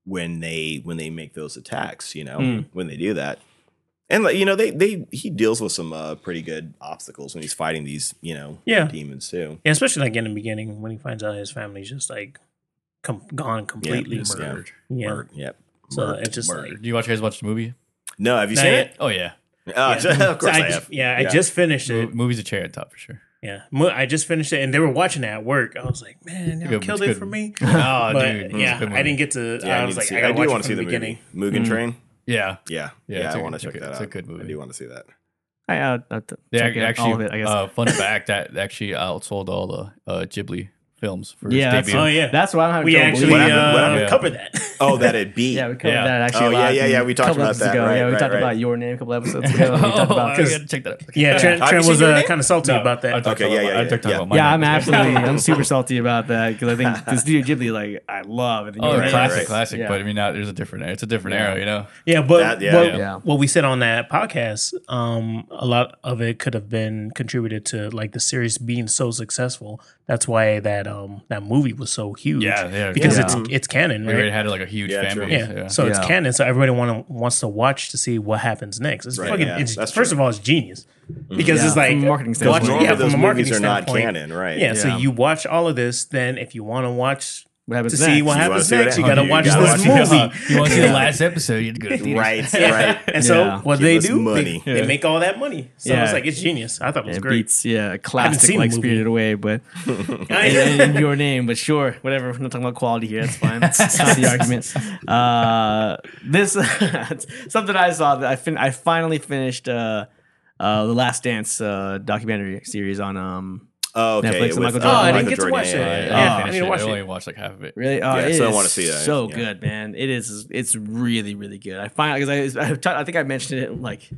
S2: when they when they make those attacks. You know,
S3: Mm.
S2: when they do that. And like you know, they they he deals with some uh, pretty good obstacles when he's fighting these you know
S4: Yeah.
S2: demons too.
S4: yeah, especially like in the beginning when he finds out his family's just like com- gone completely.
S2: just,
S4: Yeah.
S2: yeah.
S5: Murdered.
S2: Murk, yep.
S4: So
S2: Murked,
S4: it just
S2: murked.
S4: like.
S5: Do you watch guys watch the movie?
S2: no. Have you
S4: Not
S2: seen
S4: yet.
S2: it?
S5: Oh yeah,
S2: Uh,
S4: Yeah.
S2: [LAUGHS] of course
S4: So
S2: I,
S4: ju-
S2: have.
S4: Yeah, [LAUGHS] I just finished
S5: Mo-
S4: it.
S5: movie's a cherry on top for sure.
S4: Yeah, Mo- I just finished it, and they were watching it at work. I was like, "Man, y'all
S5: good-
S4: killed
S5: it's
S4: it
S5: good.
S4: for me."
S5: Oh,
S4: but
S5: dude, it's
S4: yeah,
S5: a good
S4: I didn't
S5: movie.
S4: get to.
S2: Yeah,
S4: I was
S2: need to
S4: like,
S2: see-
S4: I gotta watch
S2: wanna
S4: it from the beginning.
S2: movie. Mugen
S4: Mm.
S2: Train.
S5: Yeah,
S2: Yeah,
S5: Yeah,
S2: yeah,
S5: it's
S2: I
S5: a-
S2: want to
S5: it's a
S2: check
S5: good-
S2: that
S5: it's
S2: out.
S5: a good movie.
S2: I do want to see that.
S3: I, I'll, I'll t-
S5: they
S3: check
S5: ac-
S3: it,
S5: actually.
S3: all of it, I guess.
S5: Uh, fun fact that that actually outsold all the uh, Ghibli films for
S3: yeah,
S5: its
S3: that's,
S5: debut.
S4: oh, yeah.
S3: that's why I'm having
S4: We
S3: trouble
S4: actually
S2: What
S3: believing it.
S2: happened- what
S4: uh,
S5: happened?
S4: covered that.
S2: [LAUGHS] Oh, that it beat.
S3: yeah, we covered
S5: Yeah.
S3: that actually.
S2: Oh,
S3: a
S2: yeah,
S3: lot
S2: yeah, yeah, we talked
S3: couple
S2: about
S3: episodes
S2: that,
S3: Ago.
S2: right,
S3: yeah, we
S2: right,
S3: talked
S2: right.
S3: about your name a couple episodes ago. we
S4: [LAUGHS]
S3: talked
S5: Oh,
S3: about
S5: I gotta check that out.
S4: yeah,
S2: Have
S4: Trent,
S2: you
S4: Trent was
S2: seen your
S4: uh,
S2: name?
S4: kind of salty about
S5: I
S4: that.
S5: talked
S2: Okay,
S5: about
S2: yeah,
S5: my-
S2: yeah,
S5: I
S2: yeah.
S5: talked
S2: Yeah.
S5: about
S4: [LAUGHS]
S5: my
S3: yeah, I'm
S5: name.
S3: absolutely, I'm super salty about that because I think the Studio Ghibli, like, I love. And
S5: Oh,
S3: you're right,
S5: classic,
S2: right.
S5: classic.
S3: Yeah.
S5: But I mean, now there's a different. It's a different era, you know.
S4: Yeah, but
S2: That- yeah,
S4: what,
S5: yeah.
S3: Yeah.
S4: what we said on that podcast, um, a lot of it could have been contributed to like the series being so successful. That's why that um that movie was so huge.
S5: Yeah, yeah,
S4: because
S5: yeah.
S4: it's it's canon,
S5: We already
S4: right?
S5: had like a huge
S2: Yeah,
S5: fan
S2: true.
S5: base.
S4: Yeah.
S5: Yeah.
S4: so it's
S3: Yeah.
S4: canon. So everybody want to wants to watch to see what happens next. It's
S2: Right,
S4: fucking.
S2: yeah,
S4: It's,
S2: that's
S4: first
S2: true.
S4: of all, it's genius because
S3: Yeah,
S4: it's like
S3: from a marketing
S4: watch-
S3: standpoint.
S2: Normally
S4: yeah,
S2: those
S4: from a
S2: movies
S4: marketing
S2: are not
S4: standpoint.
S2: canon, right?
S4: Yeah, so
S3: Yeah.
S4: you watch all of this, then if you want to watch
S3: What happens
S4: to see what
S2: You wanna
S4: happens
S2: see what
S4: next, you
S2: happens.
S4: gotta
S2: You
S4: watch
S2: gotta
S4: this
S2: watch
S4: movie.
S5: [LAUGHS]
S2: [LAUGHS]
S5: you want to see the last episode? You'd go to theaters.
S2: Right, [LAUGHS] right.
S4: [LAUGHS] And so
S3: Yeah.
S4: what
S2: Give
S4: they
S2: us
S4: do,
S2: money.
S4: They, they make all that money. So
S3: Yeah.
S4: it's like it's genius. I thought it was
S3: It
S4: [LAUGHS] great.
S3: beats, yeah, a classic
S4: seen the
S3: like
S4: movie.
S3: Spirited Away, but and, and your name, but sure, whatever. We're not talking about quality here. That's fine. It's not the argument. Uh, this [LAUGHS] something I saw that I fin- I finally finished uh, uh, the Last Dance uh, documentary series on um
S2: Oh, okay.
S3: Netflix and
S2: with,
S3: Michael
S2: uh,
S3: Jordan. Oh, I didn't
S2: Michael
S4: get to
S2: Jordan,
S4: watch
S2: yeah,
S4: that.
S2: yeah, yeah.
S5: Yeah,
S4: Yeah,
S5: Oh, I,
S4: I
S5: finished
S4: need to
S5: it.
S4: watch
S5: I only
S4: it.
S5: watched like half of it.
S3: Really? Oh,
S2: Yeah,
S3: it
S2: so I
S3: is
S2: wanna see that.
S3: So
S2: Yeah.
S3: good, man. It is. It's really, really good. I find because I, I've t- I think I mentioned it like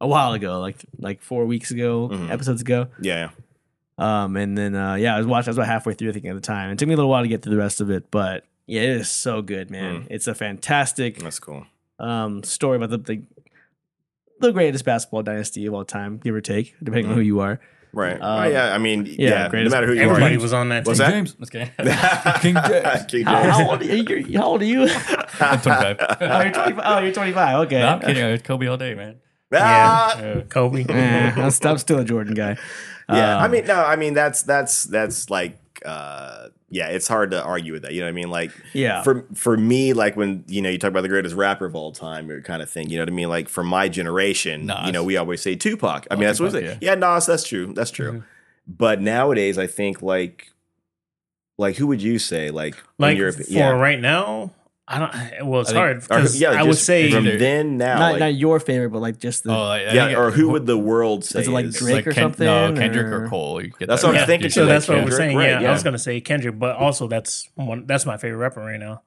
S3: a while ago, like like four weeks ago,
S2: Mm-hmm.
S3: episodes ago.
S2: Yeah,
S3: Um, and then uh, yeah, I was watching. I was about halfway through, I think, at the time. It took me a little while to get through the rest of it, but yeah, it is so good, man.
S2: Mm.
S3: It's a fantastic
S2: that's cool.
S3: um story about the, the the greatest basketball dynasty of all time, give or take, depending
S2: Mm.
S3: on who you are.
S2: Right. oh, yeah. I mean, yeah. no
S3: greatest-
S2: [LAUGHS] matter who you
S4: Everybody
S2: are.
S4: was on that.
S2: What's
S4: team.
S2: that?
S5: James, let's get [LAUGHS]
S2: [LAUGHS]
S3: [LAUGHS]
S5: King James.
S2: King
S3: How,
S2: James.
S3: how old are you? How old are
S2: [LAUGHS]
S3: you?
S5: I'm 25.
S3: oh, you're 25. Oh, you're 25. Okay.
S5: no, I'm kidding. It's Kobe all day, man.
S2: Ah!
S4: Yeah,
S2: [LAUGHS]
S4: Kobe.
S3: Eh, I'm, st- I'm still a Jordan guy.
S2: Yeah, I
S3: Um,
S2: mean, no, I mean that's that's that's like, uh, yeah, it's hard to argue with that. You know what I mean? Like,
S3: Yeah.
S2: for for me, like when you know you talk about the greatest rapper of all time, or kind of thing. You know what I mean? Like for my generation,
S5: Nas.
S2: you know, we always say Tupac. I mean, that's what we
S5: Tupac,
S2: say. Yeah. Nas, that's true, that's true. But nowadays, I think like Like, who would you say? Like,
S4: Like
S2: in your,
S4: for
S2: yeah,
S4: right now, I don't. Well, it's
S5: I think-
S4: hard
S2: Or-
S4: because
S2: yeah,
S4: I would
S2: just
S4: say
S2: from
S5: either-
S2: then now,
S3: not
S2: like,
S3: not your favorite, but like just the.
S5: Oh, I, I
S2: yeah,
S5: think
S2: or
S5: it-
S2: who would the world say?
S3: it like
S2: is?
S3: Drake? or something,
S5: No, Kendrick or,
S3: or-
S5: Cole. You get
S2: That's
S5: that
S2: what I'm
S5: right.
S2: thinking,
S5: You
S4: So
S5: get
S2: like
S4: that's
S5: that
S4: what we're
S2: Kendrick,
S4: saying.
S2: right,
S4: yeah, I was
S2: yeah.
S4: gonna say Kendrick, but also that's one. That's my favorite rapper right now.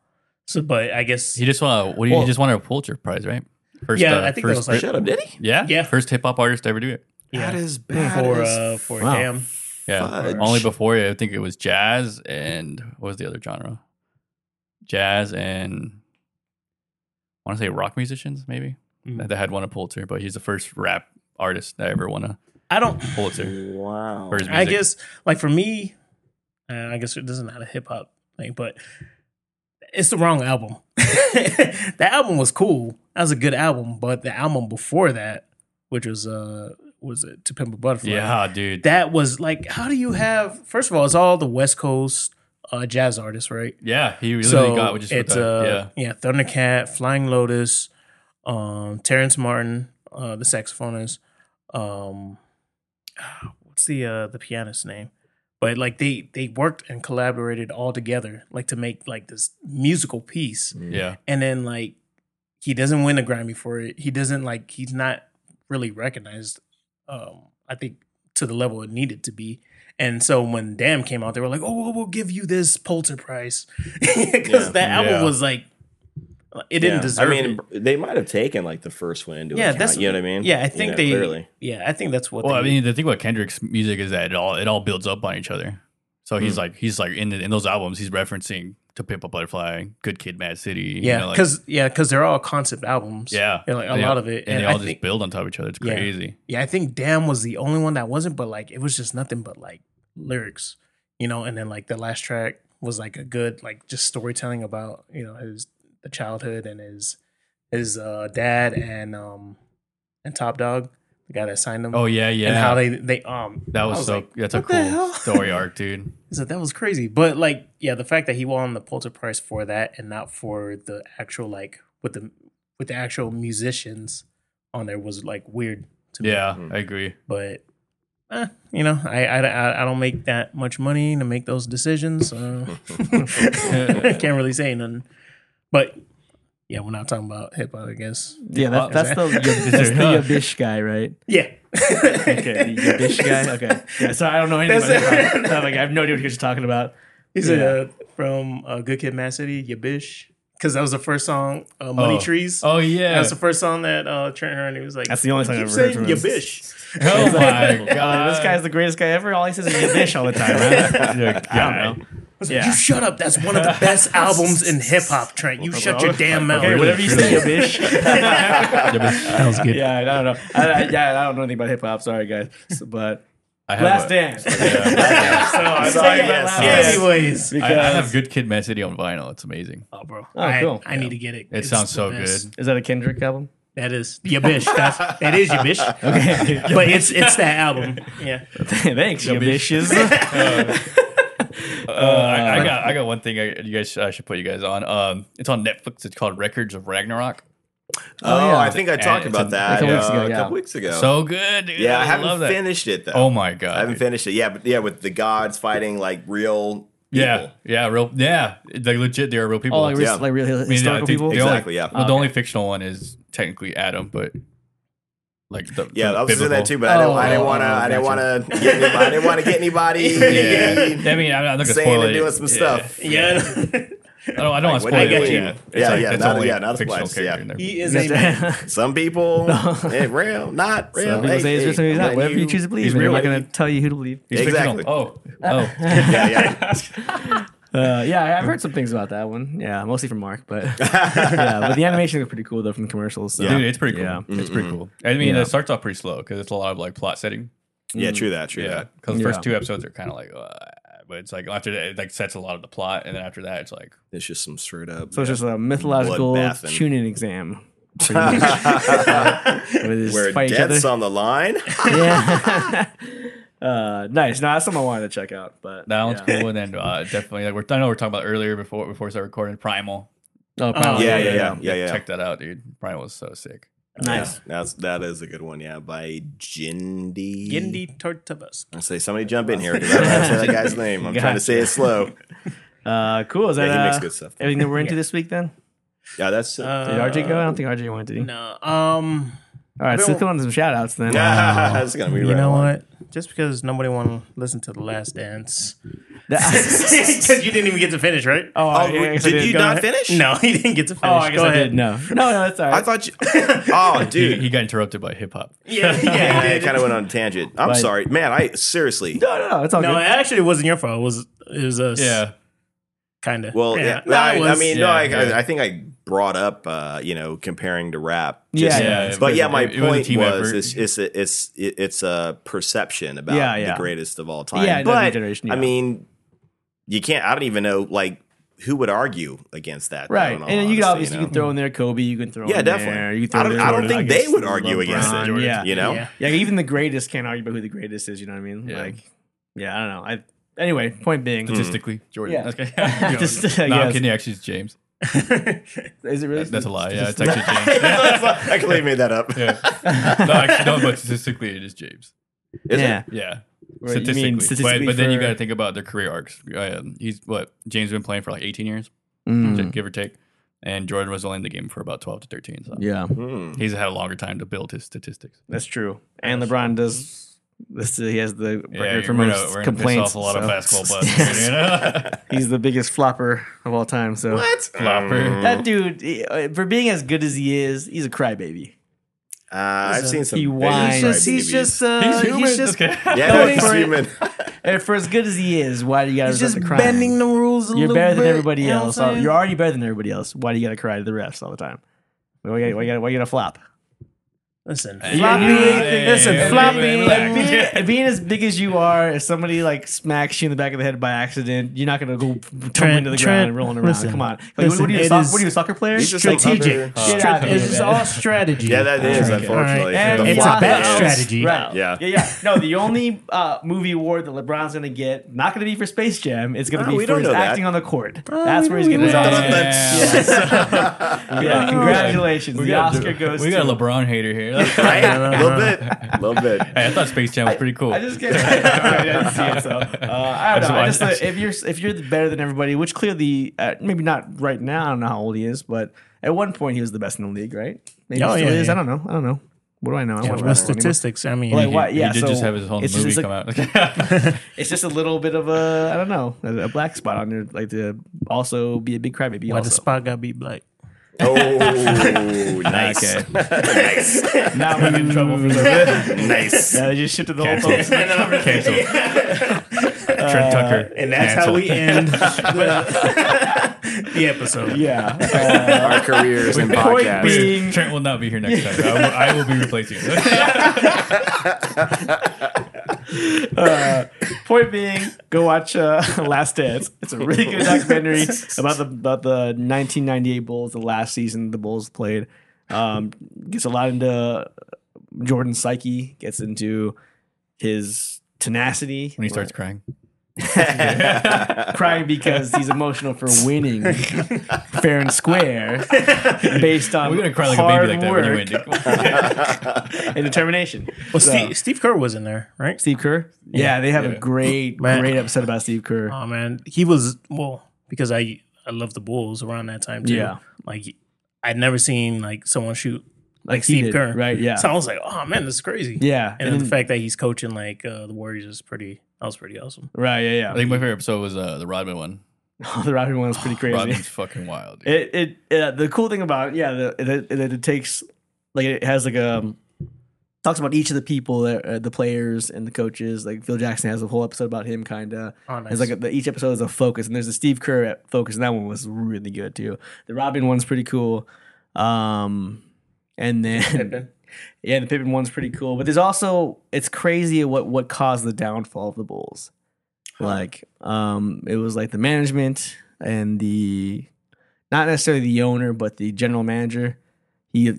S4: So, but I guess
S5: He just won. A, what do you?
S2: Well-
S5: he just won a Pulitzer Prize, right? First, uh,
S4: Yeah, I think that
S5: first,
S4: was like-
S2: Shut up, did he?
S5: yeah,
S4: Yeah.
S5: First hip hop artist to ever do it.
S4: yeah,
S2: That is bad.
S4: for
S2: as
S4: uh, for
S1: wow.
S4: damn.
S5: Yeah,
S2: Fudge.
S5: only before I think it was jazz and what was the other genre? Jazz and I want to say rock musicians, maybe
S4: Mm.
S5: that had won a Pulitzer, but he's the first rap artist that ever won a
S4: I don't.
S5: Pulitzer.
S2: Wow.
S5: for his
S4: I
S5: music.
S4: guess like for me, uh, I guess this is not a hip hop thing, but it's the wrong album. [LAUGHS] the album was cool. That was a good album, but the album before that, which was uh, was it To Pimp a Butterfly?
S5: yeah, dude.
S4: that was like, how do you have? First of all, it's all the West Coast uh, jazz artists, right?
S5: yeah, he really
S4: so
S5: got what just
S4: it's uh, yeah. Thundercat, Flying Lotus, um, Terrence Martin, uh, the saxophonist. Um, [SIGHS] what's the uh, the pianist's name? But like they they worked and collaborated all together, like to make like this musical piece.
S5: yeah, yeah.
S4: And then like he doesn't win a Grammy for it. He doesn't like he's not really recognized. Um, I think to the level it needed to be. And so when Damn came out, they were like, "Oh, we'll, we'll give you this Pulitzer Prize," [LAUGHS] because
S2: Yeah.
S4: that album
S5: Yeah.
S4: was like, it didn't
S2: Yeah.
S4: deserve.
S2: I mean,
S4: it.
S2: they might have taken like the first one into
S4: Yeah,
S2: account.
S4: that's-
S2: you know what I mean?
S4: yeah, I
S2: You
S4: think
S2: know,
S4: they.
S2: clearly.
S4: Yeah, I think that's what.
S5: Well,
S4: they
S5: I mean, the thing about Kendrick's music is that it all it all builds up on each other. So he's
S4: Hmm.
S5: like he's like in the, in those albums he's referencing to Pimp a Butterfly, Good Kid, Mad City. you
S4: yeah,
S5: know, like-
S4: because yeah, because they're all concept albums.
S5: yeah,
S4: Yeah, like a
S5: And they-
S4: lot of it,
S5: and,
S4: and
S5: they all
S4: I
S5: just
S4: think-
S5: build on top of each other. It's
S4: Yeah.
S5: crazy.
S4: yeah. I think Damn was the only one that wasn't, but like it was just nothing but like lyrics, you know. And then like the last track was like a good like just storytelling about you know his the childhood and his his uh dad and um and Top Dog, the guy that signed him.
S5: Oh yeah, yeah.
S4: and how they they um
S5: That was,
S4: I was
S5: so.
S4: like,
S5: that's a
S4: "What the
S5: cool
S4: hell?"
S5: story arc, dude.
S4: [LAUGHS] So that was crazy. But like, yeah, the fact that he won the Pulitzer Prize for that and not for the actual like with the with the actual musicians on there was like weird to me.
S5: Yeah, I agree.
S4: But eh, you know, I, I I- I don't make that much money to make those decisions, so [LAUGHS] can't really say nothing. But yeah, we're not talking about hip hop, I guess.
S3: yeah, that, that's the
S2: [LAUGHS]
S3: that's the Yabish guy, right?
S4: Yeah.
S3: Okay, the Yabish [LAUGHS]
S4: [LAUGHS]
S3: guy. Okay, yeah. So I don't know anything
S4: That's-
S3: about hip hop. I'm like, I have no idea what you're talking about.
S4: He's uh, from uh, Good Kid, Mad City, Yabish, because that was the first song, uh, Money
S5: Oh.
S4: Trees.
S5: Oh yeah.
S4: That's the first song that uh, Trent heard. And he was like,
S3: That's the only song
S4: "You
S3: I've
S4: keep
S3: ever heard
S4: saying
S3: from him."
S4: Yabish.
S5: oh my
S3: I'm
S5: god.
S3: like, this guy's the greatest guy ever. All he says is Yabish all the time. Right? [LAUGHS] I don't know.
S4: You
S3: Yeah.
S4: shut up. That's one
S3: [LAUGHS]
S4: of the best albums in hip hop, Trent. You shut your damn mouth.
S3: Okay, whatever you say, [LAUGHS] Yabish.
S5: that was good.
S3: Yeah, I don't know. I, I, yeah, I don't know anything about hip hop. Sorry, guys. So, [LAUGHS] but
S5: I have
S3: Last [LAUGHS]
S5: a-
S3: Dance. [LAUGHS] so I'm
S4: Say
S3: sorry
S4: it.
S3: about Last
S4: Yeah,
S3: Dance.
S4: Anyways.
S5: I, I have Good Kid, Mad City on vinyl. It's amazing.
S4: Oh, bro.
S3: Oh, cool.
S4: I, I need to get it.
S5: It sounds so good.
S3: Is that a Kendrick [LAUGHS] album?
S4: That is Yabish. That's, that is Yabish.
S3: [LAUGHS]
S4: Okay. but it's it's that album. Yeah.
S3: Thanks, Yabishes. [LAUGHS]
S4: Uh,
S5: I, I got I got one thing I, you guys I should put you guys on. Um, it's on Netflix. It's called Records of Ragnarok.
S2: Oh,
S3: yeah.
S2: I think I talked
S5: it's
S2: about
S5: a-
S2: that
S5: like a
S2: uh,
S3: weeks ago,
S2: a
S3: yeah.
S2: couple weeks ago.
S5: So good, dude.
S2: yeah, I
S5: love
S2: haven't
S5: that.
S2: finished it though.
S5: Oh my god,
S2: I haven't
S5: dude.
S2: finished it. Yeah, but yeah, with the gods fighting like real.
S5: Yeah,
S2: people.
S5: yeah, real. Yeah, they legit. They are real people.
S3: All Oh, like,
S2: Yeah.
S3: like really
S5: I mean, yeah, I
S3: historical
S5: think
S3: people.
S5: the only-
S2: Exactly, yeah.
S5: Well, the only fictional one is technically Adam, but like the
S2: Yeah,
S5: the
S2: I was doing that
S5: biblical-
S2: too, but I didn't. I didn't
S3: Oh,
S2: want to. I didn't want to. I didn't want to get anybody. [LAUGHS]
S3: [LAUGHS]
S5: Yeah, I mean, I'm not gonna
S2: Saying
S5: spoil
S2: and
S5: it.
S2: doing some
S5: Yeah.
S2: stuff.
S4: Yeah.
S5: I don't. I don't want to
S2: what
S5: spoil
S2: do you
S5: it.
S2: mean?
S5: Yeah, It's
S2: Yeah,
S5: like-
S2: yeah,
S5: that's
S2: not-
S5: only
S2: yeah, not
S5: fictional
S2: spoilers,
S5: character in there.
S4: [LAUGHS] He
S3: [LAUGHS]
S4: is a man.
S2: Some people, eh, real, not real.
S3: Some people
S2: Hey,
S3: say he's real,
S2: hey,
S3: some people he's not.
S2: when
S3: Whatever you choose to believe,
S5: he's
S3: and
S5: real.
S3: I'm not going to tell you who to believe.
S5: He's fictional.
S2: Exactly.
S5: Oh,
S3: [LAUGHS]
S5: oh,
S2: Yeah, yeah.
S3: Uh, yeah, I- I've heard some things about that one. Yeah, mostly from Mark, but [LAUGHS] yeah, but the animation looked pretty cool though from the commercials. So.
S5: dude, it's pretty cool.
S3: Yeah.
S5: It's
S2: Mm-hmm.
S5: pretty cool. I mean,
S3: Yeah.
S5: it starts off pretty slow because it's a lot of like plot setting.
S2: [LAUGHS] Yeah, true that. True
S5: Yeah,
S2: that.
S5: because the first
S3: Yeah.
S5: two episodes are kind of like, uh, but it's like after that, it like sets a lot of the plot, and then after that, it's like
S2: It's just some straight up.
S3: So it's just a mythological
S2: Bloodbath and-
S3: tuning exam.
S2: [LAUGHS]
S3: pretty much. [LAUGHS] Where they just
S2: where
S3: fight each other.
S2: death's on the line.
S3: yeah. [LAUGHS] uh, nice. No, that's something I wanted to check out. But
S5: that one's
S3: yeah.
S5: cool, and then uh, definitely like we're, I know we we're talking about earlier before before we start recording Primal.
S3: Oh, probably.
S2: yeah, yeah, yeah, yeah, yeah.
S5: Check that out, dude. Primal was so sick.
S3: [LAUGHS] Nice.
S2: Yeah, that's that is a good one. Yeah, by Jindy.
S4: Yindi Tortabus.
S3: [LAUGHS]
S2: I say somebody jump in here because I don't know how to say that guy's name. I'm trying to say it slow.
S3: Uh, cool. Is that
S2: Yeah, he makes
S3: uh,
S2: good stuff. Uh,
S3: everything that we're into this week? Then
S2: Yeah, that's
S3: did RJ go? I don't think RJ went. Did he?
S4: No. Um.
S3: All right, so
S2: don't-
S3: come on to some shout outs then.
S2: [LAUGHS]
S3: [LAUGHS]
S2: that's gonna be
S4: You
S2: right
S4: know
S2: on.
S4: what? Just because nobody want to listen to the Last Dance, [LAUGHS]
S3: That-
S4: because you didn't even get to finish, right?
S3: oh,
S2: Oh,
S3: yeah, I guess I
S2: did you
S3: Go
S2: not
S3: ahead.
S2: finish?
S4: No, he didn't get to finish.
S3: Oh, I guess
S4: Go
S3: I
S4: ahead.
S3: did. No, no, no, that's all right.
S2: I thought you. [LAUGHS]
S3: [LAUGHS]
S2: Oh,
S5: He,
S2: dude.
S5: he got interrupted by hip hop.
S4: Yeah,
S2: Yeah,
S4: yeah.
S2: it kind of went on a tangent. I'm sorry, man. I seriously.
S3: no, no, no, it's all
S4: no,
S3: good.
S4: it actually wasn't your fault. It was it was us?
S5: Yeah,
S4: kind of.
S2: Well, yeah.
S4: No,
S2: I,
S4: it
S2: I
S4: was.
S2: mean, no. I,
S5: yeah.
S2: I, I think I brought up, uh, you know, comparing to rap.
S3: Yeah,
S2: Just-
S3: yeah,
S5: yeah.
S2: But yeah, my
S5: It- it was a
S2: point
S5: team
S2: was
S5: effort.
S2: it's it's a, it's it's a perception about
S3: Yeah, yeah.
S2: the greatest of all time.
S3: Yeah, another
S2: but
S3: generation, yeah.
S2: I mean, you can't. I don't even know like who would argue against that.
S3: Right, and
S2: though, in all
S3: then you can
S2: honesty,
S3: obviously you
S2: know?
S3: can throw in there Kobe. You can throw
S2: Yeah,
S3: in
S2: definitely.
S3: There, you
S2: I don't, I don't
S3: Jordan,
S2: think they
S3: guess,
S2: would argue against
S3: LeBron,
S2: it.
S3: Yeah,
S2: You know,
S4: Yeah.
S3: yeah, even the greatest can't argue about who the greatest is. You know what I mean?
S5: Yeah.
S3: Like, yeah, I don't know. I anyway, point being,
S5: statistically, Jordan.
S3: Yeah. [LAUGHS]
S5: Okay. [LAUGHS]
S3: Just, [LAUGHS] I
S5: Hmm. no,
S3: guess.
S5: I'm kidding. Actually, it's James.
S3: is it really?
S5: That's a lie. Yeah, it's actually
S3: [LAUGHS]
S5: James.
S2: [LAUGHS] I actually made that up.
S5: Yeah. No, actually, no, but statistically, it is James.
S2: [LAUGHS]
S3: [LAUGHS]
S2: Is it?
S3: yeah,
S5: Yeah.
S3: Right, you mean
S5: Statistically.
S3: statistically
S5: but, but then you
S3: for-
S5: got to think about their career arcs. Um, he's what? James been playing for like 18 years,
S2: Hmm.
S3: Mm,
S5: give or take. And Jordan was only in the game for about 12 to 13. So
S3: yeah,
S2: Hmm.
S5: he's had a longer time to build his statistics.
S3: that's true. And LeBron does. This, he has the record
S5: Yeah,
S3: for
S5: we're
S3: most
S5: gonna- we're gonna piss
S3: complaints.
S5: off a lot
S3: so-
S5: of
S3: [LAUGHS]
S5: basketball buffs. you know? [LAUGHS]
S3: He's the biggest flopper of all time. So
S2: What? Hmm.
S5: Flopper.
S4: Mm-hmm.
S3: that dude, he- uh, for being as good as he is, he's a crybaby.
S2: Uh, I've seen some.
S3: He
S2: big
S3: whines. He's
S2: cry
S3: just, he's
S2: babies.
S3: just, uh, he's,
S5: He's human.
S3: just
S5: [LAUGHS] okay.
S2: yeah,
S3: going
S2: he's
S3: for it. [LAUGHS]
S2: human.
S3: And uh, for as good as he is, why do you gotta resort to crime?
S4: the rules a
S3: You're better than everybody else. Oh, You're already better than everybody else. Why do you gotta cry to the refs all the time? Why you gotta, why you gotta, why you gotta flop?
S4: Listen,
S3: Floppy,
S5: yeah,
S3: listen,
S5: yeah,
S3: floppy.
S5: yeah, yeah.
S3: Being, being as big as you are, if somebody like smacks you in the back of the head by accident, you're not gonna go tumbling into the
S4: Trent,
S3: ground and rolling around.
S4: listen,
S3: Come on, like,
S4: listen,
S3: what, are you, a
S4: it
S3: soc-
S4: is-
S3: what are you, a soccer player?
S2: He's just like
S4: strategic.
S2: other-
S3: Get out of
S4: It's
S3: here,
S4: just
S3: man.
S4: all strategy.
S2: Yeah, that is
S4: Okay.
S2: unfortunately.
S4: All right.
S2: The
S4: It's a
S2: flop
S4: bad
S2: is-
S4: strategy.
S3: Right.
S2: Yeah.
S3: Yeah, yeah. No, the only uh, movie award that LeBron's going to get, not going to be for Space Jam, it's going
S2: Ah,
S3: to
S2: we
S3: be for
S2: don't
S3: his
S2: know that. Ah,
S3: acting on the court. That's where he's going to
S5: Yeah.
S3: get
S2: Dun,
S3: it.
S2: dun,
S5: Yeah.
S3: Yeah, congratulations.
S5: We
S3: the
S5: got,
S3: Oscar goes
S5: we got
S3: to-
S5: a LeBron
S3: [LAUGHS]
S5: hater here.
S2: Right? A little bit. A little bit.
S5: [LAUGHS] Hey, I thought Space Jam was pretty
S3: [LAUGHS]
S5: cool.
S3: I just get I didn't see it, so uh, I don't know. I
S5: I
S3: just,
S5: just-
S3: uh, if you're if you're better than everybody, which clearly uh, maybe not right now. I don't know how old he is, but at one point he was the best in the league, right? Maybe
S4: Oh,
S3: he still
S4: yeah,
S3: is.
S4: yeah.
S3: I don't know. I don't know. What do I know? I don't watch
S4: With
S3: basketball anymore.
S4: statistics, I mean,
S3: Like, why-
S5: he,
S3: yeah,
S5: he did
S3: so
S5: just have his whole
S3: it's just
S5: movie
S3: like-
S5: come
S3: [LAUGHS]
S5: out. [LAUGHS]
S3: It's just a little bit of a I don't know a, a black spot on there, like to also be a big crybaby.
S4: why the
S3: Also,
S4: spot got beat black?
S2: Oh, nice. nice.
S3: now I'm [LAUGHS] in trouble for that.
S2: Nice.
S3: I just shifted the whole
S5: Cancel.
S3: focus. [LAUGHS]
S5: [LAUGHS] Cancel. Trent Tucker.
S4: [LAUGHS] And that's how we end [LAUGHS] the, the episode.
S3: Yeah,
S2: Our careers [LAUGHS] and
S3: Point
S2: podcasts.
S3: being-
S5: [LAUGHS] Trent will not be here next time. I will, I will be
S3: [LAUGHS]
S5: replacing him. [LAUGHS]
S3: uh, [LAUGHS] point being, go watch uh, [LAUGHS] Last Dance. It's a really good
S4: [LAUGHS]
S3: documentary about the about the 1998 Bulls, the last season the Bulls played. Um, gets a lot into Jordan's psyche. Gets into his tenacity
S5: when he starts crying.
S3: crying because he's emotional
S5: [LAUGHS]
S3: for winning fair and square based on
S5: We're gonna cry like a
S3: hard
S5: baby like that
S3: work
S5: when you win.
S3: [LAUGHS]
S5: Dude.
S3: and determination.
S4: Well,
S3: So-
S4: Steve, Steve Kerr was in there, right?
S3: Steve Kerr? Yeah, they have
S5: yeah.
S3: a great,
S4: Man.
S3: great episode about Steve Kerr.
S4: Oh man, he was well because I I love the Bulls around that time too.
S3: Yeah.
S4: like I'd never seen like someone shoot like,
S3: he
S4: Steve
S3: did,
S4: Kerr,
S3: right? Yeah,
S4: So I was like, oh man, this is crazy.
S3: yeah,
S4: and, then the fact that he's coaching like uh, the Warriors is pretty. That was pretty awesome.
S3: right, yeah,
S5: I
S3: yeah.
S5: think my favorite episode was uh, the Rodman one.
S3: [LAUGHS] the Robin one was pretty crazy.
S5: Rodman's fucking wild. Dude.
S3: It, it, uh, the cool thing about yeah, the, that that it takes like it has like a talks about each of the people, that, uh, the players and the coaches. Like Phil Jackson has a whole episode about him, kind of.
S4: Oh, nice.
S3: It's like a, the, each episode is a focus, and there's a Steve Kerr at focus, and that one was really good too. The Robin one's pretty cool, um, and then [LAUGHS] yeah, the Pippin one's pretty cool. But there's also it's crazy what what caused the downfall of the Bulls. Like, um, it was like the management and the not necessarily the owner, but the general manager. He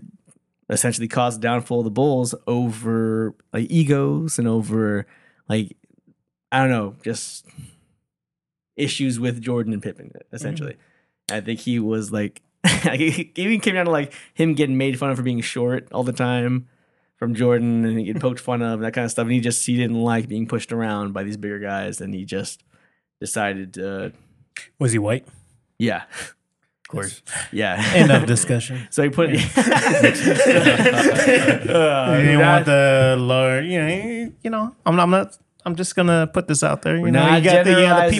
S3: essentially caused the downfall of the Bulls over like egos and over like I don't know, just issues with Jordan and Pippen, essentially.
S4: Mm-hmm.
S3: I think he was like, [LAUGHS] it even came down to like him getting made fun of for being short all the time from Jordan and he get poked fun of and that kind of stuff. And he just, he didn't like being pushed around by these bigger guys. And he just decided to
S4: Was
S3: [LAUGHS]
S4: he white?
S3: Yeah,
S5: Of course.
S3: yeah.
S4: End of discussion.
S3: [LAUGHS] so he put. [LAUGHS]
S4: you didn't
S3: that-
S4: want the lower, you know, you know. I'm, I'm not. I'm just gonna put this out there. You
S3: We're
S4: know,
S3: not
S4: you got the, yeah, the
S3: generalizing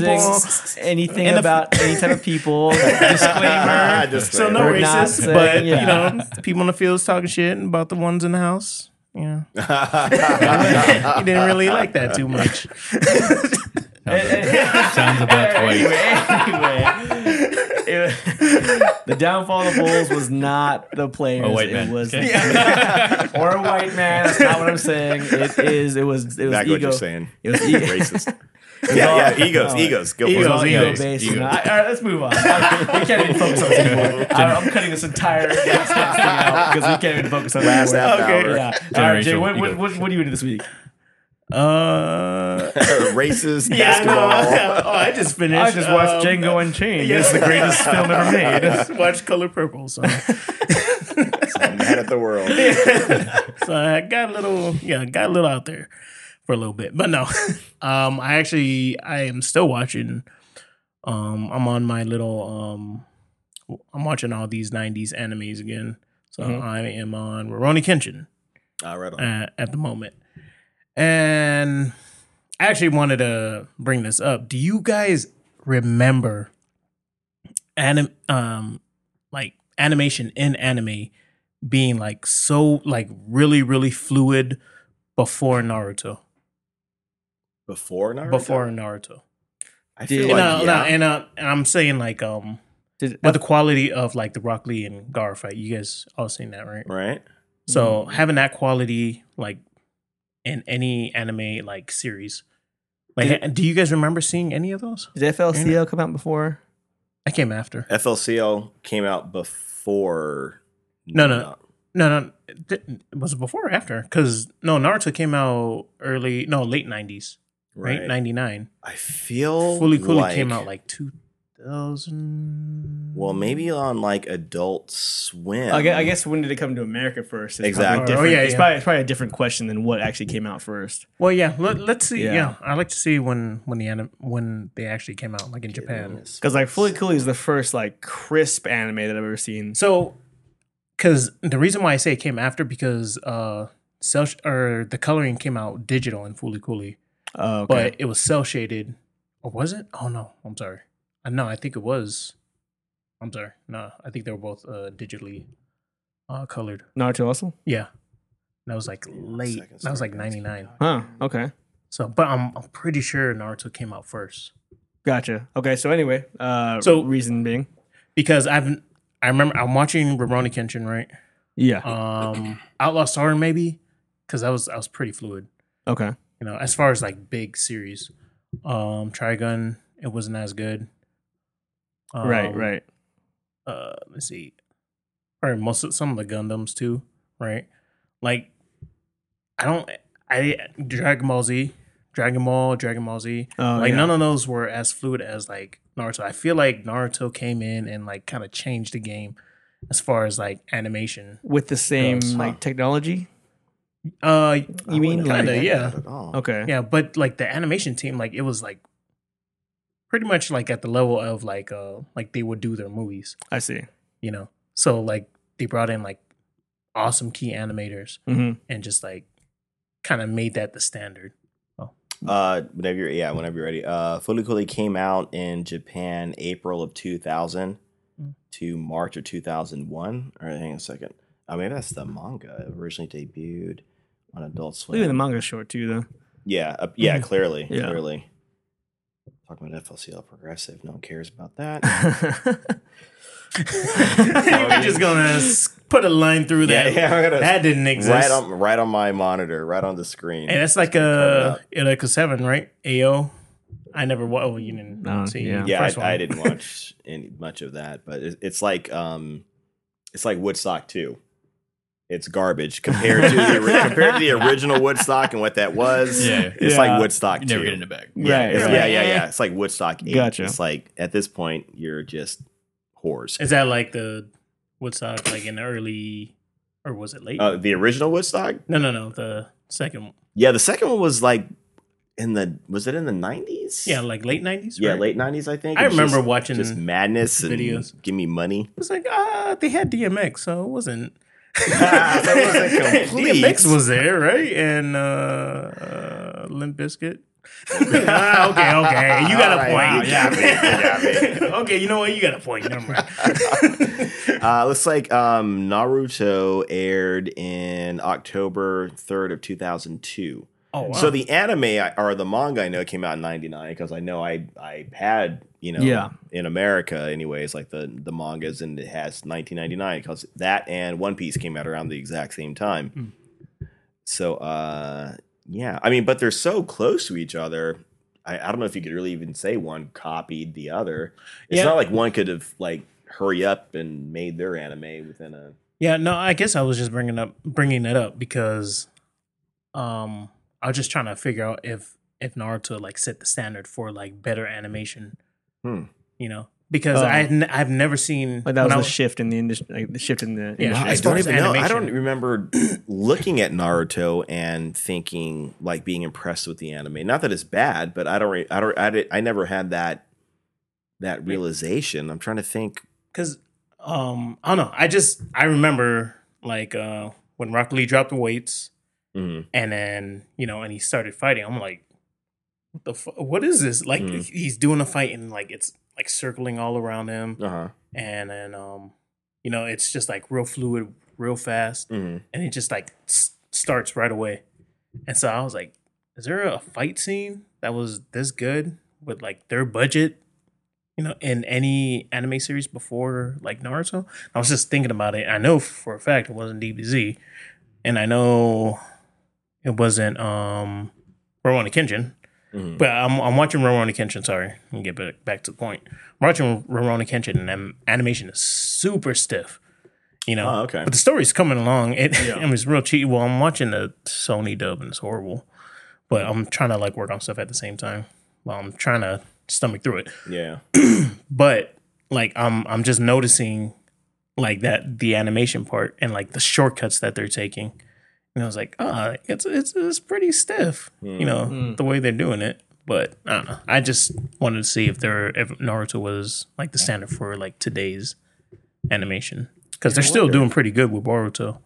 S4: people. [LAUGHS]
S3: anything
S4: and the-
S3: about any type of
S4: [LAUGHS]
S3: people. Disclaimer.
S2: [LAUGHS] Just
S4: So
S2: [LAUGHS]
S4: no
S3: We're not
S4: racist,
S3: saying-
S4: but
S3: yeah.
S4: you know, people in the fields talking shit about the ones in the house.
S3: [LAUGHS]
S4: Yeah, he didn't really like that
S3: [LAUGHS]
S4: too much.
S5: [LAUGHS] Sounds [LAUGHS] about right.
S3: Anyway, it- the downfall of the Bulls was not the players.
S5: Or white
S3: it
S5: man.
S3: was
S5: Okay.
S3: [LAUGHS] or a white man. That's not what I'm saying. It is. It was. It was
S2: Exactly
S3: ego.
S2: what you're saying.
S3: It was e-
S4: [LAUGHS]
S2: Racist. yeah, yeah. Egos, egos. Go
S4: Egos,
S2: for it.
S4: egos.
S3: ego based.
S5: Ego.
S3: All right, let's move on. We can't even focus on this anymore. I, I'm cutting this entire podcast thing out because we can't even focus on
S2: Last
S3: this anymore.
S2: half
S4: Okay,
S2: hour.
S3: Yeah. All right, Jay.
S5: Generational
S3: What, what,
S5: ego.
S3: what, what do you do this week?
S4: Uh,
S2: [LAUGHS] Racist
S4: yeah, I know.
S2: basketball.
S4: oh, I just finished.
S3: I just watched
S4: um,
S3: Django Unchained. It's the greatest film ever [LAUGHS]
S4: I
S3: made.
S4: [LAUGHS] just watched Color Purple, so
S2: I'm mad at the
S4: [LAUGHS]
S2: world.
S4: so I got a little, yeah, got a little out there for a little bit, but no. [LAUGHS] Um, I actually, I am still watching. Um, I'm on my little. Um, I'm watching all these '90s animes again. So
S3: Mhm.
S4: I am on Rurouni Kenshin
S2: Ah, right on.
S4: uh, at the moment, and I actually wanted to bring this up. Do you guys remember anim um like animation in anime being like so like really really fluid before Naruto?
S2: Before Naruto?
S4: Before Naruto,
S2: I feel
S3: Did-
S2: like,
S4: and, uh,
S2: yeah.
S4: and, uh, and I'm saying like um,
S3: Did-
S4: but the quality of like the Rock Lee and Gar fight, you guys all seen that, right?
S2: right?
S4: So having that quality like in any anime like series, like
S3: Did
S4: do you guys remember seeing any of those?
S3: Did FLCL come out before?
S4: I came after.
S2: FLCL came out before.
S4: No, no. No, no, it didn't- was it before or after? Because no, Naruto came out early, no, late nineties, right? Ninety nine.
S2: I feel
S4: Fully Cooley
S2: Oh, like,
S4: came out like two thousand.
S2: well, maybe on like Adult Swim.
S3: I guess, I guess when did it come to America first? It's
S2: Exactly.
S3: probably different-
S4: Oh, yeah,
S3: it's,
S4: yeah.
S3: Probably, it's probably a different question than what actually came out first.
S4: Well, yeah. Let, let's see.
S3: Yeah.
S4: Yeah. I like to see when when the anim- when they actually came out, like in Japan.
S3: Because like Fully Cooley is the first like crisp anime that I've ever seen.
S4: So, because the reason why I say it came after because uh, cell sh- or the coloring came out digital in Fooly Cooly,
S3: Oh,
S4: but it was cell shaded, or was it? Oh no, I'm sorry. Uh, no, I think it was. I'm sorry. No, I think they were both uh, digitally uh, colored.
S3: Naruto also?
S4: Yeah, that was like late.
S2: second
S4: That was
S2: story,
S4: like
S2: guys.
S4: '99.
S3: Huh. Okay.
S4: So, but I'm I'm pretty sure Naruto came out first
S3: Gotcha. Okay. So anyway, uh,
S4: So-
S3: reason being,
S4: because I've I remember I'm watching Rurouni Kenshin right.
S3: yeah.
S4: Um, Outlaw Star maybe because I was I was pretty fluid.
S3: okay.
S4: you know, as far as like big series. Um Trigun, it wasn't as good. Um,
S3: right. Right.
S4: Uh let's see. Or most of some of the Gundams too, right? Like I don't I Dragon Ball Z, Dragon Ball, Dragon Ball Z.
S3: Oh,
S4: like
S3: yeah.
S4: none of those were as fluid as like Naruto. I feel like Naruto came in and like kind of changed the game as far as like animation.
S3: With the same
S4: Gross, huh?
S3: like technology.
S4: Uh
S3: You mean like?
S4: kinda, yeah.
S2: At all.
S3: Okay.
S4: [LAUGHS] Yeah, but like the animation team, like it was like pretty much like at the level of like uh like they would do their movies,
S3: I see.
S4: you know. So like they brought in like awesome key animators
S3: hmm
S4: and just like kind of made that
S2: [LAUGHS]
S4: the standard. [LAUGHS]
S2: Uh, whenever you're, yeah, whenever you're ready. Uh, Fully Cooley came out in Japan April of 2000
S4: Mm.
S2: to March of 2001. All right, hang on a second. Oh, maybe that's the manga. It originally debuted on Adult
S3: I believe
S2: Swim.
S3: the manga's short too,
S4: [LAUGHS]
S3: though. [LAUGHS]
S2: yeah, uh, yeah, clearly,
S3: Yeah.
S2: clearly. Talking about FLCL Progressive, no one cares
S3: [LAUGHS]
S2: about that.
S4: We're just gonna s- put a line through
S2: Oh, yeah,
S4: that.
S2: yeah, I'm gonna
S4: That didn't
S2: right
S4: exist.
S2: on, right on my monitor, right on the screen.
S4: Hey, that's like
S2: it
S4: a
S2: up.
S4: yeah, like a seven, right? AO. I never. wa- Oh, you didn't
S3: No,
S4: see.
S3: yeah.
S4: the
S2: yeah,
S4: first
S2: I, I
S4: one.
S2: didn't watch any much of that, but it, it's like um, it's like Woodstock too. It's garbage compared to the ori- compared to the original Woodstock and what that was.
S5: Yeah.
S2: It's
S3: Yeah.
S2: like Woodstock
S5: You
S2: two.
S5: never get in the back.
S2: yeah,
S3: Right,
S2: it's-
S3: right.
S2: yeah, yeah, yeah. It's like Woodstock. 8.
S3: Gotcha.
S2: It's like at this point you're just whores.
S4: Is that like the Woodstock, like in the early, or was it late?
S2: Uh, the original Woodstock.
S4: no, no, no. The second. one.
S2: Yeah, the second one was like in the was it in the nineties?
S4: Yeah, like late nineties.
S2: yeah, late nineties. I think
S4: I
S2: It was
S4: remember
S2: just-
S4: watching
S2: just madness and
S4: videos.
S2: give me money.
S4: [LAUGHS] It was like ah, they had DMX, so it wasn't. Ah,
S2: [LAUGHS] That wasn't complete.
S4: DMX was there, right? And uh, uh Limp Bizkit. [LAUGHS] ah, okay, okay,
S2: [LAUGHS]
S4: you got
S2: Alright,
S4: a point.
S2: wow, you got me, you
S4: [LAUGHS] okay, you know what? You got a point. Never mind. [LAUGHS]
S2: Uh, looks like um, Naruto aired in October 3rd of 2002.
S4: Oh, wow.
S2: So the anime I- or the manga I know came out in 99 because I know I I had, you know,
S1: Yeah.
S2: in America anyways, like the the mangas and it has 1999 because that and One Piece came out around the exact same time.
S4: Hmm.
S2: So uh yeah, I mean, but they're so close to each other. I, I don't know if you could really even say one copied the other. It's
S4: Yeah.
S2: not like one could have like hurry up and made their anime within a.
S4: Yeah, no, I guess I was just bringing up bringing it up because um I was just trying to figure out if if Naruto like set the standard for like better animation.
S2: Hmm.
S4: You know, because
S3: Oh.
S4: I had n- I've never seen
S3: Like that was
S4: when I
S3: the
S4: was-
S3: shift in the industry, like the shift in the
S4: Yeah.
S3: industry.
S2: I
S4: as
S2: don't
S4: far as
S2: even know. I
S4: animation.
S2: don't remember looking at Naruto and thinking like being impressed with the anime. Not that it's bad, but I don't. Re- I don't. I, did, I never had that that realization. I'm trying to think.
S4: because um I don't know. I just I remember like uh when Rock Lee dropped the weights
S2: Mhm.
S4: and then you know and he started fighting. I'm like, what the fu- what is this? Like
S3: Hmm.
S2: Mhm.
S4: he's doing a fight and like it's like circling all around him.
S2: Uh-huh.
S4: and then um you know it's just like real fluid real fast
S2: Mhm.
S4: and it just like s- starts right away and so i was like is there a fight scene that was this good with like their budget you know in any anime series before like naruto i was just thinking about it i know for a fact it wasn't dbz and i know it wasn't um Rurouni Kenshin,
S2: Mhm.
S4: but I'm, I'm watching Rurouni Kenshin. Sorry, let me get back, back to the point. I'm watching Rurouni Kenshin, and am- animation is super stiff. You know,
S2: Oh, okay.
S4: but the story's coming along. It, [LAUGHS] I mean, it's real cheap. Well, I'm watching the Sony dub, and it's horrible. But I'm trying to like work on stuff at the same time. Well, I'm trying to stomach through it.
S2: Yeah.
S4: But like, I'm I'm just noticing like that the animation part and like the shortcuts that they're taking. And I was like, ah, it's it's it's pretty stiff, you know, the way they're doing it. But I don't know. I just wanted to see if there if Naruto was like the standard for like today's animation because they're still doing pretty good with Boruto.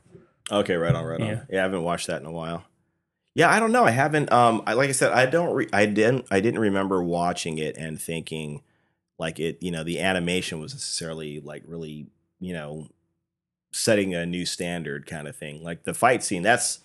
S2: Okay, right on, right on.
S4: Yeah.
S2: Yeah. I haven't watched that in a while. Yeah, I don't know. I haven't. Um, I like I said, I don't. Re- I didn't. I didn't remember watching it and thinking like it. You know, the animation was necessarily like really, you know, setting a new standard kind of thing. Like the fight scene. That's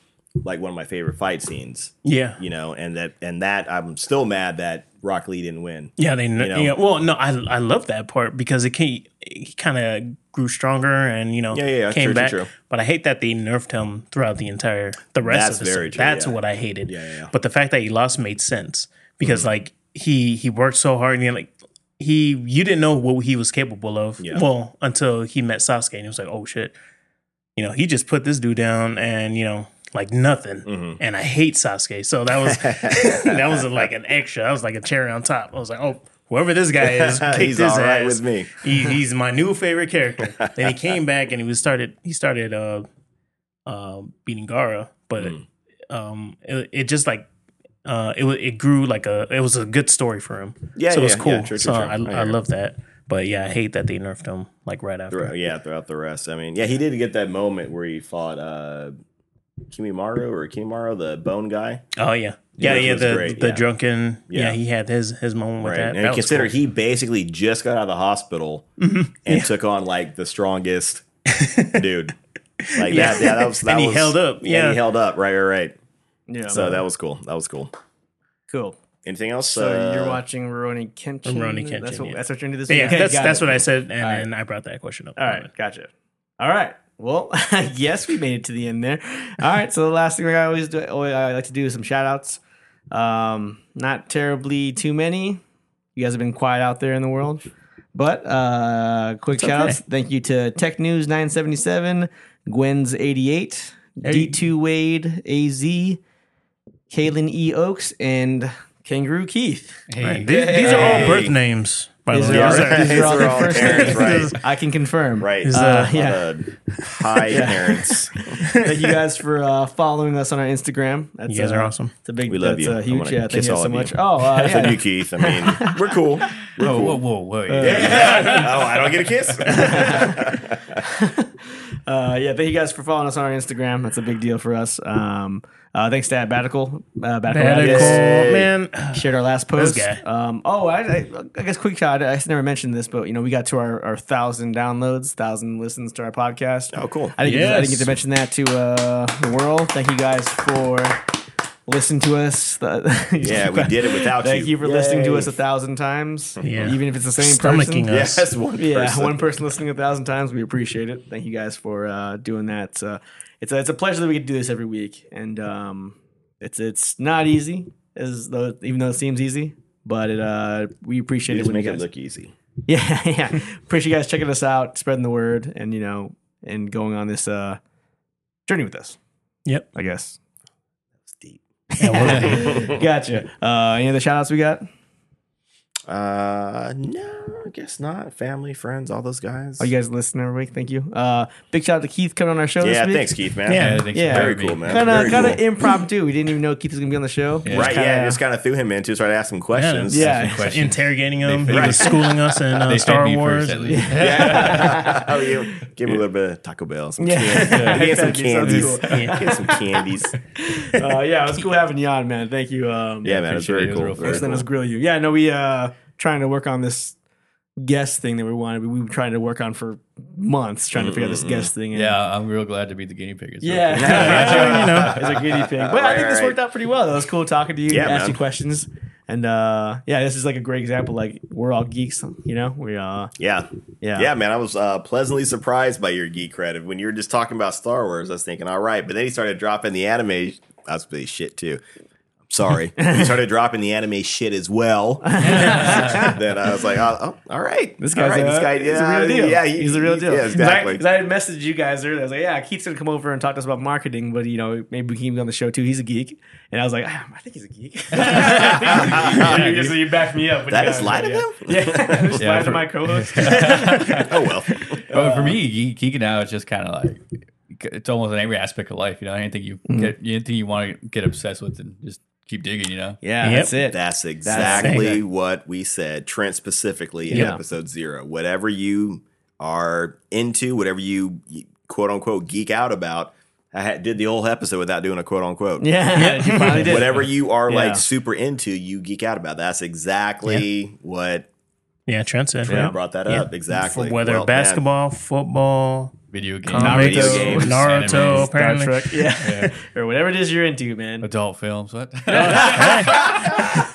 S2: like one of my favorite fight scenes.
S4: Yeah,
S2: You know, and that and that I'm still mad that Rock Lee didn't win.
S4: Yeah, they
S2: know?
S4: yeah. Well, no, I I love that part because it can he kind of grew stronger and you know
S2: Yeah, yeah, yeah.
S4: came
S2: True, true,
S4: back.
S2: true.
S4: But I hate that they nerfed him throughout the entire the rest
S2: That's
S4: of the
S2: very
S4: series.
S2: true,
S4: That's
S2: yeah.
S4: what I hated.
S2: Yeah, yeah, yeah. Mm.
S4: But the fact that he lost made sense because like he he worked so hard and you like he you didn't know what he was capable of.
S2: Yeah.
S4: Well, until he met Sasuke and he was like, oh shit, you know, he just put this dude down and you know like nothing.
S2: Mm-hmm.
S4: And I hate Sasuke, so
S2: [LAUGHS]
S4: that was [LAUGHS] that was like an extra. That was like a cherry on top. I was like, oh, whoever this guy
S2: [LAUGHS]
S4: is, kicked
S2: He's
S4: his
S2: all right
S4: ass.
S2: with me.
S4: He, he's my new favorite character. then he came back and he was started. He started uh, uh, beating Gara, but
S2: Hmm.
S4: um, it, it just like. Uh, it wa- it grew like a it was a good story for him.
S2: Yeah,
S4: so it was
S2: yeah, yeah,
S4: cool.
S2: true, true,
S4: so
S2: true. Oh,
S4: I,
S2: I hear
S4: I
S2: you.
S4: love that. But yeah, I hate that they nerfed him like right after.
S2: Throughout, yeah, throughout the rest. I mean, yeah, he did get that moment where he fought uh Kimimaru or Kimaro, the bone guy.
S4: Oh yeah, yeah,
S2: Which
S4: yeah.
S2: was
S4: The
S2: great,
S4: the
S2: yeah.
S4: drunken. Yeah.
S2: Yeah.
S4: he had his his moment with
S2: Right.
S4: that.
S2: and
S4: that was
S2: consider
S4: cool. Mm-hmm.
S2: he basically just got out of the hospital and took on like the
S4: [LAUGHS]
S2: strongest dude. Like
S4: Yeah.
S2: that, yeah, that was that
S4: And he
S2: was-
S4: held up,
S2: and
S4: yeah.
S2: he held up. Right, right, right.
S3: Yeah,
S2: So that was cool. That was cool.
S3: cool.
S2: Anything else?
S3: So
S2: Uh,
S3: you're watching Rurouni Kenshin.
S4: Rurouni Kenshin,
S3: That's what,
S4: yeah.
S3: that's what you're into this
S4: But yeah,
S3: week? Okay,
S4: that's
S3: got
S4: that's
S3: it.
S4: what I said, and
S3: right.
S4: then I brought that question up.
S3: All right, gotcha. All right. Well, [LAUGHS] I guess we made it to the end there. All right. So the last thing I always do, oh, I like to do is some shout outs. Um, not terribly too many. You guys have been quiet out there in the world. But uh, quick shout outs. Thank you to Tech News 977, Gwen's 88, D2 Wade, AZ, Kaylin E. Oaks, and Kangaroo Keith.
S5: Hey,
S4: These, these are all birth names. by the
S3: These
S4: way.
S3: are all-
S4: Is that-
S3: these are all
S2: [LAUGHS] These are all
S3: their first
S2: parents,
S3: names.
S2: right.
S3: I can confirm.
S2: Right.
S4: Is,
S2: Uh,
S4: uh,
S3: yeah.
S2: uh,
S4: [LAUGHS]
S2: hi, parents.
S3: Thank you guys for uh, following us on our Instagram. That's,
S4: You guys are
S3: uh,
S4: awesome.
S3: It's a big.
S2: We love
S3: that's
S2: you.
S3: A
S2: I
S3: huge.
S2: wanna
S3: Yeah, thank
S2: kiss
S3: you
S2: all
S3: guys so
S2: of you.
S3: much. Oh, uh,
S2: [LAUGHS] That's on
S3: yeah.
S2: you, Keith. I mean, we're cool. We're
S5: Whoa, whoa,
S2: cool.
S5: whoa, wait.
S2: oh, I don't get a kiss.
S4: [LAUGHS]
S3: Uh, yeah, thank you guys for following us on our Instagram. That's a big deal for us. Um, uh, thanks to Abatical. Uh, Abatical
S4: Medical,
S3: Lab.
S4: Oh, man.
S3: shared our last post.
S4: This guy.
S3: Um, oh, I, I, I guess quick shot. I never mentioned this, but you know, we got to our, our thousand downloads, thousand listens to our podcast.
S2: Oh, cool.
S3: I didn't, get to, I didn't get
S4: Yes.
S3: to mention that to uh, the world. Thank you guys for listening to us. [LAUGHS]
S2: Yeah, we did it without
S3: Thank you
S2: you.
S3: for listening to
S2: Yay.
S3: us a thousand times.
S4: Yeah.
S3: Even if it's the same person.
S4: Stomaching us.
S2: Yes, one
S3: Yeah,
S2: person.
S3: one person listening a thousand times. We appreciate it. Thank you guys for uh, doing that. It's, uh, it's a, it's a pleasure that we could do this every week, and um, it's it's not easy as though even though it seems easy, but it, uh, we appreciate
S2: You
S3: it
S2: just
S3: when
S2: make
S3: you
S2: it
S3: guys.
S2: look easy.
S3: [LAUGHS] yeah, yeah. appreciate you guys checking us out, spreading the word, and you know, and going on this uh, journey with us.
S4: Yep.
S3: I guess.
S2: It's deep.
S4: Yeah, well,
S3: Gotcha. Uh, any other shout outs we got?
S2: Uh, no, I guess not. Family, friends, all those guys.
S3: Are Oh, you guys listening every week? Thank you. Uh, big shout out to Keith coming on our show
S2: yeah,
S3: this week.
S2: thanks, Keith, man.
S4: Yeah.
S5: Yeah, thanks
S3: Yeah.
S5: for
S2: Very
S5: having
S2: cool,
S5: me.
S2: man.
S3: Kind of
S2: Very
S3: kind of
S2: cool.
S3: impromptu. We didn't even know Keith was gonna be on the show.
S5: Yeah.
S2: Right, yeah,
S3: kinda-
S2: just kind of threw him into, started asking
S3: [LAUGHS]
S2: questions.
S3: Yeah.
S5: Good question.
S4: interrogating him. He
S5: Right.
S4: was schooling us [LAUGHS] in uh,
S5: They
S4: Star
S5: thanked me
S4: Wars.
S5: first, at [LAUGHS]
S2: [LAUGHS]
S5: least.
S2: Yeah. oh, you give him a little bit of Taco Bell, some
S3: Yeah.
S2: candy, Get some
S3: That'd be so
S2: candies,
S3: cool.
S4: Yeah.
S2: Get some candies.
S3: [LAUGHS] uh, yeah, it was cool having you on, man. Thank you. Um,
S2: Yeah, man, it's very
S5: Appreciate it. It was
S2: cool.
S5: real
S2: Very
S5: fun.
S3: Let
S2: cool.
S3: us grill you. Yeah, no, we uh trying to work on this guest thing that we wanted. We were trying to work on for months, trying to figure out this guest thing. and-
S5: Yeah, I'm real glad to be the guinea pig. It's real
S3: Yeah,
S5: cool.
S4: Yeah, you know.
S3: [LAUGHS] it's a guinea pig. But I
S2: Right,
S3: think this
S2: right.
S3: worked out pretty well. That was cool talking to you,
S2: Yeah,
S3: asked
S2: man.
S3: you questions, and uh, yeah, this is like a great example. Like we're all geeks, you know. We uh,
S2: Yeah.
S3: Yeah.
S2: Yeah, man. I was uh, pleasantly surprised by your geek credit. When you were just talking about Star Wars, I was thinking, all right. But then he started dropping the anime. I was pretty shit too.
S3: [LAUGHS]
S2: I'm sorry. he started dropping the anime shit as well. then I was like, oh, oh, all right.
S3: This guy's
S2: all right,
S3: a,
S2: this guy,
S3: he's
S2: yeah,
S3: a real deal.
S2: Yeah,
S3: he's a real deal.
S2: Yeah, exactly.
S3: Because I, had messaged you guys earlier. I was like, yeah, Keith's gonna come over and talk to us about marketing, but you know, maybe we can be on the show too. He's a geek, and I was like, ah, I think he's a [LAUGHS] geek. and [LAUGHS] you just you backed me up.
S2: That is lie to him.
S3: [LAUGHS] Yeah, I just
S5: Yeah,
S3: lied to
S5: for-
S3: my co-host.
S2: [LAUGHS] oh well.
S5: But for me, Ge- geeking out is just kind of like it's almost in every aspect of life. You know, anything you get, anything you want to get obsessed with, and just keep digging. You know,
S3: yeah,
S4: Yep.
S3: that's it.
S2: That's exactly
S4: exactly.
S2: what we said. Trent specifically in
S3: Yeah.
S2: episode zero. Whatever you are into, whatever you quote unquote geek out about. I had, did the whole episode without doing a quote unquote.
S3: yeah, you finally did.
S2: Whatever you are
S3: Yeah.
S2: like super into, you geek out about. That's exactly what
S4: Yeah, Trent said.
S2: Trent
S4: right?
S2: brought that
S4: Yeah.
S2: up. Exactly.
S4: For whether
S2: Well, man,
S4: basketball, football,
S5: video games,
S4: comics,
S2: video games,
S4: Naruto,
S5: anime,
S4: apparently.
S3: Yeah, [LAUGHS] or whatever it is you're into, man.
S5: adult films. [LAUGHS] What?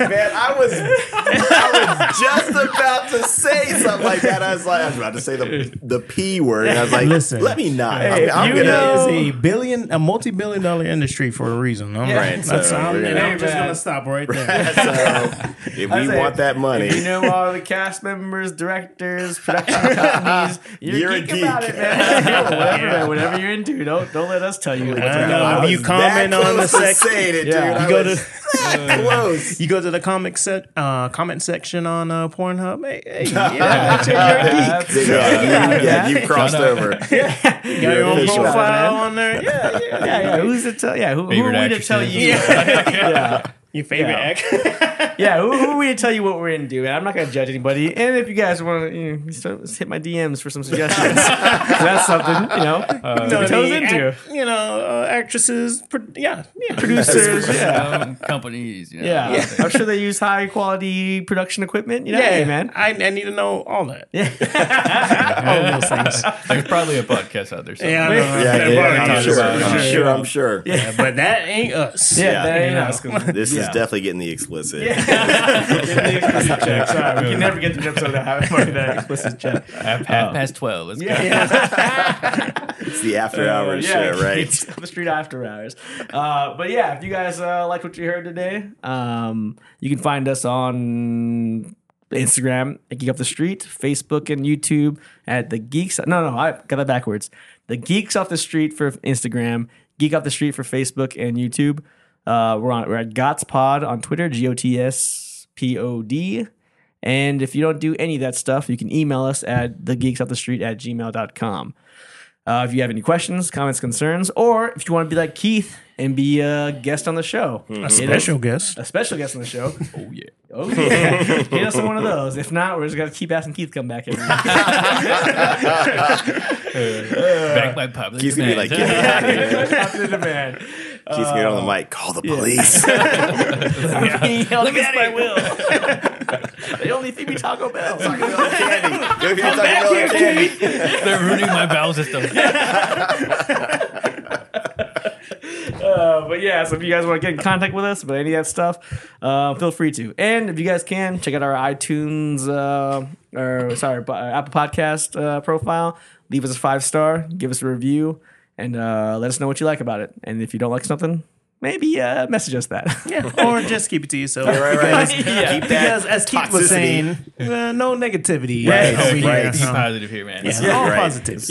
S2: Man, I was I was just about to say something like that. I was like, I was about to say the the p word. And I was like,
S4: Listen.
S2: let me not.
S3: Hey,
S2: I'm, I'm
S3: you
S2: gonna.
S3: know-
S4: It is a billion, a multi-billion dollar industry for a reason. I'm
S2: Right,
S4: That's,
S2: so
S4: I'm,
S2: we're
S4: and
S2: gonna-
S4: I'm just
S3: Hey, man.
S4: gonna stop [LAUGHS] right there.
S2: So if we
S3: say,
S2: want that money,
S3: You know all the cast members, directors, production companies. You're,
S2: You're a
S3: geek about
S2: geek.
S3: it, man. [LAUGHS] You're whatever, man. Whatever you're into, don't don't let us tell you. what to
S4: I
S3: do.
S4: know.
S2: I was
S4: You comment
S2: that
S4: on the
S2: close to
S4: sec-
S2: saying it, dude.
S3: Yeah.
S2: I
S4: You go
S2: was [LAUGHS]
S4: to-
S2: that close.
S4: You go to the comic set, uh, comment section on uh, Pornhub. Hey, [LAUGHS] hey yeah, check your geek.
S3: Yeah, that's-
S2: Yeah, you, yeah, you crossed
S5: Shut
S4: [LAUGHS]
S5: up.
S2: over.
S4: You got your own
S2: official.
S4: profile on there. Yeah, yeah. [LAUGHS]
S3: yeah, yeah. Who's to tell? Yeah, who, who are
S5: Favorite
S3: we to
S5: actresses.
S3: tell you? Yeah,
S4: [LAUGHS] Your favorite
S3: Yeah.
S4: actor. [LAUGHS]
S3: yeah. Who, who are we to tell you what we're into? And I'm not gonna judge anybody. And if you guys want to, you know, so- just hit my DMs for some suggestions. That's something, you know.
S4: [LAUGHS] No,
S3: toes
S4: the
S3: into.
S4: act- you know, uh, actresses. Pro- yeah, [LAUGHS] yeah,
S3: Producers, yeah,
S5: Um, companies. You know,
S3: yeah. I'm sure they use high quality production equipment. You know,
S4: Yeah,
S3: hey, man.
S4: I, I need to know all that. Yeah, all those things.
S5: [LAUGHS] There's probably a podcast out there. Somewhere.
S4: Yeah, I know.
S2: Yeah,
S4: They've already
S2: I'm,
S4: talked
S2: sure,
S4: about it.
S2: I'm sure. I'm sure.
S4: Yeah, but that ain't us.
S3: Yeah,
S2: [LAUGHS] Yeah.
S3: that ain't
S4: You know.
S3: us, 'cause- [LAUGHS]
S2: This is
S3: Yeah.
S2: definitely getting the explicit.
S3: [LAUGHS] explicit check. Sorry, we can never get to an episode [LAUGHS] without having that explicit check.
S5: half, half past twelve. Let's go.
S2: It's the after hours shit,
S3: [LAUGHS]
S2: right?
S3: It's on the street after hours. Uh, but yeah, if you guys uh, like what you heard today, um, you can find us on Instagram at Geek Up the Street, Facebook and YouTube at the Geeks. No, no, I got that backwards. The Geeks Off the Street for Instagram, Geek Off the Street for Facebook and YouTube. Uh, we're on we're at Gots Pod on Twitter, G O T S P O D. And if you don't do any of that stuff, you can email us at thegeeksoutthestreet at gmail.com. Uh, if you have any questions, comments, concerns, or if you want to be like Keith and be a guest on the show,
S4: A special guest.
S3: a special guest on the show. Oh yeah. Oh yeah. Hit us on one of those. If not, we're just gonna keep asking Keith to come back every week.
S5: Back by public.
S2: Keith's gonna be like, get out
S5: demand.
S2: of
S4: [LAUGHS]
S2: here.
S3: Popular demand.
S2: Keith's gonna get on the mic, call the
S4: [LAUGHS]
S2: police.
S3: Being held against my will. [LAUGHS] they only feed me Taco Bell.
S2: [LAUGHS] You're talking about candy.
S5: they're ruining my bowel system.
S3: [LAUGHS] Uh, but yeah, so if you guys want to get in contact with us about any of that stuff, uh, feel free to. And if you guys can, check out our iTunes uh, or sorry, bu- uh, Apple Podcast uh, profile. Leave us a five star, give us a review, and uh, let us know what you like about it. And if you don't like something, maybe uh, message us that.
S4: Yeah, or just keep it to yourself.
S2: Right, right.
S3: [LAUGHS] yeah.
S2: Keep [LAUGHS] that.
S4: Because as Keith was
S2: toxicity.
S4: saying, uh, no negativity.
S2: Right,
S4: over here,
S2: right.
S5: Be
S4: huh?
S5: positive here, man.
S4: Yeah,
S2: Yeah,
S4: all
S2: right.
S4: positives.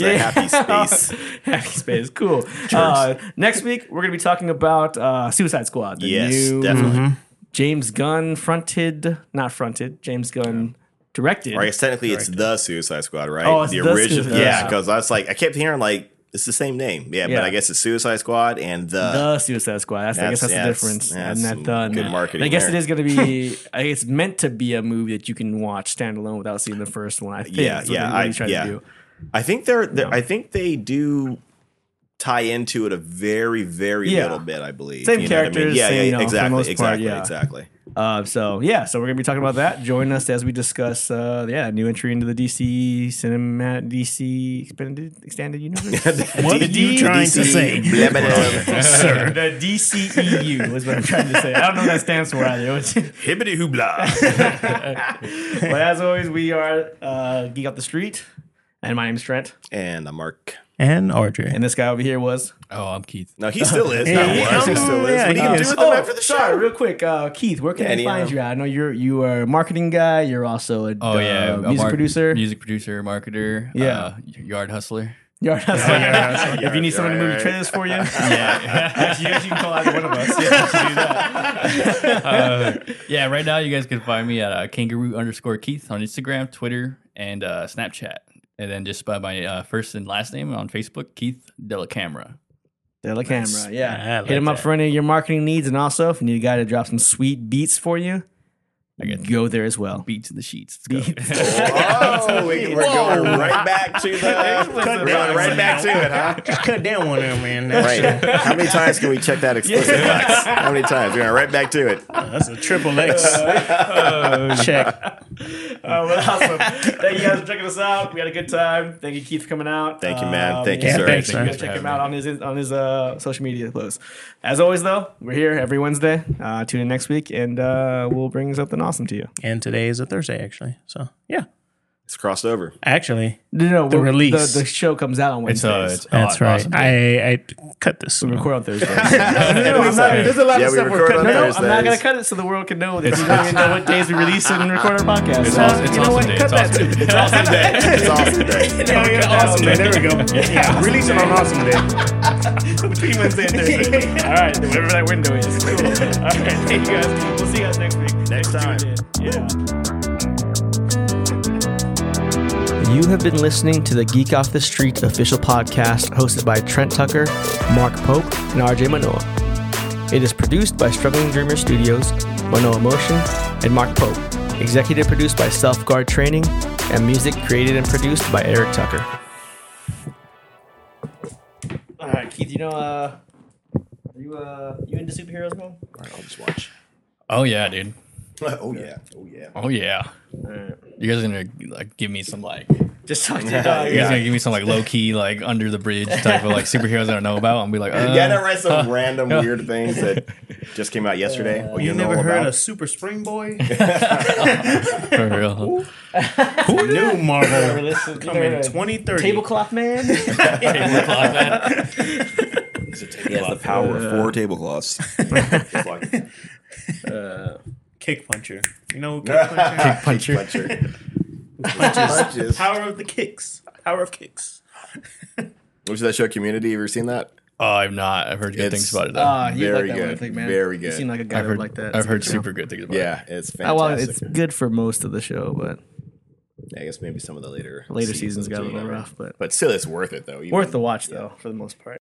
S2: It's a happy
S4: [LAUGHS]
S2: space.
S3: Happy space, cool. Uh, next week we're gonna be talking about uh, Suicide Squad. the
S2: Yes,
S3: new
S2: definitely.
S3: James Gunn fronted, not fronted. James Gunn directed.
S2: Or I guess technically it's the Suicide Squad, right?
S3: Oh, it's
S2: the
S3: the
S2: original.
S3: Suicide
S2: yeah,
S3: Squad.
S2: because I was like, I kept hearing like it's the same name. Yeah,
S3: Yeah.
S2: but I guess it's Suicide Squad and the.
S3: the Suicide Squad. That's, I guess that's
S2: Uh, That's-
S3: the
S2: yeah, that's-
S3: difference. and
S2: yeah, that's
S3: that
S2: some
S3: done.
S2: good marketing
S3: I guess
S2: there.
S3: it is going to
S2: [LAUGHS]
S3: be. I guess it's meant to be a movie that you can watch standalone without seeing the first one. I think.
S2: Yeah,
S3: That's what
S2: yeah,
S3: they- what
S2: I-
S3: he's trying to
S2: yeah.
S3: do.
S2: I think they're, they're- I think they do tie into it a very very
S3: Yeah.
S2: little bit. I believe
S3: Same
S2: know what I mean?
S3: characters,
S2: Yeah,
S3: same,
S2: yeah,
S3: you know, for the
S2: exactly,
S3: most part,
S2: exactly,
S3: yeah.
S2: exactly.
S3: Uh, so yeah, so we're gonna be talking about that. Join us as we discuss, uh, yeah, new entry into the DC cinema, DC expanded extended
S2: [LAUGHS]
S3: universe.
S4: What are you trying to say?
S2: Blah, blah, blah.
S4: Sir,
S3: The DCEU is what I'm trying to say. I don't know what that stands for either. [LAUGHS]
S2: Hibbity hoobla.
S3: but as always, we are uh, Geek Out the Street, and my name's Trent,
S2: and I'm Mark.
S4: and RJ.
S3: and this guy over here was
S5: Oh, I'm Keith.
S2: No, he
S3: [LAUGHS]
S2: still is. Not
S4: Hey,
S2: was. He
S4: um,
S2: still is.
S4: yeah,
S2: What are you
S4: he
S2: gonna do
S4: is.
S3: Oh,
S2: with him after the show?
S3: Sorry, real quick, uh, Keith. Where can
S2: Yeah,
S3: they
S2: you
S3: find
S2: know.
S3: you? at? I know you're you are a marketing guy. You're also a
S5: Oh
S3: uh,
S5: yeah, a
S3: music
S5: mar-
S3: producer.
S5: music producer, marketer,
S3: Yeah.
S5: uh, yard hustler.
S3: [LAUGHS] You're not- if you need
S2: right,
S3: someone to move
S2: right,
S3: trailers for you, yeah, actually, you can call either one of us.
S5: [LAUGHS] Uh, Yeah, right now you guys can find me at uh, kangaroo underscore Keith on Instagram, Twitter, and uh, Snapchat, and then just by my uh, first and last name on Facebook, Keith Della Camera.
S3: They're like camera, yeah.
S4: I like
S3: Hit him up
S4: that.
S3: for any of your marketing needs, and also if you need a guy to drop some sweet beats for you, I go there as
S5: [LAUGHS]
S3: well.
S5: Beats in the sheets. Let's go. [LAUGHS]
S2: Oh, we, we're going right back to the. We're going right back to it, huh?
S4: Just cut down one of them, man. That's,
S2: Right. How many times can we check that explicit box? How many times? We're going right back to it.
S4: that's a
S2: [LAUGHS]
S4: triple X.
S2: Oh,
S4: Check.
S3: Oh, well, [LAUGHS] awesome. Thank you guys for checking us out. We had a good time. Thank you, Keith, for coming out.
S2: Thank you, man. Thank you,
S3: yeah,
S2: sir.
S4: Thanks,
S3: You
S4: man.
S3: guys check him out on his on his uh, social media posts. As always, though, we're here every Wednesday. Uh, tune in next week, and uh, we'll bring something awesome to you.
S4: And today is a Thursday, actually. So, yeah.
S2: It's crossed over.
S4: Actually,
S3: No, no,
S4: The
S3: we're-
S4: release.
S3: The, the show comes out on
S5: It's, uh,
S3: Wednesdays.
S5: it's
S4: that's
S5: aw-
S4: right.
S5: awesome.
S4: I, I cut this.
S3: we record on [LAUGHS] Thursdays. no, no, I'm not, there's a lot
S2: Yeah,
S3: of
S2: we
S3: stuff we're
S2: record
S3: cutting. No,
S2: on
S3: no, I'm not
S2: Thursdays.
S3: gonna cut it so the world can know that you don't even know what days we release and record our podcast.
S5: It's
S3: Uh,
S5: awesome.
S3: you
S5: It's
S3: know
S5: awesome
S3: what?
S5: day.
S3: Cut
S5: It's
S3: that
S5: awesome
S3: too.
S5: day.
S2: It's awesome day. It's
S3: [LAUGHS]
S2: awesome day.
S4: Yeah, yeah, awesome day. There we go. Yeah, release it on awesome day.
S3: [LAUGHS]
S4: Between Wednesday and Thursday.
S3: All right, whatever that window is. All right, thank you guys. We'll see you guys next week.
S2: Next time.
S3: Yeah.
S1: You have been listening to the Geek Off the Street official podcast hosted by Trent Tucker, Mark Pope, and RJ Manoa. It is produced by Struggling Dreamer Studios, Manoa Motion, and Mark Pope. Executive produced by Self Guard Training, and music created and produced by Eric Tucker.
S3: All right, Keith. You know, uh, are you uh, you into superheroes, man?
S2: All right, I'll just watch.
S5: Oh yeah, dude.
S2: [LAUGHS] Oh, yeah. Oh, yeah.
S5: Oh yeah. You guys are gonna like give me some like you
S3: Just talk to your dog.
S5: guys
S2: Yeah.
S5: are gonna give me some like low key like under the bridge type
S2: [LAUGHS]
S5: of like superheroes I don't know about and be like uh,
S2: Yeah, that right. Some random weird things
S3: [LAUGHS]
S2: that just came out yesterday.
S3: Uh,
S2: Well, you, know about.
S4: Super Spring Boy?
S2: [LAUGHS]
S5: for real.
S4: Who knew Marvel
S3: Listen,
S4: coming 2030? [LAUGHS]
S3: Tablecloth man. [LAUGHS]
S2: He has the power of four tablecloths. [LAUGHS] Just like-
S4: Kick puncher. You know, [LAUGHS] kick puncher.
S2: puncher. Punches.
S4: Power of the kicks. Power of kicks.
S2: What was that show? Community. You ever seen that?
S5: Oh, I'm not. I've heard good
S2: It's- uh,
S5: things about it. Though.
S3: Ah, you
S2: Oh, Very
S3: like that one, I
S2: good.
S3: think, man.
S2: Very
S3: You
S2: good.
S3: seem like a guy
S5: I've
S3: that
S5: heard
S3: would like that.
S5: I've heard super good things about it.
S2: Yeah, it's fantastic.
S3: Oh, well, it's good for most of the show, but
S2: I guess maybe some of the later
S3: later seasons got a little rough, but
S2: but still, it's worth it though. Even-
S3: worth the watch though for the most part.